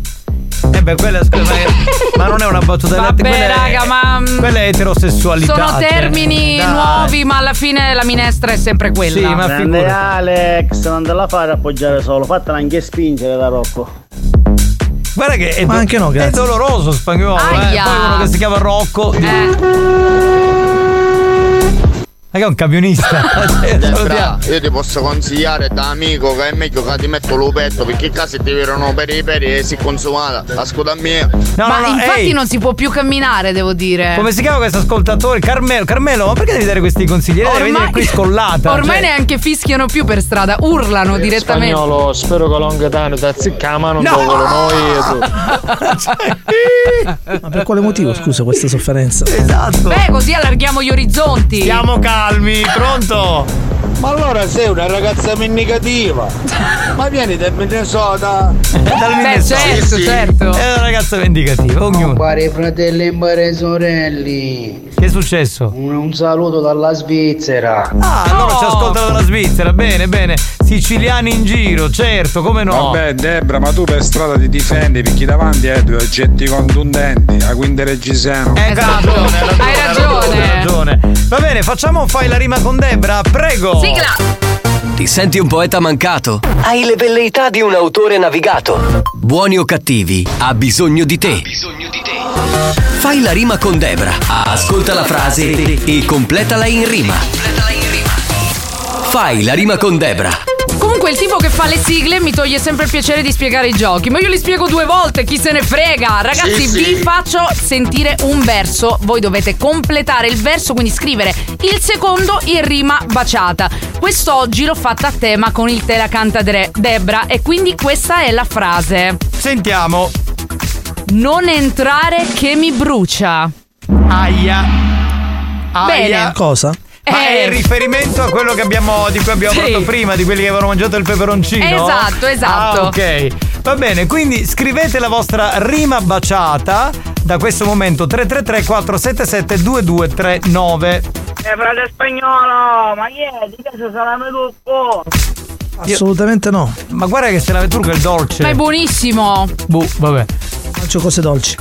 Speaker 3: Eh beh, quella scusa, ma, ma non è una battuta
Speaker 12: Vabbè,
Speaker 3: quella è-
Speaker 12: raga, ma- mm,
Speaker 3: Quella è eterosessualità.
Speaker 12: Sono
Speaker 3: cioè.
Speaker 12: termini
Speaker 3: Dai.
Speaker 12: nuovi, ma alla fine la minestra è sempre quella.
Speaker 3: Sì, ma
Speaker 15: Grande Alex, non te la fare appoggiare solo, fatela anche spingere da Rocco.
Speaker 3: Guarda che è,
Speaker 15: Ma
Speaker 3: do-
Speaker 15: anche no,
Speaker 3: è
Speaker 15: grazie.
Speaker 3: doloroso spagnolo, eh.
Speaker 15: Aia.
Speaker 3: Poi uno che si chiama Rocco.
Speaker 12: Eh.
Speaker 3: Raga, è un camionista. Cioè, salutiamo.
Speaker 9: io ti posso consigliare da amico che è meglio che ti metto l'upetto perché in caso ti virano per i peri e si consumata. Ascolta mia.
Speaker 12: ma infatti non si può più camminare, devo dire.
Speaker 3: Come si chiama questo ascoltatore? Carmelo, Carmelo, ma perché devi dare questi consigli? Lei Deve venire qui scollata.
Speaker 12: Ormai
Speaker 3: cioè.
Speaker 12: neanche fischiano più per strada, urlano direttamente.
Speaker 15: Spagnolo, spero che l'ongatano da ziccama non
Speaker 12: No!
Speaker 15: dovolo noi e tu.
Speaker 21: Ma per quale motivo, scusa, questa sofferenza?
Speaker 3: Esatto.
Speaker 12: Beh, così allarghiamo gli orizzonti.
Speaker 3: Siamo calmi, pronto?
Speaker 15: Ma allora sei una ragazza negativa. Ma vieni dal Minnesota.
Speaker 3: dal Minnesota.
Speaker 12: certo,
Speaker 3: Sì, Eh, sì. È una razza vendicativa, ognuno.
Speaker 27: Cari fratelli e bare sorelli.
Speaker 3: Che è successo?
Speaker 27: Un, un saluto dalla Svizzera.
Speaker 3: Ah, allora ci ascoltano dalla Svizzera, bene, bene. Siciliani in giro, certo, come no?
Speaker 4: Vabbè, Debra, ma tu per strada ti difendi perché davanti hai due oggetti contundenti, a quindi Reggiseno.
Speaker 3: Esatto, hai ragione. Hai ragione. Va bene, facciamo fai la rima con Debra, prego.
Speaker 1: Sigla. Ti senti un poeta mancato? Hai le velleità di un autore navigato. Buoni o cattivi, ha bisogno di te. Fai la rima con Debra. Ascolta la frase e completala in rima. Fai la rima con Debra.
Speaker 12: Comunque il tipo che fa le sigle mi toglie sempre il piacere di spiegare i giochi, ma io li spiego due volte, chi se ne frega. Ragazzi,
Speaker 29: Sì,
Speaker 12: vi
Speaker 29: sì.
Speaker 12: faccio sentire un verso, voi dovete completare il verso, quindi scrivere il secondo in rima baciata. Quest'oggi l'ho fatta a tema con il Te la canta Dre- Debra e quindi questa è la frase.
Speaker 3: Sentiamo.
Speaker 12: Non entrare che mi brucia.
Speaker 3: Aia.
Speaker 12: Bene.
Speaker 21: Cosa?
Speaker 3: Ma è in riferimento a quello che abbiamo, di cui abbiamo
Speaker 12: Eh. Sì.
Speaker 3: parlato prima, di quelli che avevano mangiato il peperoncino.
Speaker 12: Esatto, esatto.
Speaker 3: Ah, ok. Va bene, quindi scrivete la vostra rima baciata da questo momento 333 477 2239.
Speaker 29: Eh, frate spagnolo, ma chi è? Di casa salame turco!
Speaker 21: Assolutamente no.
Speaker 3: Ma guarda che se la turco è dolce.
Speaker 12: Ma è buonissimo.
Speaker 3: Boh, vabbè.
Speaker 21: Faccio cose dolci.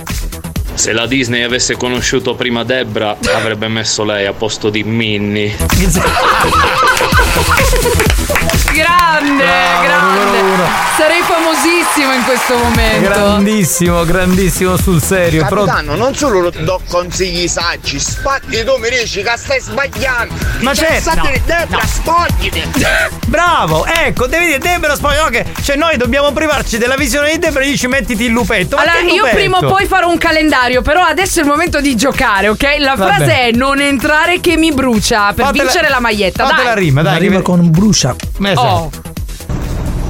Speaker 28: Se la Disney avesse conosciuto prima Debra, avrebbe messo lei a posto di Minnie.
Speaker 12: grande, grande. Se sarei famosissimo in questo momento.
Speaker 3: Grandissimo, grandissimo sul serio. però-
Speaker 16: Capitano, non solo lo do consigli saggi, spatti tu mi dici che stai sbagliando.
Speaker 3: Ma
Speaker 16: Cioè,
Speaker 3: certo,
Speaker 16: state
Speaker 3: no,
Speaker 16: lì dentro, spogliate.
Speaker 3: Bravo, ecco, devi dire Debra spoglio, ok. Cioè noi dobbiamo privarci della visione di Debra e dici mettiti il lupetto. Ma
Speaker 12: Allora,
Speaker 3: che
Speaker 12: io
Speaker 3: lupetto?
Speaker 12: prima o poi farò un calendario, però adesso è il momento di giocare, ok? La
Speaker 3: Va
Speaker 12: frase
Speaker 3: bene.
Speaker 12: è non entrare che mi brucia per
Speaker 3: Fatela-
Speaker 12: vincere la maglietta.
Speaker 3: fatela
Speaker 12: Dai.
Speaker 3: Ah, rima, dai, che
Speaker 21: Arriva
Speaker 3: ve- esatto.
Speaker 21: con brucia.
Speaker 12: Oh.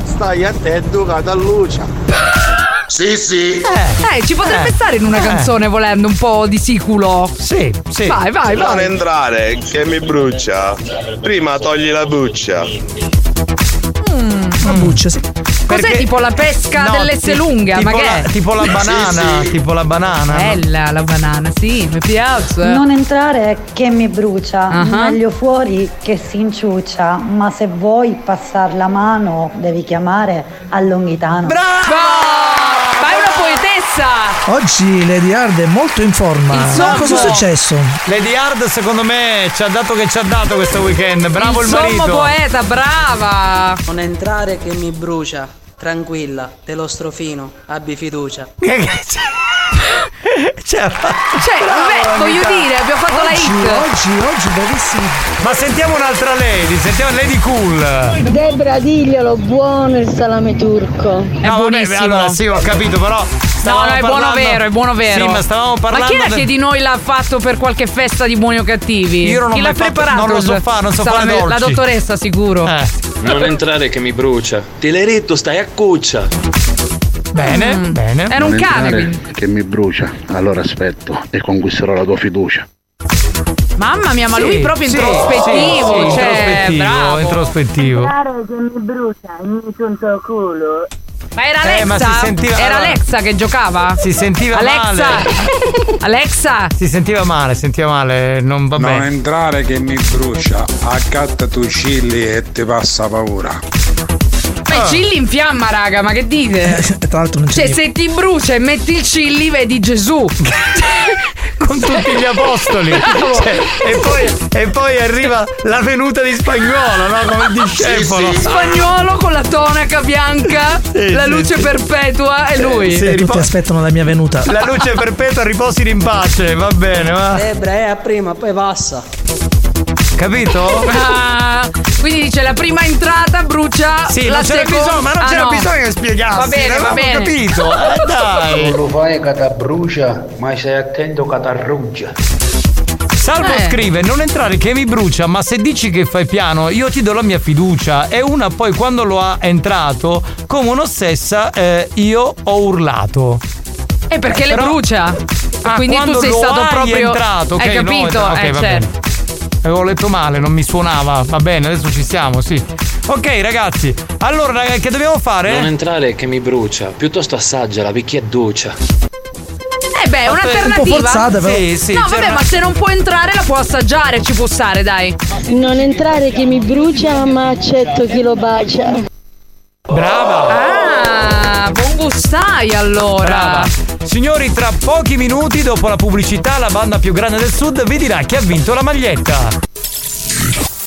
Speaker 15: Stai a te, educata a Lucia. Sì, sì.
Speaker 12: Eh, ci potrebbe
Speaker 15: Eh.
Speaker 12: stare in una
Speaker 15: Eh.
Speaker 12: canzone volendo un po' di siculo.
Speaker 3: Sì, sì.
Speaker 12: Vai, vai,
Speaker 16: Non
Speaker 12: vai.
Speaker 16: entrare, che mi brucia. Prima togli la buccia.
Speaker 21: Una buccia, sì.
Speaker 12: Mm. Cos'è tipo la pesca
Speaker 3: No,
Speaker 12: dell'esse
Speaker 3: ti-
Speaker 12: lunga?
Speaker 3: tipo
Speaker 12: ma che
Speaker 3: la,
Speaker 12: è?
Speaker 3: tipo la banana, tipo la banana. no?
Speaker 12: Bella la banana, sì, Ah mi piace.
Speaker 11: Non entrare che mi brucia, meglio fuori che si inciuccia, ma se vuoi passare la mano devi chiamare all'onghitano.
Speaker 12: Fai una poetessa!
Speaker 21: Oggi Lady Hard è molto in forma.
Speaker 3: Insomma.
Speaker 21: cosa è successo?
Speaker 3: Lady Hard secondo me ci ha dato che ci ha dato questo weekend. Bravo il,
Speaker 12: Insomma,
Speaker 3: marito.
Speaker 12: poeta, brava!
Speaker 27: Non entrare che mi brucia. Tranquilla, te lo strofino, abbi fiducia.
Speaker 3: Cioè,
Speaker 12: Cioè, vabbè, voglio dire, abbiamo fatto la hit.
Speaker 21: Oggi, oggi, bravissimo.
Speaker 3: Ma sentiamo un'altra lady, sentiamo Lady Cool.
Speaker 23: Debra, diglielo, buono il salame turco.
Speaker 3: no, vabbè, allora sì, ho capito, però.
Speaker 12: No,
Speaker 3: stavamo
Speaker 12: no, è buono
Speaker 3: parlando-
Speaker 12: vero, è buono vero.
Speaker 3: Sì, ma stavamo parlando.
Speaker 12: Ma chi era
Speaker 3: del-
Speaker 12: che di noi l'ha fatto per qualche festa di buoni o cattivi?
Speaker 3: Io non ho
Speaker 12: chi l'ha
Speaker 3: mai fatto-
Speaker 12: preparato?
Speaker 3: non lo so
Speaker 12: il-
Speaker 3: fare, non so
Speaker 12: Salame-
Speaker 3: fare dolci. Eh.
Speaker 12: La dottoressa, sicuro.
Speaker 28: Non entrare che mi brucia. Te l'hai detto, stai a cuccia.
Speaker 3: Bene, bene.
Speaker 12: Mm. Era un
Speaker 9: Non
Speaker 12: cane,
Speaker 9: entrare,
Speaker 12: quindi.
Speaker 9: Che mi brucia. Allora aspetto e conquisterò la tua fiducia.
Speaker 12: Mamma mia, ma lui
Speaker 3: Sì,
Speaker 12: proprio
Speaker 3: sì,
Speaker 12: introspettivo.
Speaker 3: sì, sì,
Speaker 12: cioè,
Speaker 3: introspettivo,
Speaker 12: bravo.
Speaker 3: introspettivo.
Speaker 23: Entrare che mi brucia, mi punto culo.
Speaker 12: Ma era
Speaker 3: Eh,
Speaker 12: Alexa?
Speaker 3: ma si sentiva-
Speaker 12: era
Speaker 3: allora-
Speaker 12: Alexa che giocava?
Speaker 3: Si sentiva
Speaker 12: Alexa!
Speaker 3: male.
Speaker 12: Alexa!
Speaker 3: Si sentiva male, sentiva male, non va
Speaker 4: Non
Speaker 3: bene.
Speaker 4: entrare che mi brucia, accatta tu cilli e ti passa paura.
Speaker 3: Ah.
Speaker 12: Ma il cilli in fiamma, raga, ma che
Speaker 3: Eh,
Speaker 12: dite?
Speaker 21: Tra l'altro non c'è.
Speaker 12: Cioè, se ti brucia e metti il cilli, vedi Gesù.
Speaker 3: Con tutti gli apostoli. Cioè,
Speaker 1: Eh,
Speaker 3: e, poi, e poi arriva la venuta di spagnolo, no? Come il discepolo.
Speaker 12: Spagnolo con la tonaca bianca,
Speaker 3: Sì,
Speaker 12: la
Speaker 3: sì,
Speaker 12: luce
Speaker 3: sì.
Speaker 12: perpetua e Ah, lui.
Speaker 21: Sì, tutti aspettano la mia venuta.
Speaker 3: La luce perpetua riposi in pace, va bene,
Speaker 1: Ah.
Speaker 3: va.
Speaker 12: Eh.
Speaker 27: Debra è a prima, poi passa.
Speaker 3: Capito?
Speaker 12: Ah, quindi dice la prima entrata brucia
Speaker 3: Sì,
Speaker 12: la
Speaker 3: non c'era
Speaker 12: seconda-
Speaker 3: bisogno, ma non
Speaker 12: Ah,
Speaker 3: c'era
Speaker 12: no.
Speaker 3: bisogno che spiegassi.
Speaker 12: Va bene, va
Speaker 3: l'avevamo
Speaker 12: bene.
Speaker 3: capito. Eh, dai.
Speaker 40: Non lo fai catabrucia, ma stai attento catarrugia.
Speaker 3: Salvo
Speaker 40: Eh.
Speaker 3: scrive: Non entrare che mi brucia, ma se dici che fai piano, io ti do la mia fiducia. E una poi quando lo ha entrato, come un'ossessa, eh, io ho urlato.
Speaker 12: Eh, perché
Speaker 3: Eh,
Speaker 12: le
Speaker 3: però-
Speaker 12: brucia.
Speaker 3: Ah,
Speaker 12: quindi tu
Speaker 3: quando
Speaker 12: sei
Speaker 3: lo
Speaker 12: stato
Speaker 3: hai
Speaker 12: proprio.
Speaker 3: entrato, ok,
Speaker 12: Hai
Speaker 3: no,
Speaker 12: capito?
Speaker 3: ok,
Speaker 12: eh,
Speaker 3: va
Speaker 12: certo.
Speaker 3: bene. Avevo letto male, non mi suonava. Va bene, adesso ci siamo, sì. Ok, ragazzi. Allora, ragazzi, che dobbiamo fare?
Speaker 28: Non entrare che mi brucia, piuttosto assaggiala perché è doccia.
Speaker 12: Eh beh, è un'alternativa. certo.
Speaker 28: forzata, però. Sì, sì,
Speaker 12: no,
Speaker 28: c'era
Speaker 12: vabbè,
Speaker 28: una-
Speaker 12: ma se non può entrare la può assaggiare, ci può stare, dai.
Speaker 23: Non entrare che mi brucia, ma accetto chi lo bacia.
Speaker 12: Ah, buon gustai allora.
Speaker 3: Brava. Signori, tra pochi minuti, dopo la pubblicità, la banda più grande del sud vi dirà chi ha vinto la maglietta.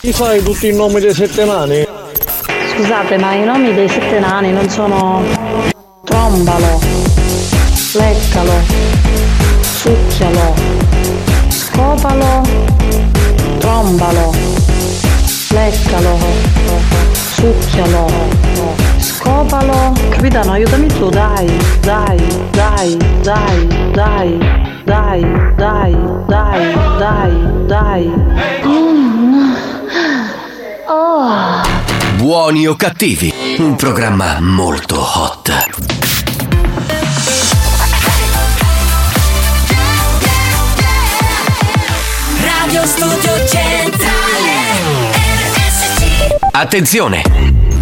Speaker 15: Ti fai tutti i nomi dei sette nani?
Speaker 23: Scusate, ma i nomi dei sette nani non sono. Trombalo, leccalo, succhialo, scopalo, trombalo, leccalo, succhialo, scopalo. Capitano, aiutami tu, dai, dai, dai, dai, dai, dai, dai, dai, dai, dai. Oh.
Speaker 1: Buoni o cattivi, un programma molto hot.
Speaker 24: Radio Studio Centrale RSC
Speaker 1: Attenzione!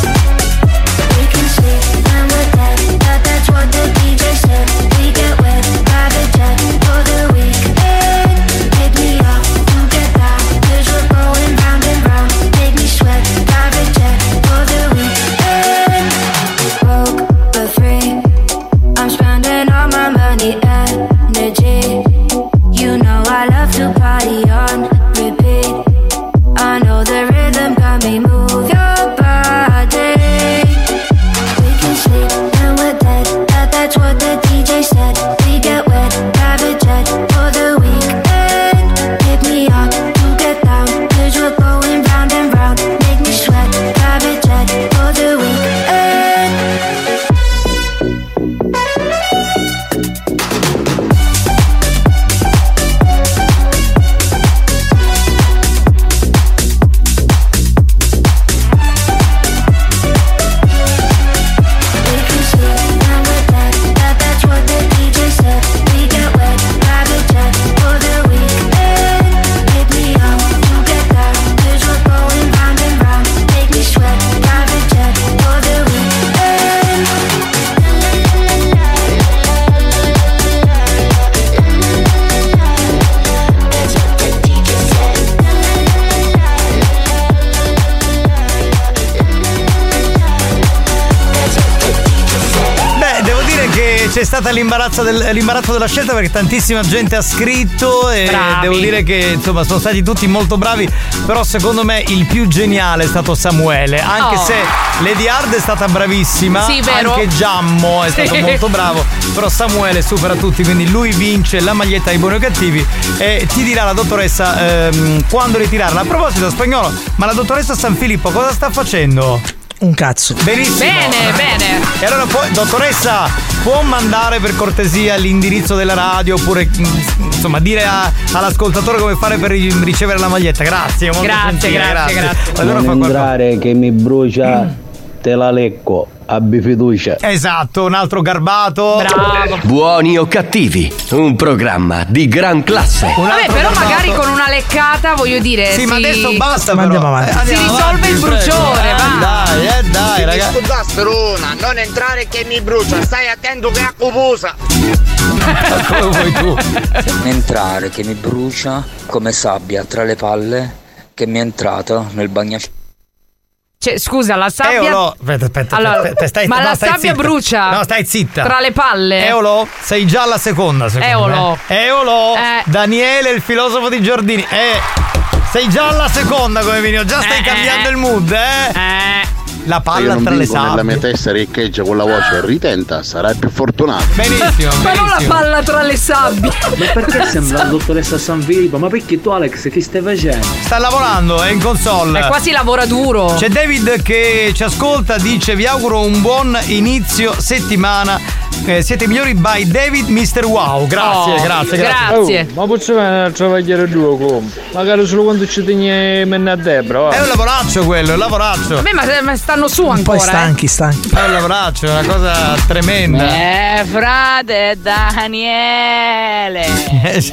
Speaker 25: We can sleep when we're dead. That that's what the DJ said. We get wet, private jet for the weekend. Hit me up, you get down. Cause we're going round and round. Make me sweat, private jet for the weekend. Broke but free. I'm spending all my money, energy. You know I love to party on repeat. I know the rhythm got me move your body. We can sleep when we're dead. That, that's what the DJ said. We get wet, private jet for the weekend. Hit me up, you get down. Cause we're going round and round. Make me sweat, private jet for the weekend. We can sleep when we're dead. That that's what the DJ said. We get wet, private jet for the weekend. Hit me up, you get down. Cause we're going round and round. Make me sweat, private jet for the weekend.
Speaker 3: Beh, devo dire che c'è stata l'imbarazzo, del- l'imbarazzo della scelta perché tantissima gente ha scritto e
Speaker 5: Bravi.
Speaker 3: devo dire che insomma sono stati tutti molto bravi, però secondo me il più geniale è stato Samuele, anche
Speaker 5: Oh.
Speaker 3: se Lady Hard è stata bravissima,
Speaker 5: Sì, vero.
Speaker 3: anche Giammo è
Speaker 5: Sì.
Speaker 3: stato molto bravo, però Samuele supera tutti, quindi lui vince la maglietta ai buoni o cattivi e ti dirà la dottoressa ehm, quando ritirarla. A proposito spagnolo, ma la dottoressa San Filippo cosa sta facendo?
Speaker 21: Un cazzo.
Speaker 3: Benissimo.
Speaker 12: Bene, bene.
Speaker 3: E allora, può- dottoressa, può mandare per cortesia l'indirizzo della radio oppure mm, insomma dire a- all'ascoltatore come fare per ri- ricevere la maglietta? Grazie, molto
Speaker 12: Grazie,
Speaker 3: gentile,
Speaker 12: grazie, grazie.
Speaker 3: Allora fa qualcosa.
Speaker 22: entrare che mi brucia, te la lecco, abbi fiducia.
Speaker 5: Eh,
Speaker 3: Esatto, un altro garbato.
Speaker 12: Bravo.
Speaker 1: Buoni o cattivi, un programma di gran classe.
Speaker 12: Vabbè, però magari con una leccata, voglio dire.
Speaker 3: Sì, ma
Speaker 12: si-
Speaker 3: adesso basta, però.
Speaker 21: Andiamo avanti.
Speaker 3: Eh, andiamo
Speaker 12: Si risolve
Speaker 3: avanti,
Speaker 12: il bruciore,
Speaker 3: prego.
Speaker 12: va.
Speaker 3: Dai, eh, dai,
Speaker 16: Ti
Speaker 3: ragazzi.
Speaker 16: scudastrona, non entrare che mi brucia, stai attento che è accuposa.
Speaker 10: Come vuoi tu? Entrare che mi brucia come sabbia tra le palle che mi è entrata nel bagnacielo.
Speaker 12: Cioè, scusa, la sabbia.
Speaker 10: Eolo,
Speaker 3: aspetta, aspetta,
Speaker 12: Allora,
Speaker 10: aspetta, stai-
Speaker 12: ma
Speaker 10: no,
Speaker 12: la
Speaker 10: stai
Speaker 12: sabbia
Speaker 10: zitta.
Speaker 12: brucia.
Speaker 10: No,
Speaker 3: stai zitta.
Speaker 12: Tra le palle.
Speaker 3: Eolo, sei già alla seconda, secondo
Speaker 12: Eolo. Eh.
Speaker 3: me. Eolo. Daniele, il filosofo di Giordini. Eh, sei già alla seconda come vino, già stai cambiando il mood, eh? La
Speaker 9: Io
Speaker 3: palla
Speaker 9: non
Speaker 3: tra le
Speaker 9: vinco nella
Speaker 3: sabbie.
Speaker 9: mia testa riccheggia con la voce ritenta, sarai più fortunato.
Speaker 3: Benissimo,
Speaker 12: Però la palla tra le sabbie.
Speaker 8: Ma perché sembra la dottoressa San Filippo? Ma perché tu Alex che stai facendo?
Speaker 3: Sta lavorando, è in console.
Speaker 12: Eh, qua si lavora duro.
Speaker 3: C'è David che ci ascolta, dice vi auguro un buon inizio settimana. Eh, siete migliori by David Mr. Wow. Grazie,
Speaker 8: Oh,
Speaker 3: grazie, grazie.
Speaker 8: Oh, ma posso andare a travagliare due come? Magari solo quando ci tieni menne a Debra.
Speaker 3: È un lavoraccio quello, è un lavoraccio.
Speaker 12: Vabbè, ma, ma sta stanno su ancora. eh.
Speaker 21: Poi stanchi, stanchi.
Speaker 3: Oh. Bello braccio, una cosa tremenda.
Speaker 13: Eh, frate Daniele!
Speaker 3: Eh, sì.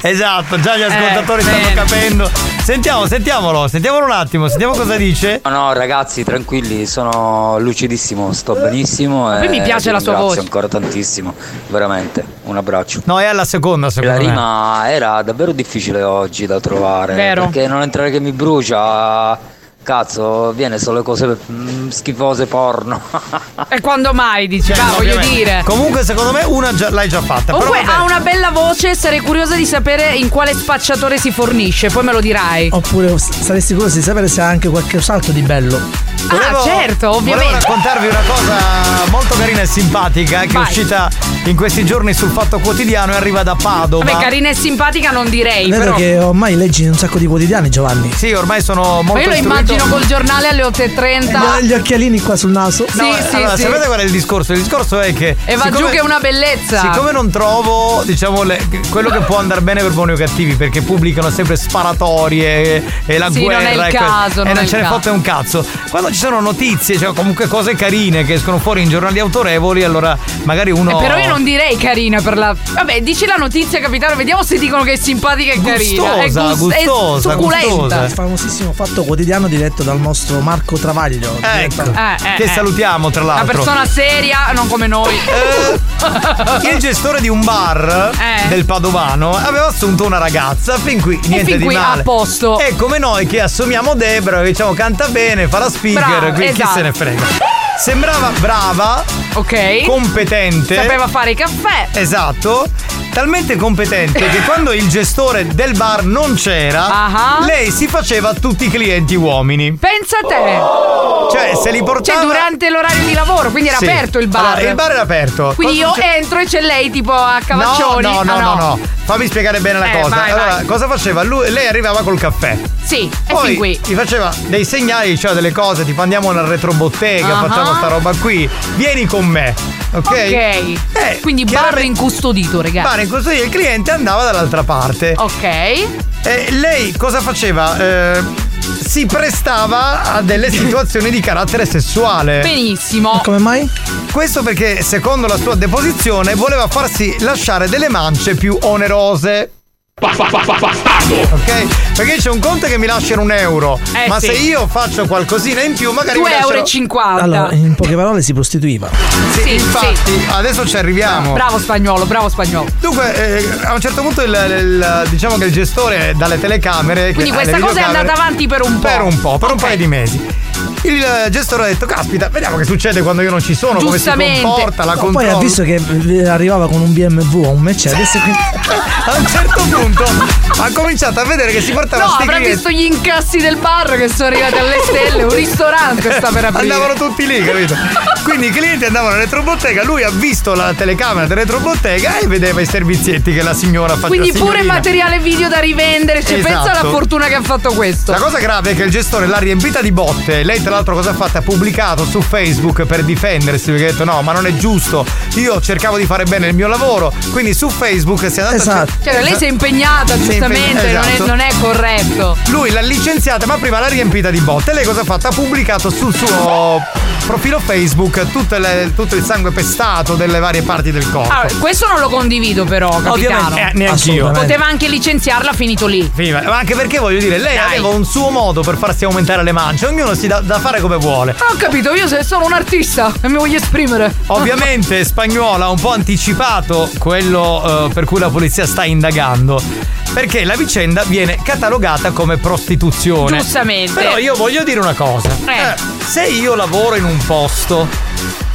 Speaker 3: Esatto,
Speaker 12: Eh,
Speaker 3: già gli ascoltatori stanno capendo. Sentiamo, sentiamolo, sentiamolo un attimo, sentiamo cosa dice.
Speaker 10: No, no, ragazzi, tranquilli, sono lucidissimo, sto benissimo.
Speaker 3: Poi
Speaker 10: e
Speaker 3: mi piace
Speaker 10: vi
Speaker 3: la sua
Speaker 10: ringrazio
Speaker 3: voce.
Speaker 10: ancora tantissimo, veramente. Un abbraccio.
Speaker 3: No, è alla seconda secondo
Speaker 10: La
Speaker 3: me.
Speaker 10: rima era davvero difficile oggi da trovare.
Speaker 3: Vero.
Speaker 10: Perché non entrare che mi brucia. Cazzo, viene solo cose mm, schifose porno.
Speaker 12: E Eh, quando mai
Speaker 3: Eh,
Speaker 12: dici? va, voglio
Speaker 10: ovviamente.
Speaker 12: dire.
Speaker 10: Comunque, secondo me,
Speaker 3: Una già- l'hai già fatta. però
Speaker 12: Comunque
Speaker 3: vabbè.
Speaker 12: ha una bella voce, sarei curiosa di sapere in quale spacciatore si fornisce, poi me lo dirai.
Speaker 21: Oppure s- saresti curioso di sapere se ha anche qualche salto di bello.
Speaker 12: ah, certo,
Speaker 3: Volevo
Speaker 12: ovviamente.
Speaker 3: raccontarvi una cosa molto carina e simpatica eh, che
Speaker 12: Vai.
Speaker 3: è uscita in questi giorni sul Fatto Quotidiano e arriva da Padova.
Speaker 12: Vabbè, carina e simpatica non direi,
Speaker 21: È vero
Speaker 12: però.
Speaker 21: che ormai leggi un sacco di quotidiani, Giovanni.
Speaker 3: Sì, ormai sono molto
Speaker 12: Ma io lo
Speaker 3: istruito.
Speaker 12: immagino col giornale alle
Speaker 21: Gli-
Speaker 12: 8.30.
Speaker 21: Gli occhialini qua sul naso.
Speaker 12: Sì,
Speaker 3: No,
Speaker 12: sì,
Speaker 3: allora,
Speaker 12: sì.
Speaker 3: sapete qual è il discorso? Il discorso è che.
Speaker 12: E va giù
Speaker 3: siccome-
Speaker 12: che è una bellezza.
Speaker 3: Siccome non trovo, diciamo, le- quello che può andare bene per buoni o cattivi, perché pubblicano sempre sparatorie e la
Speaker 12: Sì, non
Speaker 3: guerra
Speaker 12: è il
Speaker 3: e, quel-
Speaker 12: caso,
Speaker 3: e
Speaker 12: non
Speaker 3: non,
Speaker 12: è il
Speaker 3: ce ne
Speaker 12: caso.
Speaker 3: fotte un cazzo. Quando ci sono notizie, cioè comunque cose carine che escono fuori in giornali autorevoli, allora magari
Speaker 12: Eh,
Speaker 3: uno.
Speaker 12: Però io non direi carina per la. Vabbè, dici la notizia, capitano, vediamo se dicono che è simpatica e carina. È
Speaker 21: Gustosa,
Speaker 12: gus- è
Speaker 21: gustosa,
Speaker 12: succulenta.
Speaker 21: gustosa. Il famosissimo fatto quotidiano diretto dal nostro Marco Travaglio.
Speaker 3: Ecco,
Speaker 12: Eh, eh,
Speaker 3: che
Speaker 12: eh.
Speaker 3: salutiamo tra
Speaker 12: Una
Speaker 3: l'altro.
Speaker 12: persona seria, non come noi.
Speaker 3: Il gestore di un bar
Speaker 12: Ah. Eh.
Speaker 3: del Padovano aveva assunto una ragazza, fin qui niente
Speaker 12: fin
Speaker 3: di
Speaker 12: qui a
Speaker 3: male.
Speaker 12: posto.
Speaker 3: È come noi che assumiamo Debra, che diciamo canta bene, fa la speaker,
Speaker 12: Brava,
Speaker 3: quindi chi
Speaker 12: esatto.
Speaker 3: se ne frega. Sembrava brava,
Speaker 12: ok.
Speaker 3: competente.
Speaker 12: Sapeva fare i caffè.
Speaker 3: Esatto. Talmente competente che quando il gestore del bar non c'era,
Speaker 12: Ah.
Speaker 3: lei si faceva tutti i clienti uomini.
Speaker 12: Pensa a te.
Speaker 3: Cioè, se li portava-
Speaker 12: Cioè, durante l'orario di lavoro, quindi era
Speaker 3: Sì.
Speaker 12: aperto il bar.
Speaker 3: Allora, il bar era aperto.
Speaker 12: Quindi
Speaker 3: Cosa
Speaker 12: io entro e c'è lei tipo a
Speaker 3: No,
Speaker 12: cavaccioni.
Speaker 3: no, no,
Speaker 12: Ah,
Speaker 3: no, no. Fammi spiegare bene la
Speaker 12: Eh,
Speaker 3: cosa.
Speaker 12: vai,
Speaker 3: allora,
Speaker 12: vai.
Speaker 3: cosa faceva? Lui- lei arrivava col caffè.
Speaker 12: Sì, e
Speaker 3: Poi
Speaker 12: fin qui.
Speaker 3: gli faceva dei segnali, cioè delle cose, tipo andiamo nella retrobottega,
Speaker 12: Ah.
Speaker 3: facciamo sta roba qui, vieni con me. Ok? Eh,
Speaker 12: Ok. quindi bar incustodito, ragazzi.
Speaker 3: Bar incustodito, il cliente andava dall'altra parte.
Speaker 12: Ok.
Speaker 3: E lei cosa faceva? Eh, si prestava a delle situazioni di carattere sessuale.
Speaker 12: Benissimo.
Speaker 21: Come mai?
Speaker 3: Questo perché, secondo la sua deposizione, voleva farsi lasciare delle mance più onerose. Ok? Perché c'è un conto che mi lasciano un euro.
Speaker 12: Eh,
Speaker 3: ma
Speaker 12: sì.
Speaker 3: se io faccio qualcosina in più, magari.
Speaker 12: 2,50
Speaker 3: mi lasciano-
Speaker 12: euro. e 50.
Speaker 21: Allora, in poche parole si prostituiva.
Speaker 3: Sì,
Speaker 12: Sì,
Speaker 3: infatti,
Speaker 12: sì.
Speaker 3: adesso ci arriviamo.
Speaker 12: Bravo spagnolo, bravo spagnolo.
Speaker 3: Dunque, eh, a un certo punto, il, il- diciamo che il gestore dalle telecamere. che-
Speaker 12: Quindi
Speaker 3: alle
Speaker 12: questa cosa è
Speaker 3: videocamere-
Speaker 12: andata avanti per un po'.
Speaker 3: Per un po', per un paio di mesi. Il eh, gestore ha detto: Caspita, vediamo che succede quando io non ci sono, come si
Speaker 12: Giustamente.
Speaker 3: comporta, la
Speaker 21: No,
Speaker 3: controlla.
Speaker 21: poi ha visto che eh, arrivava con un BMW o un Mercedes. quindi-
Speaker 3: A un certo punto ha cominciato a vedere che si portava
Speaker 12: No,
Speaker 3: sti
Speaker 12: avrà
Speaker 3: clienti.
Speaker 12: visto gli incassi del bar che sono arrivati alle stelle, un ristorante sta per aprire.
Speaker 3: Andavano tutti lì, capito? Quindi i clienti andavano alla retrobottega, lui ha visto la telecamera della retrobottega e vedeva i servizietti che la signora faceva.
Speaker 12: Quindi
Speaker 3: la
Speaker 12: pure
Speaker 3: signorina.
Speaker 12: materiale video da rivendere, cioè
Speaker 3: Esatto.
Speaker 12: pensa alla fortuna che ha fatto questo.
Speaker 3: La cosa grave è che il gestore l'ha riempita di botte. Lei, tra l'altro, cosa ha fatto? Ha pubblicato su Facebook per difendersi perché ha detto: No, ma non è giusto. Io cercavo di fare bene il mio lavoro. Quindi su Facebook si è andata
Speaker 21: Esatto.
Speaker 12: Cioè, lei si è impegnata,
Speaker 3: Si è
Speaker 12: giustamente,
Speaker 3: impegnata,
Speaker 12: non, è,
Speaker 3: esatto.
Speaker 12: non è corretto.
Speaker 3: Lui l'ha licenziata, ma prima l'ha riempita di botte. Lei cosa ha fatto? Ha pubblicato sul suo profilo Facebook tutte le- tutto il sangue pestato delle varie parti del corpo.
Speaker 12: Allora, Ah, questo non lo condivido, però, capitano.
Speaker 3: Ovviamente, eh, neanche io.
Speaker 12: Poteva anche licenziarla, finito lì. Ah,
Speaker 3: Finiva. Ma anche perché voglio dire, lei
Speaker 12: Dai.
Speaker 3: aveva un suo modo per farsi aumentare le mance, ognuno si dà da fare come vuole.
Speaker 12: Ho capito, io se- sono un artista e mi voglio esprimere.
Speaker 3: Ovviamente Spagnola ha un po' anticipato quello eh, per cui la polizia sta indagando. Perché la vicenda viene catalogata come prostituzione.
Speaker 12: Giustamente.
Speaker 3: Però io voglio dire una cosa.
Speaker 12: Eh.
Speaker 3: se io lavoro in un posto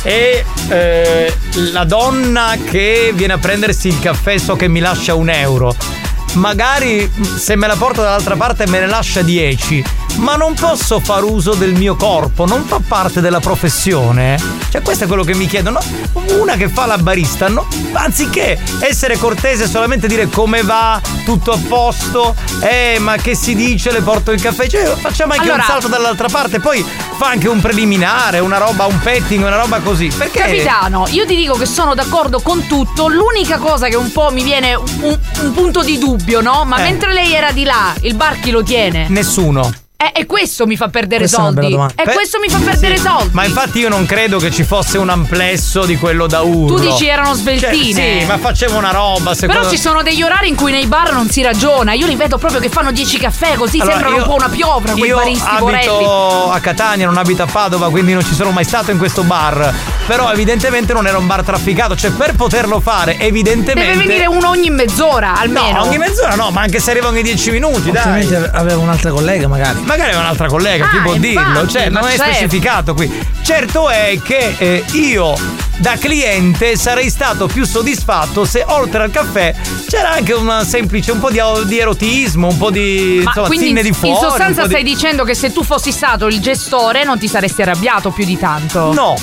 Speaker 3: e eh, la donna che viene a prendersi il caffè so che mi lascia un euro. Magari mh, se me la porto dall'altra parte me ne lascia 10, ma non posso far uso del mio corpo, non fa parte della professione. Cioè questo è quello che mi chiedono. Una che fa la barista, no? anziché essere cortese e solamente dire come va, tutto a posto, eh ma che si dice, le porto il caffè, cioè facciamo anche
Speaker 12: Allora-
Speaker 3: un salto dall'altra parte, poi fa anche un preliminare, una roba, un petting, una roba così. Perché?
Speaker 12: Capitano, io ti dico che sono d'accordo con tutto. L'unica cosa che un po' mi viene un, un punto di dubbio, no? Ma
Speaker 3: Eh.
Speaker 12: mentre lei era di là, il bar chi lo tiene?
Speaker 3: Nessuno.
Speaker 12: Eh, e questo mi fa perdere
Speaker 3: Questa è una
Speaker 12: soldi.
Speaker 3: bella domanda.
Speaker 12: E
Speaker 3: Beh,
Speaker 12: questo mi fa perdere soldi.
Speaker 3: Ma infatti io non credo che ci fosse un amplesso di quello da urlo.
Speaker 12: Tu dici erano
Speaker 3: Cioè,
Speaker 12: sveltine.
Speaker 3: sì, ma facevo una roba, secondo
Speaker 12: Però ci sono degli orari in cui nei bar non si ragiona. Io li vedo proprio che fanno 10 caffè, così
Speaker 3: Allora,
Speaker 12: sembrano
Speaker 3: io-
Speaker 12: un po' una piovra quei
Speaker 3: Io
Speaker 12: baristi borelli.
Speaker 3: abito a Catania, non abito a Padova, quindi non ci sono mai stato in questo bar. Però evidentemente non era un bar trafficato, cioè per poterlo fare, evidentemente
Speaker 12: Deve venire uno ogni mezz'ora almeno.
Speaker 3: No, ogni mezz'ora no, ma anche se arriva ogni 10 minuti, dai.
Speaker 21: Altrimenti avevo un'altra collega magari.
Speaker 3: Magari è un'altra collega, chi
Speaker 21: Ah,
Speaker 3: può
Speaker 21: infatti,
Speaker 3: dirlo? Cioè,
Speaker 21: ma
Speaker 3: non è
Speaker 21: certo.
Speaker 3: specificato qui. Certo è che eh, io da cliente sarei stato più soddisfatto se oltre al caffè c'era anche una semplice un po' di, di erotismo, un po' di
Speaker 12: Ma
Speaker 3: insomma,
Speaker 12: quindi in,
Speaker 3: zinne di
Speaker 12: in
Speaker 3: fuori.
Speaker 12: sostanza
Speaker 3: un po' di-
Speaker 12: stai dicendo che se tu fossi stato il gestore non ti saresti arrabbiato più di tanto?
Speaker 3: No.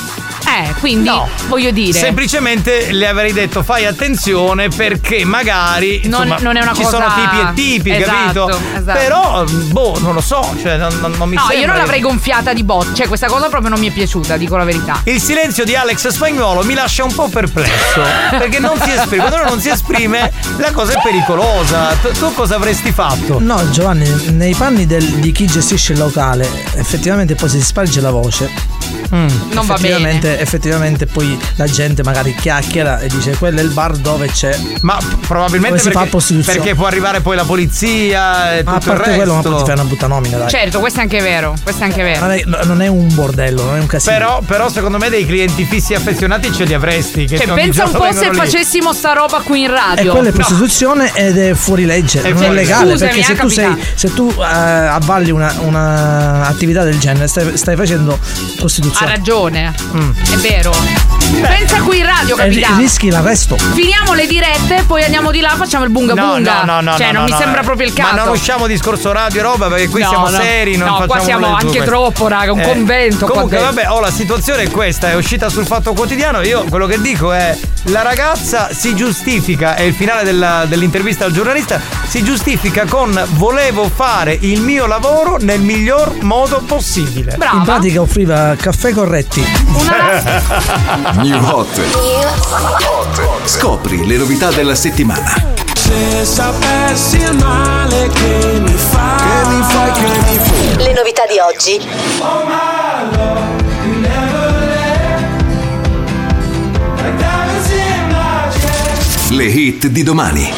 Speaker 12: Eh, quindi voglio dire.
Speaker 3: Semplicemente le avrei detto fai attenzione perché magari
Speaker 12: Non-
Speaker 3: insomma,
Speaker 12: non è una
Speaker 3: ci
Speaker 12: cosa-
Speaker 3: sono tipi e tipi,
Speaker 12: Esatto,
Speaker 3: capito?
Speaker 12: esatto.
Speaker 3: Però boh, non lo so, cioè non, non- non mi
Speaker 12: no,
Speaker 3: sembra.
Speaker 12: io non
Speaker 3: che-
Speaker 12: l'avrei gonfiata di botte. Cioè, questa cosa proprio non mi è piaciuta, dico la verità.
Speaker 3: Il silenzio di Alex Spagnuolo mi lascia un po' perplesso. perché non si esprime. Quando uno non si esprime, la cosa è pericolosa. Tu, tu cosa avresti fatto?
Speaker 21: No, Giovanni, nei panni del- di chi gestisce il locale, effettivamente poi si sparge la voce.
Speaker 3: Mm.
Speaker 12: Non va
Speaker 21: effettivamente, effettivamente poi la gente magari chiacchiera e dice quello è il bar dove c'è.
Speaker 3: Ma
Speaker 21: dove
Speaker 3: Probabilmente
Speaker 21: si fa
Speaker 3: perché,
Speaker 21: prostituzione.
Speaker 3: perché può arrivare poi la polizia e
Speaker 21: Ma a
Speaker 3: tutto il
Speaker 21: parte
Speaker 3: resto.
Speaker 21: quello, ma poi ti fai una brutta nomina, dai.
Speaker 12: Certo, questo è anche vero. Questo è
Speaker 3: Eh,
Speaker 12: anche vero.
Speaker 21: Non è, non è un bordello, non è un casino.
Speaker 3: Però, però secondo me dei clienti fissi e affezionati ce li avresti. Che
Speaker 12: Cioè,
Speaker 3: ogni
Speaker 12: pensa un
Speaker 3: giorno
Speaker 12: po' se
Speaker 3: vengono lì.
Speaker 12: facessimo sta roba qui in
Speaker 21: E
Speaker 12: radio.
Speaker 21: Eh, quella è
Speaker 12: No.
Speaker 21: prostituzione ed è fuori legge,
Speaker 12: È
Speaker 21: non
Speaker 12: fuori
Speaker 21: è
Speaker 12: legge.
Speaker 21: legale.
Speaker 12: Scusami,
Speaker 21: perché se
Speaker 12: eh,
Speaker 21: tu, sei,
Speaker 12: capitano.
Speaker 21: se tu eh, avvalli una, una attività del genere, stai, stai facendo
Speaker 12: Ha
Speaker 21: prostituzione. Mm.
Speaker 12: ragione. È vero. Pensa qui in radio,
Speaker 3: Eh,
Speaker 21: E ri-
Speaker 12: capitano.
Speaker 21: Eh, rischi l'arresto.
Speaker 12: Finiamo le dirette, poi andiamo di là, facciamo il bunga
Speaker 3: No,
Speaker 12: bunga.
Speaker 3: no, no, no,
Speaker 12: cioè,
Speaker 3: no,
Speaker 12: non mi
Speaker 3: no,
Speaker 12: sembra
Speaker 3: no.
Speaker 12: proprio il
Speaker 3: Ma
Speaker 12: caso.
Speaker 3: non usciamo discorso radio e roba perché qui
Speaker 12: No,
Speaker 3: siamo
Speaker 12: no.
Speaker 3: seri, non
Speaker 12: No, qua
Speaker 3: facciamo
Speaker 12: siamo
Speaker 3: le-
Speaker 12: anche
Speaker 3: queste. Eh,
Speaker 12: troppo, raga, un convento qua
Speaker 3: Comunque,
Speaker 12: dentro.
Speaker 3: vabbè, oh, la situazione è questa, è uscita sul fatto quotidiano. Io quello che dico è la ragazza si giustifica, è il finale della- dell'intervista al giornalista, si giustifica con volevo fare il mio lavoro nel miglior modo possibile.
Speaker 21: In pratica offriva caffè corretti.
Speaker 1: New Hot. Scopri le novità della settimana.
Speaker 6: Se sapessi il male che mi fa, che mi fai, che mi fai.
Speaker 41: Le novità di oggi.
Speaker 6: Oh,
Speaker 1: Le hit di domani.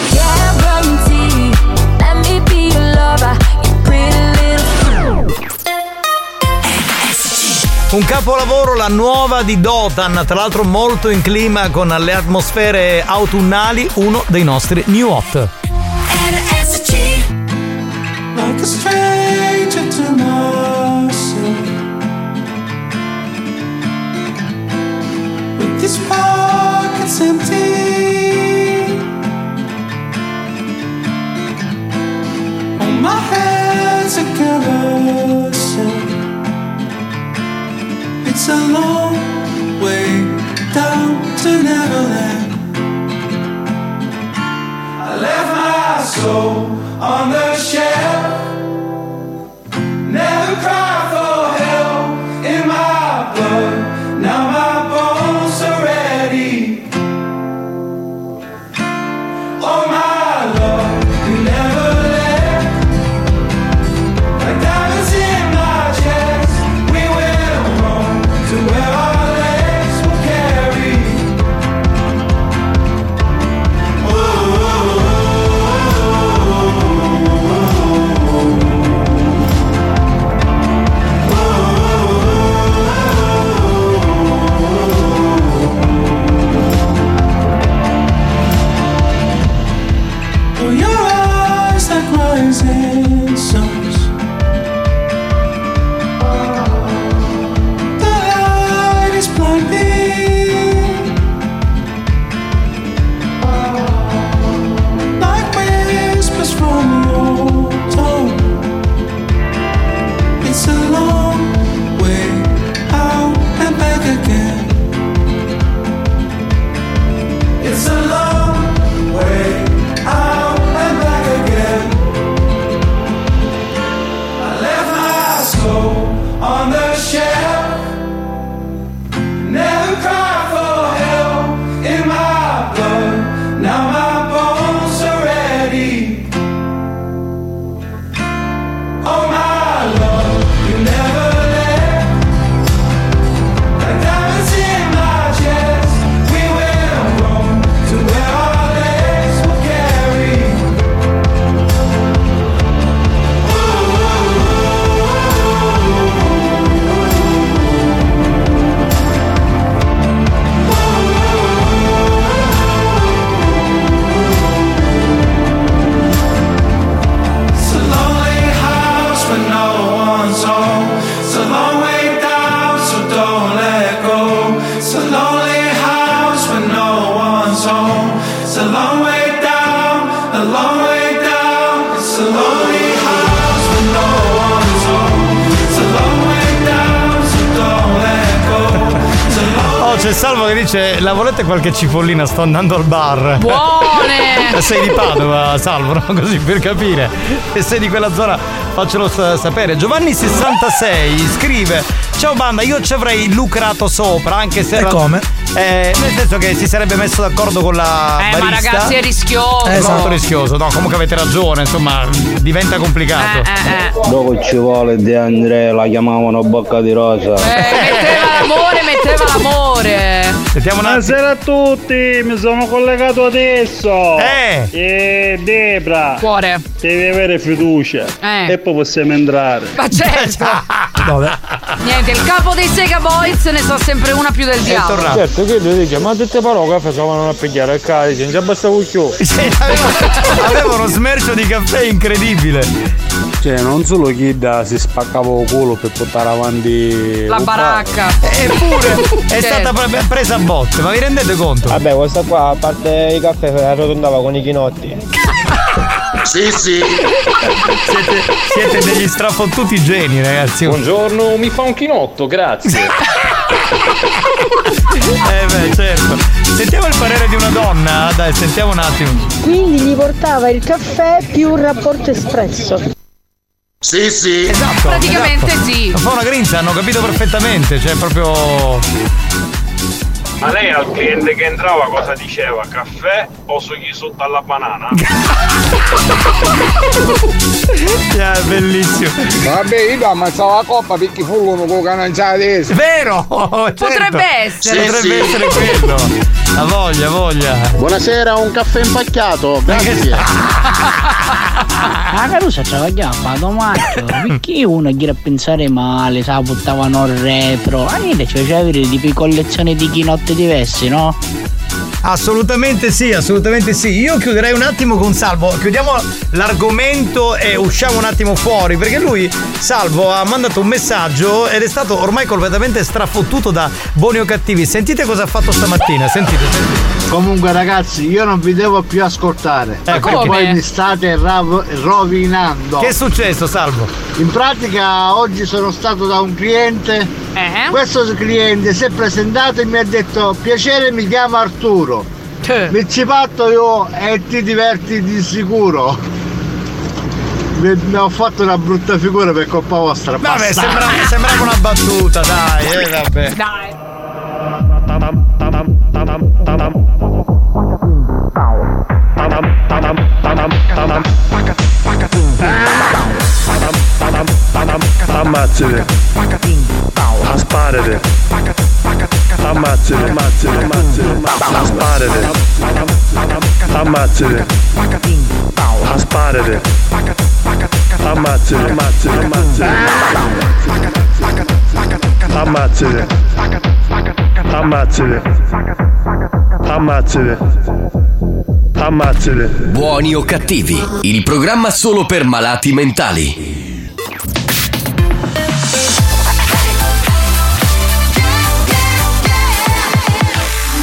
Speaker 3: Un capolavoro, la nuova di Dotan, tra l'altro molto in clima con le atmosfere autunnali, uno dei nostri new hot.
Speaker 6: Like a stranger to myself. With these pockets empty. Oh, my head's a carousel. It's a long way down to Neverland. I left my soul on the shelf. Never cried for help in my blood. Now my bones are ready. Oh my love, you never left. Like diamonds in my chest, we will roam to where our legs will carry. Ooh. Oh,
Speaker 42: It's a long way down, a long way down. It's a lonely house when no one is home. It's a long way down, so don't let go. It's a long
Speaker 3: Oh, c'è Salvo che dice: La volete qualche cipollina? Sto andando al bar.
Speaker 42: Buone!
Speaker 3: Sei di Padova, Salvo, no? così per capire. Se sei di quella zona, faccelo sa- sapere. Giovanni66 scrive: Ciao banda, io ci avrei lucrato sopra, anche se.
Speaker 21: E
Speaker 3: era-
Speaker 21: come?
Speaker 3: Eh, nel senso che si sarebbe messo d'accordo con la.
Speaker 4: Eh, ma
Speaker 3: barista.
Speaker 4: ragazzi, è rischioso.
Speaker 21: Esatto.
Speaker 3: Molto rischioso, no, comunque avete ragione, insomma, diventa complicato.
Speaker 4: Eh,
Speaker 43: Dopo ci vuole De Andrea, la chiamavano bocca di rosa.
Speaker 5: Eh.
Speaker 4: Metteva l'amore, metteva l'amore.
Speaker 3: Sentiamo
Speaker 6: Buonasera a tutti, mi sono collegato adesso.
Speaker 4: Eh.
Speaker 6: E Debra.
Speaker 4: Cuore.
Speaker 6: Devi avere fiducia.
Speaker 4: Eh.
Speaker 6: E poi possiamo entrare.
Speaker 4: Ma
Speaker 3: Eh,
Speaker 4: certo.
Speaker 6: Dove?
Speaker 4: Niente, il capo dei Sega Boys ne sa sempre una più del diavolo.
Speaker 6: Certo, che lui dice, ma tutte parole che facevano a pigliare il calice, non ci bastava più.
Speaker 3: Aveva uno smercio di caffè incredibile.
Speaker 6: Cioè, non solo Kidda si spaccava il culo per portare avanti
Speaker 4: La
Speaker 6: un
Speaker 4: baracca.
Speaker 3: Eh, Eppure è
Speaker 6: Certo.
Speaker 3: stata pre- presa a botte, ma vi rendete conto? Vabbè, questa qua, a parte i caffè, arrotondava con i chinotti.
Speaker 44: Sì, sì.
Speaker 3: Siete, siete degli strafottuti geni, ragazzi.
Speaker 44: Buongiorno, mi fa un chinotto, grazie.
Speaker 3: Eh beh, certo. Sentiamo il parere di una donna, Ah, dai, sentiamo un attimo.
Speaker 11: Quindi gli portava il caffè più un rapporto espresso.
Speaker 3: Sì, sì. Esatto.
Speaker 4: Praticamente
Speaker 3: esatto.
Speaker 4: sì.
Speaker 3: Fa una grinza, hanno capito perfettamente, cioè proprio
Speaker 45: Ma lei al cliente che entrava cosa diceva? Caffè o sughi sotto alla banana?
Speaker 3: Yeah, Eh, bellissimo.
Speaker 5: Vabbè, io ammazzavo la coppa perché fuggono con cananciata adesso.
Speaker 3: Vero! Certo.
Speaker 5: Potrebbe essere.
Speaker 3: Potrebbe essere quello. La voglia, voglia.
Speaker 9: Buonasera, un caffè impacchiato, grazie.
Speaker 12: Ah, La carusa c'era chiappa domani. Perché uno gira a pensare male, sa, buttavano il retro. Ma niente, ci faceva avere tipo collezione di chinotte diversi, no?
Speaker 3: Assolutamente sì, assolutamente sì. Io chiuderei un attimo con Salvo. Chiudiamo l'argomento e usciamo un attimo fuori perché lui, Salvo, ha mandato un messaggio ed è stato ormai completamente strafottuto da buoni o cattivi. Sentite cosa ha fatto stamattina. Sentite, sentite.
Speaker 5: Comunque ragazzi, io non vi devo più ascoltare.
Speaker 3: Ma
Speaker 5: perché
Speaker 3: come?
Speaker 5: Poi mi state rav- rovinando.
Speaker 3: Che è successo, Salvo?
Speaker 5: In pratica oggi sono stato da un cliente.
Speaker 4: Eh?
Speaker 5: Questo cliente si è presentato e mi ha detto piacere mi chiamo Arturo. Mi ci patto io e ti diverti di sicuro. Mi, mi ho fatto una brutta figura per colpa vostra.
Speaker 3: Vabbè,
Speaker 5: bastardi.
Speaker 3: sembrava, sembrava una battuta, dai, eh, vabbè.
Speaker 4: Dai.
Speaker 6: Ammazzate. Asparate. Ammazzate, ammazzate, ammazzate. Asparate. Ammazzate. Asparate. Ammazzate, ammazzate, ammazzate. Ammazzate. Ammazzate. Ammazzate. Ammazzate.
Speaker 1: Buoni o cattivi, il programma solo per malati mentali.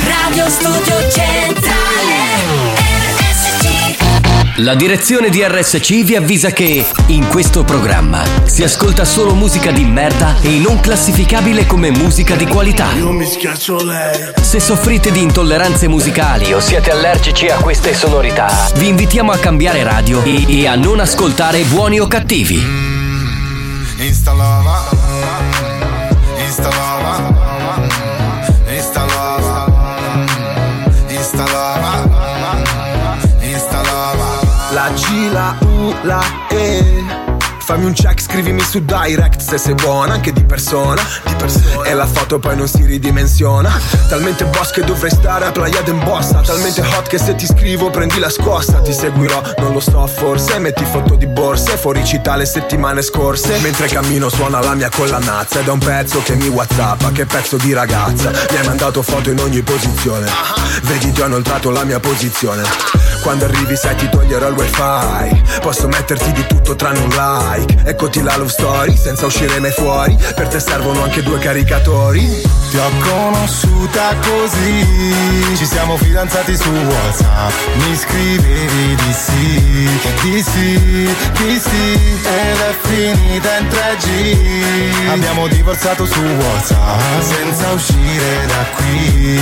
Speaker 46: Radio Studio Centrale RSC
Speaker 1: La direzione di RSC vi avvisa che in questo programma si ascolta solo musica di merda e non classificabile come musica di qualità. Se soffrite di intolleranze musicali o siete allergici a queste sonorità, vi invitiamo a cambiare radio e, e a non ascoltare buoni o cattivi.
Speaker 27: Instalava, instalava, instalava, instalava, instalava.
Speaker 26: La G, la U, la E. Fammi un check, scrivimi su direct se sei buona, anche di persona. Di persona. E la foto poi non si ridimensiona. Talmente boss che dovrei stare a Playa d'Embossa. Talmente hot che se ti scrivo prendi la scossa. Ti seguirò, non lo so, forse. Metti foto di borse, fuori città le settimane scorse. Mentre cammino suona la mia collanazza. Ed è un pezzo che mi whatsappa, che pezzo di ragazza. Mi hai mandato foto in ogni posizione. Vedi, ti ho inoltrato la mia posizione. Quando arrivi sai ti toglierò il wifi Posso metterti di tutto tranne un like Eccoti la love story senza uscire mai fuori Per te servono anche due caricatori
Speaker 27: Ti ho conosciuta così Ci siamo fidanzati su WhatsApp Mi scrivevi di sì Di sì, di sì Ed è finita in 3G Abbiamo divorziato su WhatsApp Senza uscire da qui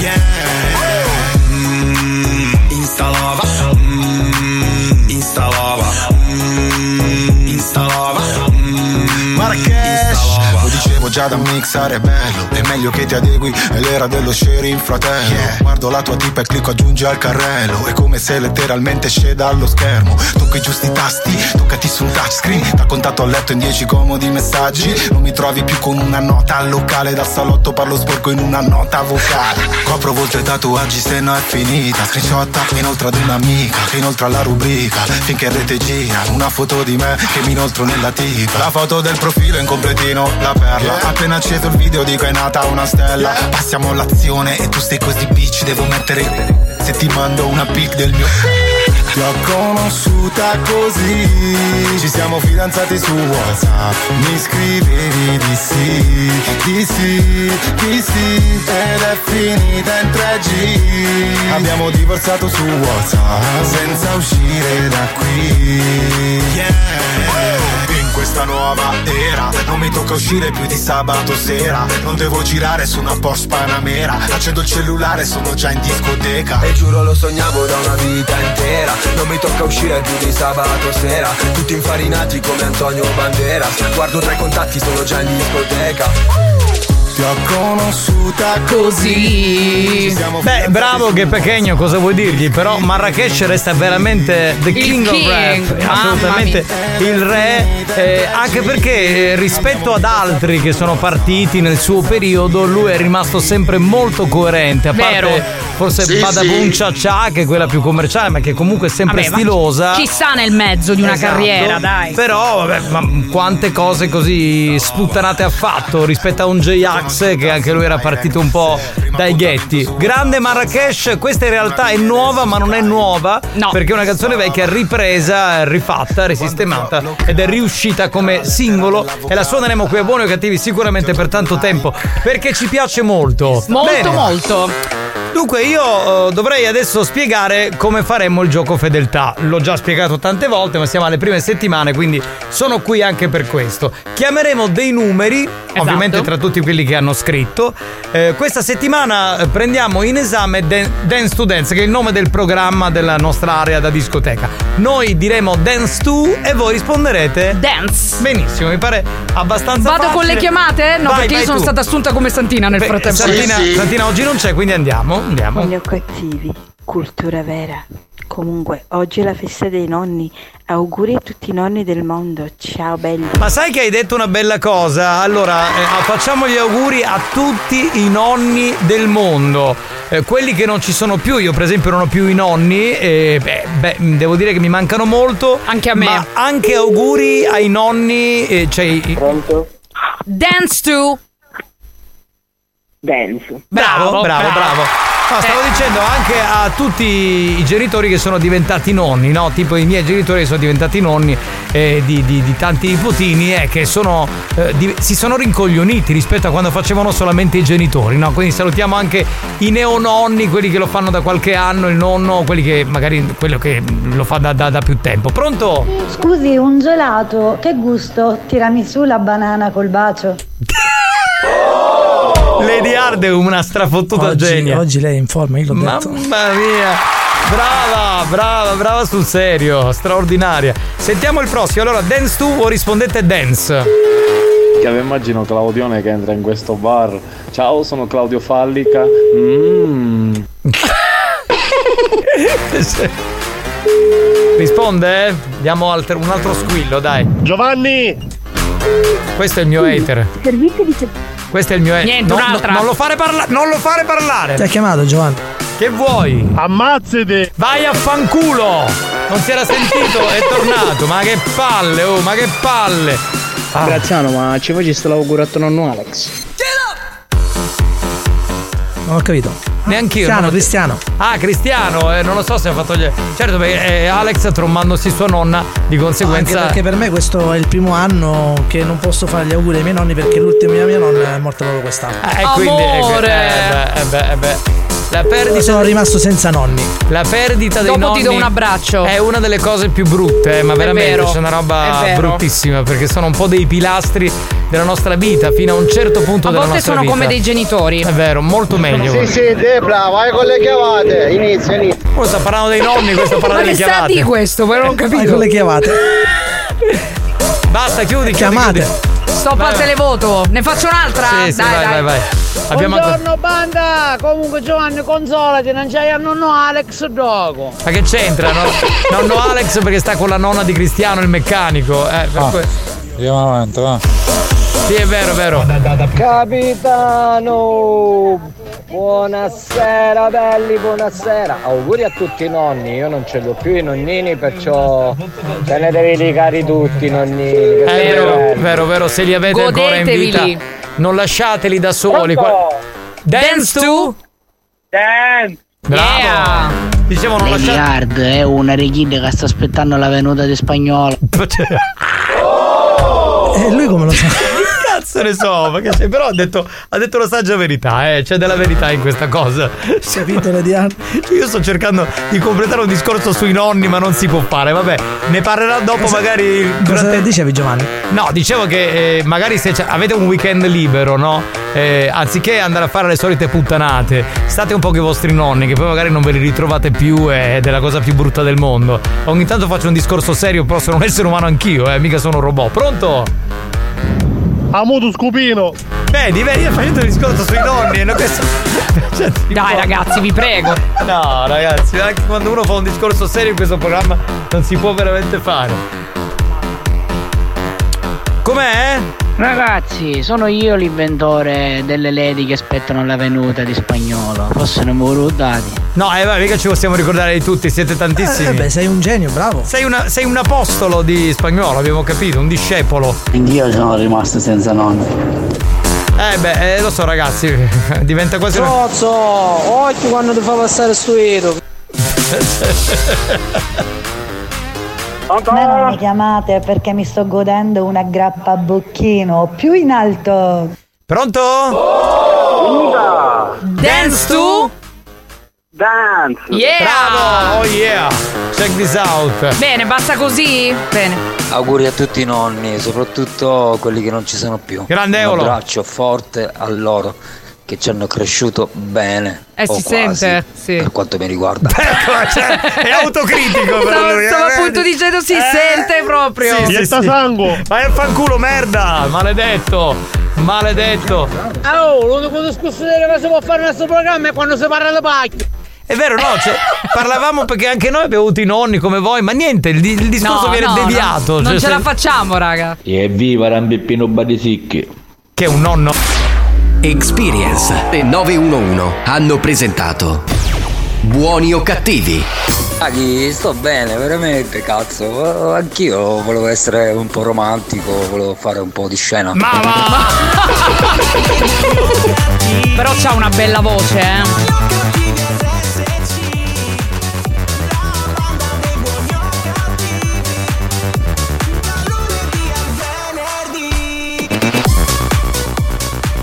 Speaker 27: Yeah Mm, Instalava mm, Instalava mm, Instalava Mm, Marrakesh Lo dicevo già da mixare è bello È meglio che ti adegui È l'era dello sharing fratello Guardo la tua tipa e clicco aggiungi al carrello È come se letteralmente sceda allo schermo Tocca i giusti tasti Toccati sul touchscreen Da contatto a letto in 10 comodi messaggi Non mi trovi più con una nota al locale Dal salotto parlo sporco in una nota vocale Copro volte e tatuaggi se no è finita Screenshotta inoltre ad un'amica Inoltre alla rubrica Finché in rete gira Una foto di me che mi inoltro nella tipa La foto del profilo in completino La perla Appena acceso il video dico è nata una stella Passiamo all'azione e tu stai così bitch Devo mettere Se ti mando una pic del mio ti ho conosciuta così Ci siamo fidanzati su Whatsapp Mi scrivevi di sì Di sì, di sì Ed è finita in 3G Abbiamo divorziato su Whatsapp Senza uscire da qui Yeah in questa nuova era Non mi tocca uscire più di sabato sera Non devo girare su una Porsche Panamera Accendo il cellulare, sono già in discoteca
Speaker 40: E giuro lo sognavo da una vita intera Non mi tocca uscire più di sabato sera Tutti infarinati come Antonio Banderas Guardo tra i contatti, sono già in discoteca
Speaker 26: Ti ho conosciuta così
Speaker 3: Beh, bravo che pechegno, cosa vuoi dirgli? Però Marrakesh resta veramente the king, of king, rap, mamma assolutamente il re, eh, anche perché eh, rispetto ad altri che sono partiti nel suo periodo, lui è rimasto sempre molto coerente, a parte forse
Speaker 12: Sì,
Speaker 3: Badabun
Speaker 12: sì.
Speaker 3: Cha Cha che è quella più commerciale, ma che comunque è sempre
Speaker 12: Vabbè, ma
Speaker 3: stilosa.
Speaker 12: Ci sta nel mezzo di una
Speaker 3: Esatto.
Speaker 12: carriera, dai.
Speaker 3: Però, vabbè, ma quante cose così sputtanate ha fatto rispetto a un J-Ax che anche lui era partito un po' dai ghetti. Grande Marrakesh, questa in realtà è nuova, ma non è nuova. Perché è una canzone vecchia ripresa, rifatta, risistemata ed è riuscita come singolo. E la suoneremo qui a buoni o cattivi sicuramente per tanto tempo. Perché ci piace molto.
Speaker 12: Molto, molto.
Speaker 3: Dunque io eh, dovrei adesso spiegare come faremmo il gioco fedeltà. L'ho già spiegato tante volte, ma siamo alle prime settimane, quindi sono qui anche per questo. Chiameremo dei numeri,
Speaker 12: Esatto.
Speaker 3: ovviamente tra tutti quelli che hanno scritto. Eh, questa settimana eh, prendiamo in esame Dan- Dance to Dance, che è il nome del programma della nostra area da discoteca. Noi diremo Dance to e voi risponderete Dance. Benissimo, mi pare abbastanza
Speaker 12: Vado con
Speaker 3: facile.
Speaker 12: le chiamate? No,
Speaker 3: Vai,
Speaker 12: perché
Speaker 3: vai
Speaker 12: io sono
Speaker 3: tu.
Speaker 12: stata assunta come Santina nel
Speaker 3: Beh,
Speaker 12: frattempo.
Speaker 3: Santina, Santina oggi non c'è, quindi andiamo. andiamo.
Speaker 5: Buoni o cattivi, cultura vera. Comunque, oggi è la festa dei nonni. Auguri a tutti i nonni del mondo. Ciao belli.
Speaker 3: Ma sai che hai detto una bella cosa? Allora, eh, facciamo gli auguri a tutti i nonni del mondo. Eh, quelli che non ci sono più, io per esempio non ho più i nonni, eh, beh, beh, mh, devo dire che mi mancano molto. Anche a me. Ma anche auguri ai nonni, eh, cioè... i-
Speaker 12: Dance to.
Speaker 4: Dance.
Speaker 3: Bravo, bravo, bravo. Eh. No, stavo dicendo anche a tutti i genitori che sono diventati nonni, no? Tipo i miei genitori che sono diventati nonni eh, di, di- di tanti nipotini eh, che sono, eh, di- si sono rincoglioniti rispetto a quando facevano solamente i genitori, no? Quindi salutiamo anche i neononni, quelli che lo fanno da qualche anno, il nonno, quelli che magari quello che lo fa da, da- da più tempo. Pronto?
Speaker 28: Scusi, un gelato, che gusto? Tiramisù la banana col bacio.
Speaker 3: Lady Hard è una strafottuta
Speaker 21: Oggi-
Speaker 3: genia.
Speaker 21: Oggi lei è in forma, io l'ho detto.
Speaker 3: Mamma mia! Brava, brava, brava sul serio, straordinaria. Sentiamo il prossimo. Allora, dance tu o rispondete dance?
Speaker 47: Che vi immagino Claudione che entra in questo bar. Ciao, sono Claudio Fallica. Mm.
Speaker 3: Risponde? Diamo alter- un altro squillo, dai. Giovanni! Questo è il mio hater.
Speaker 4: Servizio di
Speaker 3: Questo è il mio hater.
Speaker 4: Niente,
Speaker 3: No, no,
Speaker 4: un'altra.
Speaker 3: non lo fare parlare, non lo fare parlare.
Speaker 21: Ti ha chiamato Giovanni.
Speaker 3: Che vuoi? Ammazzati! Vai a fanculo! Non si era sentito, è tornato. Ma che palle, oh, ma che palle! Ah.
Speaker 21: Ah,
Speaker 6: Graziano, ma ci faceste l'augurio a tuo nonno Alex?
Speaker 21: Non ho capito.
Speaker 3: Neanch'io.
Speaker 21: Cristiano,
Speaker 3: non-
Speaker 21: Cristiano.
Speaker 3: Ah, Cristiano, eh, non lo so se ha fatto gli... Certo, perché eh, Alex trombandosi sua nonna, di
Speaker 21: Anche
Speaker 3: conseguenza...
Speaker 21: perché per me questo è il primo anno che non posso fare gli auguri ai miei nonni perché l'ultimo mia, mia nonna è morta proprio quest'anno.
Speaker 3: Eh, quindi, eh, que- eh, beh, eh, beh, eh, beh. La perdita...
Speaker 21: Sono rimasto senza nonni.
Speaker 3: La perdita dei
Speaker 21: Dopo ti
Speaker 3: nonni
Speaker 21: do un
Speaker 3: abbraccio. È una delle cose più brutte, eh, ma
Speaker 21: È
Speaker 3: veramente
Speaker 21: vero,
Speaker 3: c'è una
Speaker 21: è
Speaker 3: roba
Speaker 21: vero.
Speaker 3: bruttissima perché sono un po' dei pilastri della nostra vita fino a un certo punto
Speaker 12: A
Speaker 3: della
Speaker 12: volte
Speaker 3: nostra
Speaker 12: sono
Speaker 3: vita.
Speaker 12: come dei genitori.
Speaker 3: È vero, molto meglio.
Speaker 12: Sì, sì,
Speaker 16: Debra, vai con le chiamate. Inizia, inizia.
Speaker 3: Poi sta parlando dei nonni, questo parla
Speaker 12: Ma
Speaker 3: delle
Speaker 12: che sta a
Speaker 3: chiamate.
Speaker 12: di questo? Poi non
Speaker 21: Vai
Speaker 12: ho
Speaker 21: Eh, con
Speaker 12: capito.
Speaker 21: le chiamate.
Speaker 3: Basta, chiudi,
Speaker 21: Chiamate.
Speaker 12: Sto per televoto. Ne faccio un'altra?
Speaker 3: Sì, sì,
Speaker 12: dai,
Speaker 3: vai, vai,
Speaker 12: dai.
Speaker 3: vai. Abbiamo ancora...
Speaker 13: Buongiorno banda! Comunque Giovanni consolati, non c'hai a nonno Alex Dogo.
Speaker 3: Ma che c'entra? no? Nonno Alex perché sta con la nonna di Cristiano, il meccanico. Eh, per que-
Speaker 20: Ah, Andiamo avanti, va.
Speaker 3: Sì, è vero, è vero.
Speaker 13: Capitano! Buonasera belli, buonasera! Auguri a tutti i nonni, io non ce l'ho più i nonnini, perciò tenetevi di cari tutti i nonnini. che
Speaker 3: È
Speaker 13: siete
Speaker 3: vero,
Speaker 13: belli.
Speaker 3: vero, vero, se li avete ancora in vita.
Speaker 13: Godeteveli.
Speaker 3: Non lasciateli da soli.
Speaker 13: Pronto?
Speaker 3: Dance, to Dance. Bravo. Dicevo Diciamo, non lasciate.
Speaker 6: Miliard è una righida che sta aspettando la venuta di spagnolo.
Speaker 21: E Eh, lui come lo sa?
Speaker 3: Che cazzo ne so, ma che sei- però ha detto, ha detto la saggia verità, eh, c'è della verità in questa cosa. Cioè,
Speaker 21: Capitolo di anno.
Speaker 3: Io sto cercando di completare un discorso sui nonni, ma non si può fare. Vabbè, ne parlerà dopo magari durante
Speaker 21: Cosa dicevi Giovanni?
Speaker 3: No, dicevo che eh, magari se c'è- avete un weekend libero, no? Eh, anziché andare a fare le solite puttanate, state un po' con i vostri nonni, che poi magari non ve li ritrovate più eh, ed è la cosa più brutta del mondo. Ogni tanto faccio un discorso serio, però sono un essere umano anch'io, eh, mica sono un robot. Pronto?
Speaker 14: Amuto scupino!
Speaker 3: Vedi, vedi, Eh, io facendo un discorso sui nonni. e non questo- Cioè,
Speaker 12: Dai, ragazzi, vi prego.
Speaker 3: No, ragazzi, anche quando uno fa un discorso serio in questo programma non si può veramente fare. Com'è?
Speaker 6: Ragazzi, sono io l'inventore delle lady che aspettano la venuta di spagnolo. Forse non mi volevo dati.
Speaker 3: No, eh, vabbè, mica ci possiamo ricordare di tutti, siete tantissimi.
Speaker 21: Eh, beh, sei un genio, bravo.
Speaker 3: Sei, una- sei un apostolo di spagnolo, abbiamo capito, un discepolo.
Speaker 6: Anch'io sono rimasto senza nonno.
Speaker 3: Eh beh, eh, lo so ragazzi, diventa quasi una...
Speaker 20: Trozzo, occhio quando ti fa passare su Edo.
Speaker 28: A me non mi chiamate perché mi sto godendo una grappa a bocchino più in alto.
Speaker 3: Pronto?
Speaker 12: Dance to
Speaker 13: Dance!
Speaker 12: Yeah!
Speaker 3: Bravo! Oh yeah! Check this out!
Speaker 12: Bene, basta così? Bene.
Speaker 10: Auguri a tutti i nonni, soprattutto quelli che non ci sono più.
Speaker 3: Grande
Speaker 10: Un
Speaker 3: Eolo.
Speaker 10: abbraccio forte a loro che ci hanno cresciuto bene.
Speaker 12: Eh,
Speaker 10: o
Speaker 12: si
Speaker 10: quasi,
Speaker 12: sente, sì.
Speaker 10: Per quanto mi riguarda.
Speaker 3: Ecco, Cioè, è autocritico però
Speaker 12: Stavo,
Speaker 3: lui,
Speaker 12: stavo
Speaker 3: eh,
Speaker 12: appunto
Speaker 3: vedi?
Speaker 12: dicendo si sente proprio.
Speaker 3: sangue! Vai a fanculo, merda! Maledetto! Maledetto!
Speaker 13: Oh, l'unico discorso serio che si può fare nel nostro programma è quando si parla di pacchi.
Speaker 3: È vero, no? Cioè, parlavamo perché anche noi abbiamo avuto i nonni come voi, ma niente, il, il discorso
Speaker 12: No,
Speaker 3: viene
Speaker 12: no,
Speaker 3: deviato.
Speaker 12: Non, non
Speaker 3: cioè,
Speaker 12: ce
Speaker 3: se-
Speaker 12: la facciamo, raga.
Speaker 22: E viva Rambeppino Badisicchi.
Speaker 3: Che è un nonno.
Speaker 1: Experience e 911 hanno presentato Buoni o cattivi?
Speaker 10: Aghi, sto bene, veramente cazzo. Anch'io volevo essere un po' romantico, volevo fare un po' di scena.
Speaker 3: Ma
Speaker 12: Però c'ha una bella voce, eh.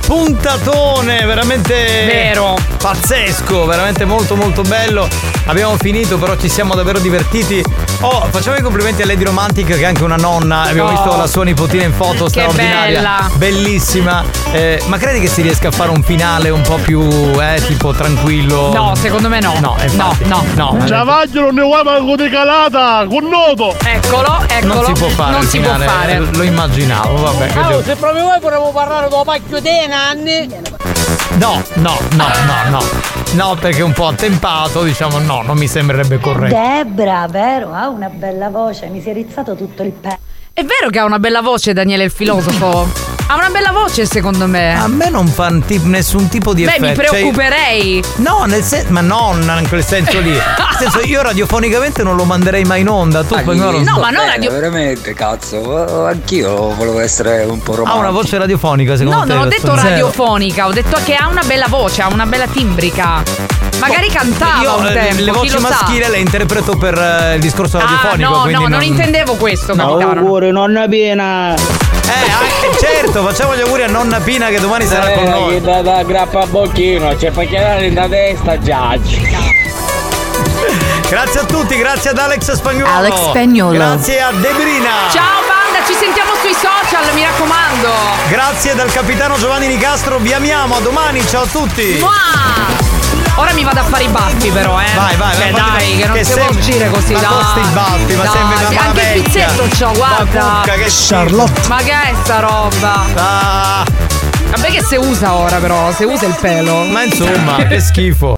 Speaker 3: puntatone veramente
Speaker 12: Vero.
Speaker 3: pazzesco veramente molto molto bello abbiamo finito però ci siamo davvero divertiti oh facciamo i complimenti a Lady Romantic che è anche una nonna abbiamo
Speaker 12: Oh.
Speaker 3: visto la sua nipotina in foto
Speaker 12: Che
Speaker 3: straordinaria
Speaker 12: bella.
Speaker 3: bellissima Eh, ma credi che si riesca a fare un finale un po' più eh tipo tranquillo
Speaker 12: No, secondo me no.
Speaker 3: no infatti,
Speaker 12: no no
Speaker 3: no
Speaker 13: Ciavaglio non ne vuoi manco di calata, con noto!
Speaker 12: Eccolo, eccolo.
Speaker 3: non si può fare
Speaker 12: Non
Speaker 3: il
Speaker 12: si può
Speaker 3: finale,
Speaker 12: fare. Ah,
Speaker 3: lo immaginavo vabbè che devo-
Speaker 13: se proprio voi vorremmo parlare dopo pacchio dei nanni.
Speaker 3: No, no, no, no, no. No, perché un po' attempato, diciamo, no, non mi sembrerebbe corretto.
Speaker 28: Debra, vero? Ha una bella voce, mi si è rizzato tutto il pezzo.
Speaker 12: È vero che ha una bella voce Daniele il filosofo? Ha Ha una bella voce, secondo me.
Speaker 3: A me non fa un tip- nessun tipo di
Speaker 12: Beh, mi
Speaker 3: effetto. cioè-
Speaker 12: preoccuperei.
Speaker 3: No, nel senso. Ma no, non in quel senso lì. Nel senso, io radiofonicamente non lo manderei mai in onda.
Speaker 12: Ah,
Speaker 3: Tu poi
Speaker 10: Io
Speaker 3: non
Speaker 10: sto bene, veramente cazzo, anch'io volevo essere un po'
Speaker 3: Ha
Speaker 10: romantico.
Speaker 3: una voce radiofonica, secondo
Speaker 12: No,
Speaker 3: te?
Speaker 12: non ho
Speaker 3: questo?
Speaker 12: detto radiofonica, ho detto che ha una bella voce, ha una bella timbrica. Magari cantava
Speaker 3: Io
Speaker 12: un
Speaker 3: eh,
Speaker 12: tempo,
Speaker 3: le
Speaker 12: chi
Speaker 3: voci
Speaker 12: lo sa.
Speaker 3: maschili le interpreto per eh, il discorso
Speaker 12: Ah,
Speaker 3: radiofonico.
Speaker 12: no, no,
Speaker 3: quindi
Speaker 12: non intendevo questo, capitano.
Speaker 22: Auguri, nonna piena!
Speaker 3: Eh, certo, facciamo gli auguri a nonna Pina che domani sarà con noi.
Speaker 13: Chi Eh, da, da grappa a bocchino, c'è per chiarare da testa, giaci.
Speaker 3: Grazie a tutti, grazie ad Alex Spagnolo.
Speaker 13: Alex Spagnuolo.
Speaker 3: Grazie a Debrina.
Speaker 12: Ciao banda, ci sentiamo sui social, mi raccomando.
Speaker 3: Grazie dal capitano Giovanni Nicastro, vi amiamo, a domani, ciao a tutti.
Speaker 12: Mua! Ora mi vado a fare i baffi però, eh.
Speaker 3: Vai, vai, vai,
Speaker 12: Cioè, dai,
Speaker 3: fatti-
Speaker 12: che non
Speaker 3: che
Speaker 12: si può
Speaker 3: sembri-
Speaker 12: uscire così,
Speaker 3: ma
Speaker 12: dai.
Speaker 3: costa i baffi, ma
Speaker 12: Dai,
Speaker 3: sembri una
Speaker 12: Anche
Speaker 3: vecchia.
Speaker 12: il pizzetto c'ho, guarda.
Speaker 3: Babucca, che
Speaker 21: Charlotte.
Speaker 12: Ma che è sta roba?
Speaker 3: Ah.
Speaker 12: Vabbè che se usa ora però, se usa il pelo.
Speaker 3: Ma insomma, che schifo.